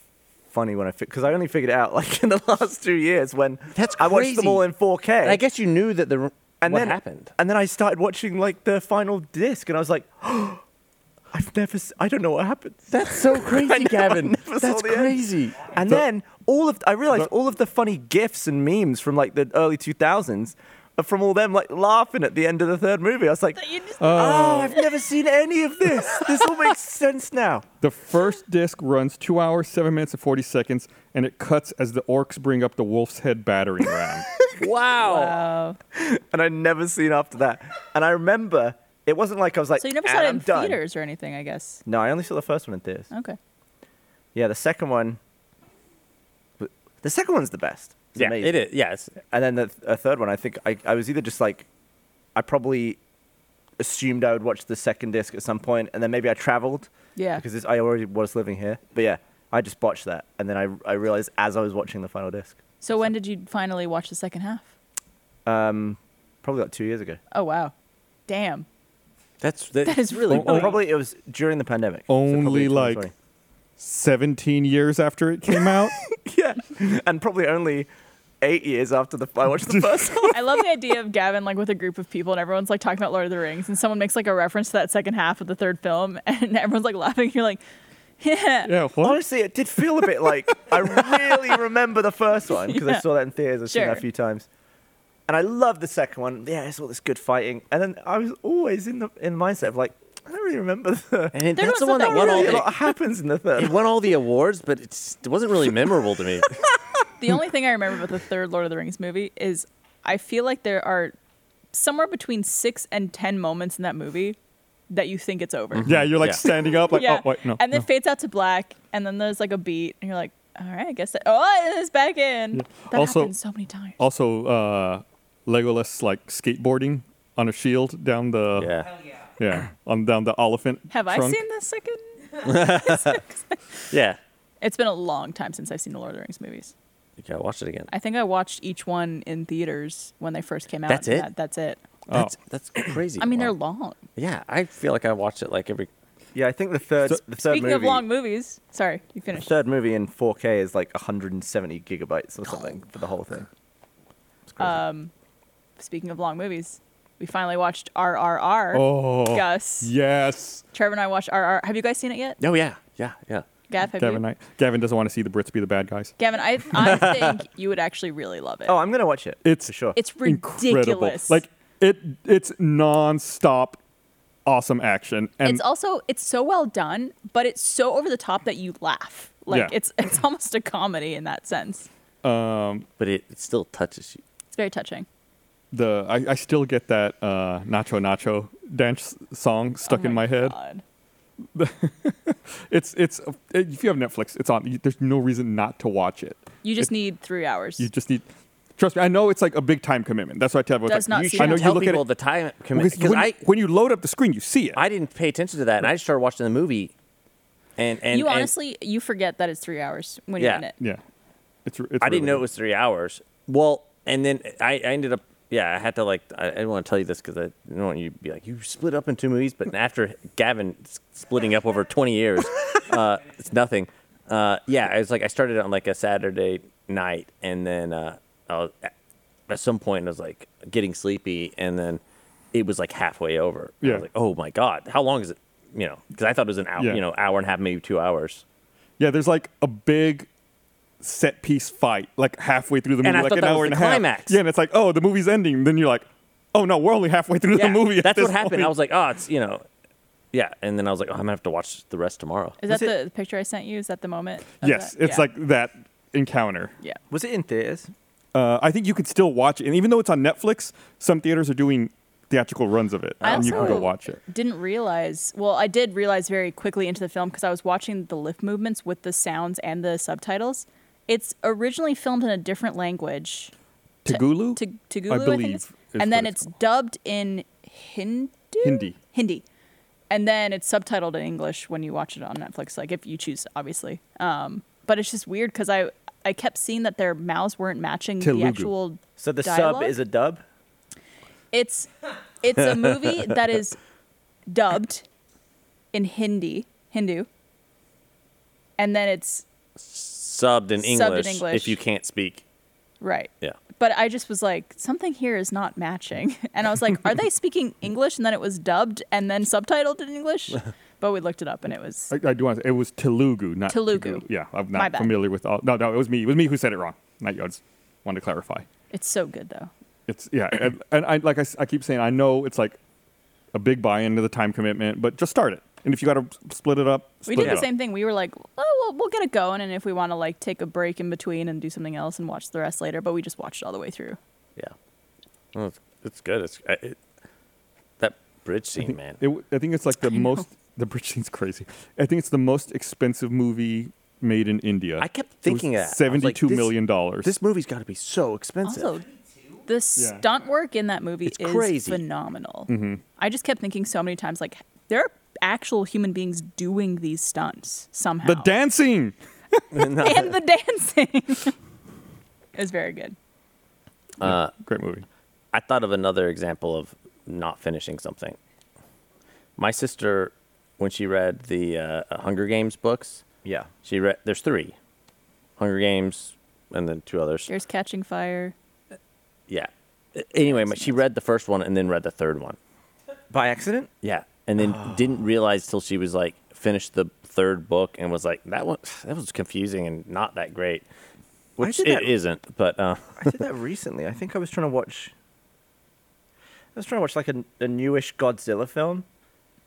Speaker 2: funny when I because I only figured it out *laughs* like in the last two years when
Speaker 4: *laughs* That's
Speaker 2: I watched them
Speaker 4: crazy.
Speaker 2: all in 4K.
Speaker 4: And I guess you knew that the
Speaker 2: and
Speaker 4: what
Speaker 2: then
Speaker 4: happened.
Speaker 2: and then I started watching like the final disc, and I was like, *gasps* "I've never. s- I don't know what happened." *laughs*
Speaker 4: That's *laughs* so
Speaker 2: I
Speaker 4: crazy,
Speaker 2: know, I
Speaker 4: Gavin.
Speaker 2: never saw
Speaker 4: That's
Speaker 2: the end.
Speaker 4: crazy.
Speaker 2: And then all of I realized all of the funny gifs and memes from like the early 2000s are from all them like laughing at the end of the third movie. I was like,
Speaker 5: You just-
Speaker 2: "Oh, I've never seen any of this. This all
Speaker 4: *laughs*
Speaker 2: makes sense now."
Speaker 3: The first disc runs two hours, seven minutes, and forty seconds, and it cuts as the orcs bring up the wolf's head battering
Speaker 5: *laughs*
Speaker 3: ram.
Speaker 4: wow.
Speaker 5: wow.
Speaker 2: And I never seen after that. And I remember it wasn't like I was like,
Speaker 5: So you never
Speaker 2: "And
Speaker 5: saw it
Speaker 2: I'm
Speaker 5: in
Speaker 2: done."
Speaker 5: theaters Oh. or anything, I guess.
Speaker 2: No, I only saw the first one in theaters.
Speaker 5: Okay.
Speaker 2: Yeah, the second one. The second one's the best. It's
Speaker 4: Yeah,
Speaker 2: amazing.
Speaker 4: it is. Yes.
Speaker 2: And then the th- a third one, I think I, I was either just like, I probably assumed I would watch the second disc at some point, and then maybe I traveled.
Speaker 5: Yeah.
Speaker 2: Because it's, I already was living here. But yeah, I just botched that. And then I, I realized as I was watching the final disc,
Speaker 5: So when did you finally watch the second half?
Speaker 2: probably like two years ago.
Speaker 5: Oh wow. Damn.
Speaker 4: That's
Speaker 5: That is really
Speaker 3: Oh, oh.
Speaker 5: quick.
Speaker 2: Probably it was during the pandemic. so
Speaker 3: Only
Speaker 2: probably
Speaker 3: like
Speaker 2: 2020.
Speaker 3: seventeen years after it
Speaker 5: *laughs*
Speaker 3: came out.
Speaker 2: *laughs* Yeah. And probably only eight years after the, I watched *laughs* the first one.
Speaker 5: I love the idea of Gavin like with a group of people and everyone's like talking about Lord of the Rings and someone makes like a reference to that second half of the third film *laughs* and everyone's like laughing. You're like, *laughs* yeah.
Speaker 3: yeah, what?
Speaker 2: Honestly, it did feel a bit like I *laughs* really remember the first one because I
Speaker 5: Yeah.
Speaker 2: saw that in theaters. I've seen that
Speaker 5: Sure.
Speaker 2: a few times, and I love the second one. Yeah, it's all this good fighting, and then I was always in the in the mindset of like I don't really remember *laughs* the.
Speaker 4: And it,
Speaker 5: There
Speaker 4: that's the
Speaker 5: was
Speaker 4: one that
Speaker 5: something
Speaker 4: won all
Speaker 2: Really, a
Speaker 4: the,
Speaker 2: lot happens in the *laughs* third.
Speaker 4: it
Speaker 2: one.
Speaker 4: won all the awards, but it's, it wasn't really memorable to *laughs* me.
Speaker 5: The only thing I remember about the third Lord of the Rings movie is I feel like there are somewhere between six and ten moments in that movie that you think it's over.
Speaker 3: Mm-hmm. Yeah, you're like
Speaker 4: Yeah.
Speaker 3: standing up, like
Speaker 5: Yeah.
Speaker 3: oh wait, no.
Speaker 5: and then
Speaker 3: no.
Speaker 5: fades out to black, and then there's like a beat, and you're like, all right, I guess that, oh, it is back in. That
Speaker 3: Also-
Speaker 5: happens so many times.
Speaker 3: also uh, Legolas like skateboarding on a shield down the
Speaker 4: Yeah.
Speaker 3: yeah, on down the elephant.
Speaker 5: Have I
Speaker 3: trunk.
Speaker 5: seen the second?
Speaker 4: Yeah.
Speaker 5: It's been a long time since I've seen the Lord of the Rings movies.
Speaker 4: You gotta watch it again.
Speaker 5: I think I watched each one in theaters when they first came out.
Speaker 4: That's
Speaker 5: and
Speaker 4: it?
Speaker 5: That, that's it.
Speaker 4: Oh. That's, that's crazy.
Speaker 5: I mean, they're
Speaker 4: Wow.
Speaker 5: long.
Speaker 4: Yeah, I feel like I watch it like every
Speaker 2: Yeah, I think the third,
Speaker 3: So-
Speaker 2: the third
Speaker 5: Speaking
Speaker 2: movie,
Speaker 5: of long movies, sorry, you
Speaker 2: the
Speaker 5: finished.
Speaker 2: third movie in 4K is like 170 gigabytes or something for the whole *gasps* thing. It's crazy.
Speaker 5: Speaking of long movies, we finally watched RRR.
Speaker 3: Oh,
Speaker 5: Gus,
Speaker 3: yes.
Speaker 5: Trevor, and I watched RRR. Have you guys seen it yet?
Speaker 4: No, oh, yeah, yeah, yeah.
Speaker 5: Gav, have
Speaker 3: Gavin,
Speaker 5: you?
Speaker 3: I, Gavin doesn't want to see the Brits be the bad guys.
Speaker 5: Gavin,
Speaker 3: *laughs*
Speaker 5: I, I think you would actually really love it.
Speaker 2: oh, I'm gonna watch it.
Speaker 3: It's
Speaker 2: for sure.
Speaker 5: it's
Speaker 3: Incredible.
Speaker 5: ridiculous.
Speaker 3: Like it, it's non-stop awesome action, and
Speaker 5: it's also it's so well done, but it's so over the top that you laugh. Like
Speaker 3: Yeah.
Speaker 5: it's it's *laughs* almost a comedy in that sense.
Speaker 4: But it, it still touches you.
Speaker 5: It's very touching.
Speaker 3: the I, I still get that uh, Nacho Nacho dance song stuck
Speaker 5: Oh
Speaker 3: in my head.
Speaker 5: God.
Speaker 3: It's it's uh, if you have Netflix, it's on. There's no reason not to watch it.
Speaker 5: You just need three hours.
Speaker 3: You just need. Trust me, I know it's like a big time commitment. That's why I tell everyone.
Speaker 5: Does
Speaker 3: it's
Speaker 5: not
Speaker 3: like,
Speaker 5: seem
Speaker 3: I know
Speaker 5: like-
Speaker 3: you
Speaker 4: Tell
Speaker 3: look at
Speaker 4: people
Speaker 3: it
Speaker 4: the time
Speaker 3: because
Speaker 4: commitment because
Speaker 3: when,
Speaker 4: I
Speaker 3: when you load up the screen, you see it.
Speaker 4: I didn't pay attention to that, and I just started watching the movie, and and
Speaker 5: you
Speaker 4: and
Speaker 5: honestly you forget that it's three hours when you're
Speaker 4: Yeah.
Speaker 5: in it.
Speaker 3: yeah, it's. it's
Speaker 4: I didn't
Speaker 3: really
Speaker 4: know it
Speaker 3: good.
Speaker 4: was three hours. Well, and then I, I ended up yeah I had to like I, I didn't want to tell you this because I didn't want you to be like you split up in two movies, but after Gavin s- splitting up over twenty years, *laughs* uh, it's nothing. Uh, yeah, I was like I started on like a Saturday night, and then uh, I was, at- at some point I was like getting sleepy, and then it was like halfway over. I
Speaker 3: Yeah.
Speaker 4: was like, oh my god, how long is it? You know, because I thought it was an hour,
Speaker 3: Yeah.
Speaker 4: you know, hour and a half, maybe two hours.
Speaker 3: Yeah, there's like a big set piece fight like halfway through the movie,
Speaker 4: And I
Speaker 3: like
Speaker 4: thought
Speaker 3: an
Speaker 4: that
Speaker 3: hour
Speaker 4: was
Speaker 3: and
Speaker 4: the
Speaker 3: a half.
Speaker 4: climax.
Speaker 3: Yeah, and it's like, oh, the movie's ending. Then you're like, oh no, we're only halfway through
Speaker 4: Yeah,
Speaker 3: the movie. at
Speaker 4: That's
Speaker 3: this
Speaker 4: what happened.
Speaker 3: point.
Speaker 4: I was like, oh, it's you know, yeah. And then I was like, oh, I'm gonna have to watch the rest tomorrow.
Speaker 5: Is
Speaker 2: Was
Speaker 5: that
Speaker 2: it-
Speaker 5: the, the picture I sent you? Is that the moment? of
Speaker 3: yes,
Speaker 5: that?
Speaker 3: it's
Speaker 5: Yeah.
Speaker 3: like that encounter.
Speaker 5: yeah.
Speaker 2: was it in theaters?
Speaker 3: Uh, I think you could still watch it, and even though it's on Netflix, some theaters are doing theatrical runs of it,
Speaker 5: I
Speaker 3: and you can go
Speaker 5: also-
Speaker 3: watch it.
Speaker 5: Didn't realize. Well, I did realize very quickly into the film because I was watching the lift movements with the sounds and the subtitles. It's originally filmed in a different language,
Speaker 3: Tagulu,
Speaker 5: to Tagulu,
Speaker 3: I
Speaker 5: I,
Speaker 3: believe
Speaker 5: think, it's,
Speaker 3: is what
Speaker 5: and then
Speaker 3: it's
Speaker 5: it's dubbed in Hindu.
Speaker 3: Hindi.
Speaker 5: Hindi, and then it's subtitled in English when you watch it on Netflix, like if you choose, obviously. Um, but it's just weird because I I kept seeing that their mouths weren't matching
Speaker 3: Telugu.
Speaker 5: the actual.
Speaker 2: So the
Speaker 5: dialogue.
Speaker 2: sub is a dub.
Speaker 5: It's it's a movie that is dubbed in Hindi, Hindu, and then it's
Speaker 4: Subbed in
Speaker 5: Subbed in
Speaker 4: English, if
Speaker 5: English.
Speaker 4: you can't speak.
Speaker 5: right.
Speaker 4: Yeah.
Speaker 5: But I just was like, something here is not matching, *laughs* and I was like, are they
Speaker 4: *laughs*
Speaker 5: speaking English? And then it was dubbed and then subtitled
Speaker 4: *laughs*
Speaker 5: in English. But we looked it up, and it was
Speaker 3: I, I do want to say it was Telugu, not
Speaker 5: Telugu.
Speaker 3: Yeah, I'm
Speaker 5: My
Speaker 3: not
Speaker 5: bad.
Speaker 3: familiar with all. No, no, it was me. It was me who said it wrong. Not you. I just wanted to clarify.
Speaker 5: it's so good though.
Speaker 3: It's
Speaker 5: *clears throat*
Speaker 3: yeah, and, and I like I, s- I keep saying I know it's like a big buy-in to the time commitment, but just start it. And if you got to split it up,
Speaker 5: We
Speaker 3: split
Speaker 5: did
Speaker 3: it
Speaker 5: the
Speaker 3: up.
Speaker 5: same thing. We were like, "Oh, well, we'll get it going, and if we want to like take a break in between and do something else and watch the rest later." But we just watched it all the way through.
Speaker 4: Yeah. Well, it's, it's good. It's I- it, that bridge scene, man.
Speaker 3: It, w- I think it's like the most. The *laughs* bridge scene's crazy. I think it's the most expensive movie made in India.
Speaker 4: I kept
Speaker 3: It was
Speaker 4: thinking that. I was like,
Speaker 3: seventy-two
Speaker 4: this-
Speaker 3: million dollars.
Speaker 4: This movie's got to be so expensive.
Speaker 5: Also, the stunt work in that movie
Speaker 4: It's
Speaker 5: is
Speaker 4: crazy. Mm-hmm.
Speaker 5: phenomenal. I just kept thinking so many times, like there are actual human beings doing these stunts somehow.
Speaker 3: the dancing.
Speaker 2: *laughs*
Speaker 5: and the dancing. *laughs* it was very good.
Speaker 3: Great movie.
Speaker 4: I thought of another example of not finishing something. My sister, when she read the uh, Hunger Games books,
Speaker 2: Yeah.
Speaker 4: she read there's three, Hunger Games, and then two others.
Speaker 5: There's Catching Fire.
Speaker 4: Yeah. A- Anyway, my- she read the first one and then read the third one.
Speaker 2: By accident?
Speaker 4: Yeah, and then didn't realize till she was like finished the third book and was like that one that was confusing and not that great, which
Speaker 2: did
Speaker 4: it
Speaker 2: that-
Speaker 4: not But uh,
Speaker 2: I did that *laughs* recently. I think I was trying to watch. I was trying to watch like a, a newish Godzilla film,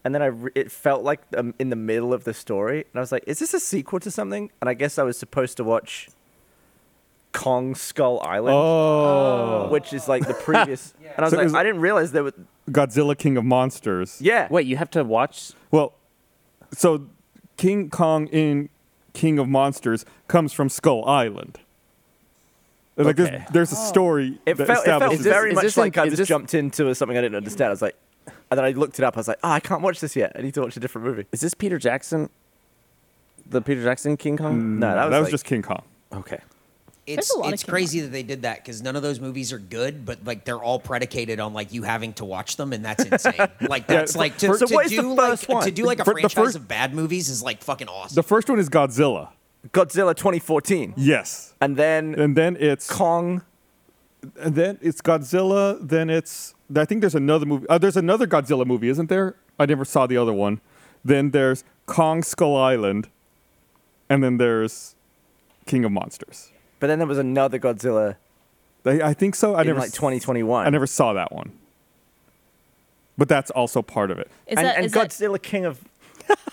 Speaker 2: and then I re- it felt like um, in the middle of the story, and I was like, "Is this a sequel to something?" And I guess I was supposed to watch Kong Skull Island,
Speaker 3: Oh,
Speaker 2: which is like the previous. And I was
Speaker 3: So it
Speaker 2: like,
Speaker 3: was-
Speaker 2: I didn't realize there was.
Speaker 3: Godzilla King of Monsters.
Speaker 2: Yeah,
Speaker 4: wait, you have to watch.
Speaker 3: Well, so King Kong in King of Monsters comes from Skull Island. Like
Speaker 4: Okay.
Speaker 3: there's, there's a story
Speaker 2: It
Speaker 3: that
Speaker 2: felt, it felt
Speaker 3: establishes
Speaker 4: this-
Speaker 2: very
Speaker 4: is
Speaker 2: much
Speaker 4: this
Speaker 2: like
Speaker 4: in-
Speaker 2: I
Speaker 4: is
Speaker 2: just
Speaker 4: this-
Speaker 2: jumped into something I didn't understand. I was like, and then I looked it up. I was like, oh, I can't watch this yet. I need to watch a different movie.
Speaker 4: Is this Peter Jackson? The Peter Jackson King Kong?
Speaker 2: No,
Speaker 3: that was,
Speaker 2: that was like-
Speaker 3: just King Kong.
Speaker 4: Mm. Okay.
Speaker 6: it's
Speaker 5: a lot of
Speaker 6: it's
Speaker 5: King
Speaker 6: crazy that they did that because none of those movies are good, but like they're all predicated on like you having to watch them, and that's insane. like that's like to,
Speaker 2: for- So
Speaker 6: to
Speaker 2: what is the
Speaker 6: do
Speaker 2: first
Speaker 6: like
Speaker 2: one?
Speaker 6: to do like a
Speaker 3: For the
Speaker 6: franchise
Speaker 3: first-
Speaker 6: of bad movies is like fucking awesome.
Speaker 3: The first one is Godzilla.
Speaker 2: Godzilla 2014,
Speaker 3: Yes.
Speaker 2: and then
Speaker 3: And then it's
Speaker 2: Kong.
Speaker 3: and then it's Godzilla. Then it's I think there's another movie. Uh, there's another Godzilla movie, isn't there? I never saw the other one. Then there's Kong Skull Island, and then there's King of Monsters.
Speaker 2: But then there was another Godzilla
Speaker 3: I, I think so. I
Speaker 2: in
Speaker 3: never
Speaker 2: like
Speaker 3: s-
Speaker 2: 2021.
Speaker 3: I never saw that one. But that's also part of it.
Speaker 5: Is
Speaker 2: and
Speaker 5: that
Speaker 2: and
Speaker 5: is that-
Speaker 2: Godzilla King of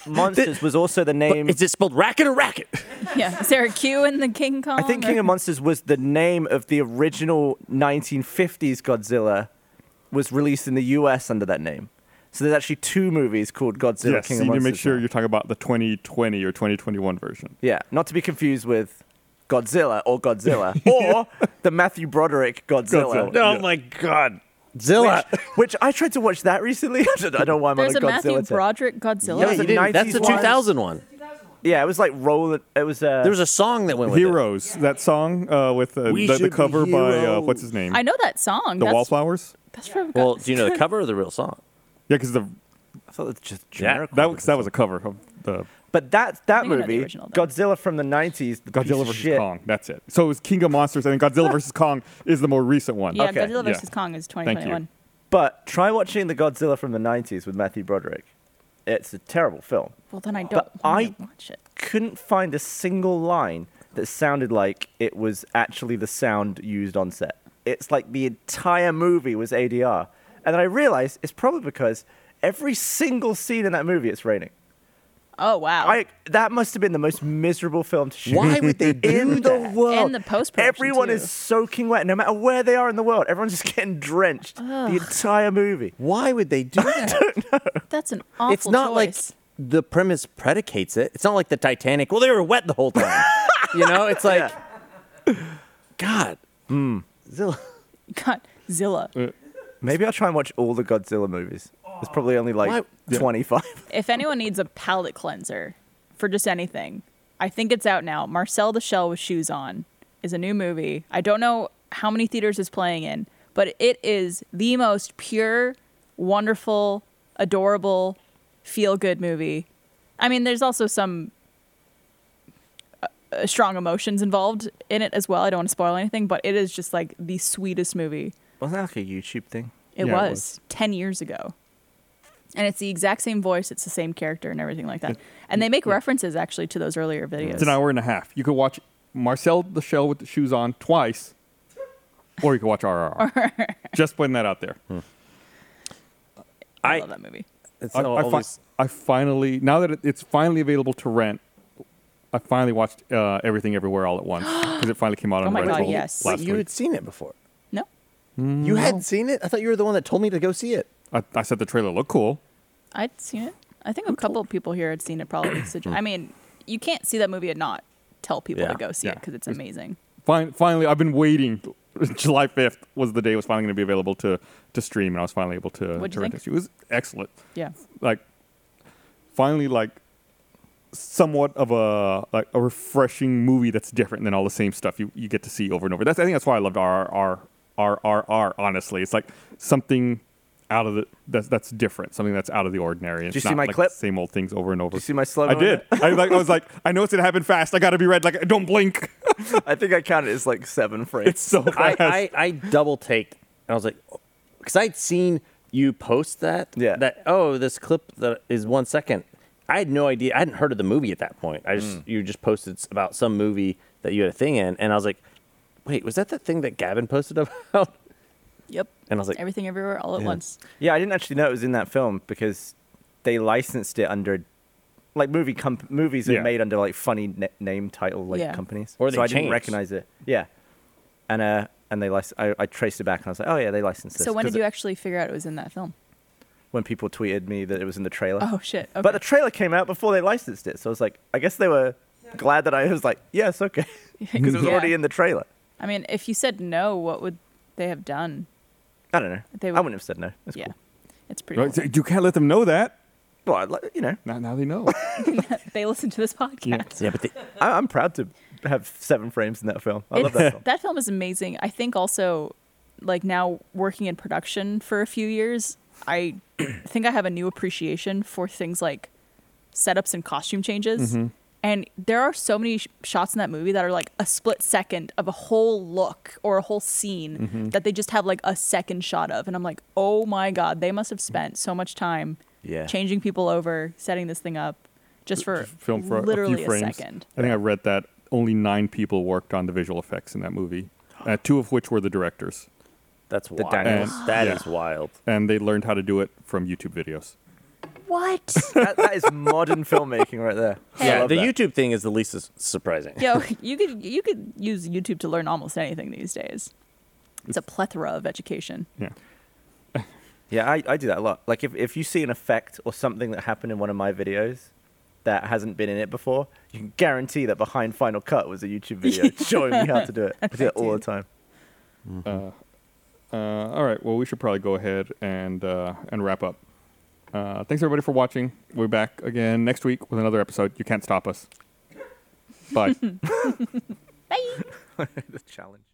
Speaker 2: Monsters was also the name.
Speaker 4: Is it spelled racket or racket?
Speaker 5: *laughs* yeah? Is there a Q in the King Kong?
Speaker 2: I think
Speaker 5: or-
Speaker 2: King of Monsters was the name of the original 1950s Godzilla was released in the US under that name. So there's actually two movies called Godzilla
Speaker 3: yes,
Speaker 2: King
Speaker 3: you
Speaker 2: of
Speaker 3: need to
Speaker 2: Monsters.
Speaker 3: make sure
Speaker 2: now.
Speaker 3: you're talking about the 2020 or 2021 version.
Speaker 2: Yeah, not to be confused with Godzilla
Speaker 3: *laughs*
Speaker 2: or Godzilla or the Matthew Broderick Godzilla.
Speaker 3: Godzilla. No.
Speaker 4: *laughs* Oh my god, Zilla.
Speaker 2: Which I tried to watch that recently. *laughs* I don't, I don't know why I'm
Speaker 5: There's a
Speaker 2: on a Godzilla.
Speaker 5: Matthew
Speaker 2: tip.
Speaker 5: Broderick Godzilla.
Speaker 2: Yeah,
Speaker 4: No,
Speaker 2: was
Speaker 4: you
Speaker 2: a
Speaker 4: didn't. That's
Speaker 2: 90s
Speaker 4: the
Speaker 2: one.
Speaker 4: 2000 one.
Speaker 2: Yeah, it was like roll. It was uh,
Speaker 4: There was a song that went with it.
Speaker 3: Heroes, that song uh, with uh,
Speaker 4: We
Speaker 3: the,
Speaker 4: should
Speaker 3: the
Speaker 4: be
Speaker 3: cover by uh,
Speaker 4: heroes.
Speaker 3: what's his name?
Speaker 5: I know that song.
Speaker 3: the
Speaker 5: that's,
Speaker 3: Wallflowers.
Speaker 5: That's from
Speaker 4: Well,
Speaker 5: Godzilla.
Speaker 4: do you know the cover or the real song?
Speaker 3: Yeah, because the
Speaker 2: I thought it was just
Speaker 4: Yeah.
Speaker 2: generic.
Speaker 3: that was that was a cover of the
Speaker 2: But that that
Speaker 5: think I know the
Speaker 2: movie,
Speaker 5: original, though.
Speaker 2: Godzilla from the 90s, the piece
Speaker 3: Godzilla
Speaker 2: of
Speaker 3: versus
Speaker 2: shit.
Speaker 3: Kong. That's it. So it was King of Monsters, and then
Speaker 5: *laughs*
Speaker 3: Godzilla versus Kong is the more recent one.
Speaker 5: yeah,
Speaker 2: okay,
Speaker 5: Godzilla
Speaker 3: yeah.
Speaker 5: vs Kong is
Speaker 3: you.
Speaker 5: 2021.
Speaker 2: But try watching the Godzilla from the 90s with Matthew Broderick. It's a terrible film.
Speaker 5: Well, then I don't.
Speaker 2: But
Speaker 5: wanna
Speaker 2: I-
Speaker 5: watch it.
Speaker 2: Couldn't find a single line that sounded like it was actually the sound used on set. It's like the entire movie was ADR. And then I realized it's probably because every single scene in that movie it's raining.
Speaker 5: Oh wow.
Speaker 2: I that must have been the most miserable film to shoot.
Speaker 4: Why would they do
Speaker 2: *laughs* in the
Speaker 4: that?
Speaker 2: world?
Speaker 5: And the post-production,
Speaker 2: Everyone
Speaker 5: too.
Speaker 2: is soaking wet, no matter where they are in the world. Everyone's just *laughs* getting drenched the entire movie.
Speaker 4: Why would they do *laughs* that?
Speaker 5: That's an awful
Speaker 4: it's not
Speaker 5: choice. *laughs*
Speaker 4: like the premise predicates it. It's not like the Titanic. Well, they were wet the whole time. you know, *laughs* it's like God. Zilla.
Speaker 5: God, Zilla.
Speaker 2: Maybe I'll try and watch all the Godzilla movies. There's probably only like *laughs*
Speaker 4: Why-
Speaker 2: 25.
Speaker 5: If anyone needs a palate cleanser for just anything, I think it's out now. Marcel the Shell with Shoes On is a new movie. I don't know how many theaters it's playing in, but it is the most pure, wonderful, adorable, feel good movie. I mean, there's also some uh, uh, strong emotions involved in it as well. I don't want to spoil anything, but it is just like the sweetest movie.
Speaker 2: Wasn't that like a YouTube thing?
Speaker 5: It,
Speaker 3: Yeah, it
Speaker 5: was,
Speaker 3: was.
Speaker 5: 10 years ago. And it's the exact same voice, it's the same character and everything like that. And they make references actually to those earlier videos.
Speaker 3: It's an hour and a half. You could watch Marcel the Shell with the shoes on twice, or you could watch
Speaker 5: *laughs*
Speaker 3: RRR. Just putting that out there.
Speaker 5: I,
Speaker 4: I-
Speaker 5: love that movie.
Speaker 4: It's
Speaker 3: I,
Speaker 4: all-
Speaker 3: I, fi-
Speaker 4: always-
Speaker 3: I finally now that it, it's finally available to rent. I finally watched uh, everything everywhere all at once because it finally
Speaker 5: *gasps*
Speaker 3: came out on
Speaker 5: Oh my
Speaker 3: rental
Speaker 5: God, yes.
Speaker 3: last
Speaker 4: Wait, you
Speaker 3: week.
Speaker 4: had seen it before.
Speaker 5: No?
Speaker 4: You hadn't seen it. I thought you were the one that told me to go see it.
Speaker 3: I, I said the trailer looked cool.
Speaker 5: I'd seen it. I think a couple of people here had seen it probably. So- I mean, you can't see that movie and not tell people
Speaker 4: Yeah,
Speaker 5: to go see it
Speaker 3: yeah.
Speaker 5: 'cause it because it's amazing.
Speaker 3: Fin- finally, I've been waiting. *laughs* July 5th was the day it was finally going to be available to, to stream, and I was finally able to,
Speaker 5: What'd
Speaker 3: to
Speaker 5: you
Speaker 3: rent
Speaker 5: think?
Speaker 3: it. It was excellent.
Speaker 5: Yeah.
Speaker 3: Like, finally, like, somewhat of a like a refreshing movie that's different than all the same stuff you, you get to see over and over. That's I think that's why I loved RRR RRR. Honestly, it's like something out of the that's that's different, something that's out of the ordinary. It's
Speaker 2: you see
Speaker 3: not
Speaker 2: my
Speaker 3: like
Speaker 2: clip?
Speaker 3: the same old things over and over.
Speaker 2: you see my slow
Speaker 3: I
Speaker 2: mo
Speaker 3: did. I like I was like I know it's gonna happen fast. I gotta be ready. Like don't blink.
Speaker 2: *laughs*
Speaker 3: *laughs*
Speaker 2: I think I counted it as like seven frames.
Speaker 3: It's so
Speaker 4: *laughs* I,
Speaker 3: fast.
Speaker 4: I, I double taked and I was like, because I'd seen you post that.
Speaker 2: Yeah.
Speaker 4: That oh, this clip that is one second. I had no idea. I hadn't heard of the movie at that point. I just you just posted s- about some movie that you had a thing in, and I was like, wait, was that the thing that Gavin posted *laughs* about?
Speaker 5: Yep.
Speaker 4: And I was like,
Speaker 5: Everything Everywhere All at Once.
Speaker 2: Yeah, I didn't actually know it was in that film because they licensed it under like movie comp- movies are
Speaker 3: Yeah.
Speaker 2: made under like funny na- name title like
Speaker 5: Yeah.
Speaker 2: companies.
Speaker 4: Or they
Speaker 2: so I didn't
Speaker 4: changed.
Speaker 2: recognize it. Yeah. And uh and they lic- I, I traced it back and I was like, "Oh yeah, they licensed this."
Speaker 5: So when
Speaker 2: 'Cause
Speaker 5: did you
Speaker 2: it-
Speaker 5: actually figure out it was in that film?
Speaker 2: when people tweeted me that it was in the trailer.
Speaker 5: Oh, shit. Okay.
Speaker 2: But the trailer came out before they licensed it. So I was like, I guess they were glad that I was like, "Yes, okay." Because it was
Speaker 5: *laughs* Yeah.
Speaker 2: already in the trailer.
Speaker 5: I mean, if you said no, what would they have done?
Speaker 2: I don't know.
Speaker 5: They
Speaker 2: I
Speaker 5: would-
Speaker 2: wouldn't have said no. That's
Speaker 5: yeah.
Speaker 2: cool.
Speaker 5: It's pretty
Speaker 3: Right,
Speaker 5: cool.
Speaker 3: so *laughs* you can't let them know that.
Speaker 2: Well, I'd like- you know,
Speaker 3: Now, now they know.
Speaker 5: They listen to this podcast.
Speaker 4: yeah, but the,
Speaker 2: I, I'm proud to have seven frames in that film. I love
Speaker 5: It's-
Speaker 2: that
Speaker 5: *laughs*
Speaker 2: film.
Speaker 5: film is amazing. I think also, like now working in production for a few years, I *clears throat* think I have a new appreciation for things like setups and costume changes. And there are so many sh- shots in that movie that are like a split second of a whole look or a whole scene that they just have like a second shot of. And I'm like, oh my God, they must have spent so much time
Speaker 2: Yeah.
Speaker 5: changing people over, setting this thing up just for
Speaker 3: *laughs* film for a-
Speaker 5: literally
Speaker 3: a few frames.
Speaker 5: second.
Speaker 3: I think I read that only nine people worked on the visual effects in that movie, uh, two of which were the directors,
Speaker 4: That's wild. That
Speaker 2: Daniels.
Speaker 4: is
Speaker 3: Yeah.
Speaker 4: wild.
Speaker 3: and they learned how to do it from YouTube videos.
Speaker 5: What?
Speaker 2: That, that is *laughs* modern filmmaking right there. I
Speaker 4: Yeah,
Speaker 2: love
Speaker 4: the
Speaker 2: that.
Speaker 4: YouTube thing is the least su- surprising.
Speaker 5: Yo, you could you could use YouTube to learn almost anything these days. It's a plethora of education.
Speaker 3: Yeah,
Speaker 2: Yeah, I, I do that a lot. Like if, if you see an effect or something that happened in one of my videos that hasn't been in it before, you can guarantee that behind Final Cut was a YouTube video
Speaker 4: *laughs*
Speaker 2: showing me how to do it. I do it all the time.
Speaker 3: Uh, all right. Well, we should probably go ahead and uh, and wrap up. Uh, thanks everybody for watching. We'll be back again next week with another episode.
Speaker 5: *laughs*
Speaker 3: You can't stop us. Bye.
Speaker 5: Bye.
Speaker 2: *laughs* the challenge.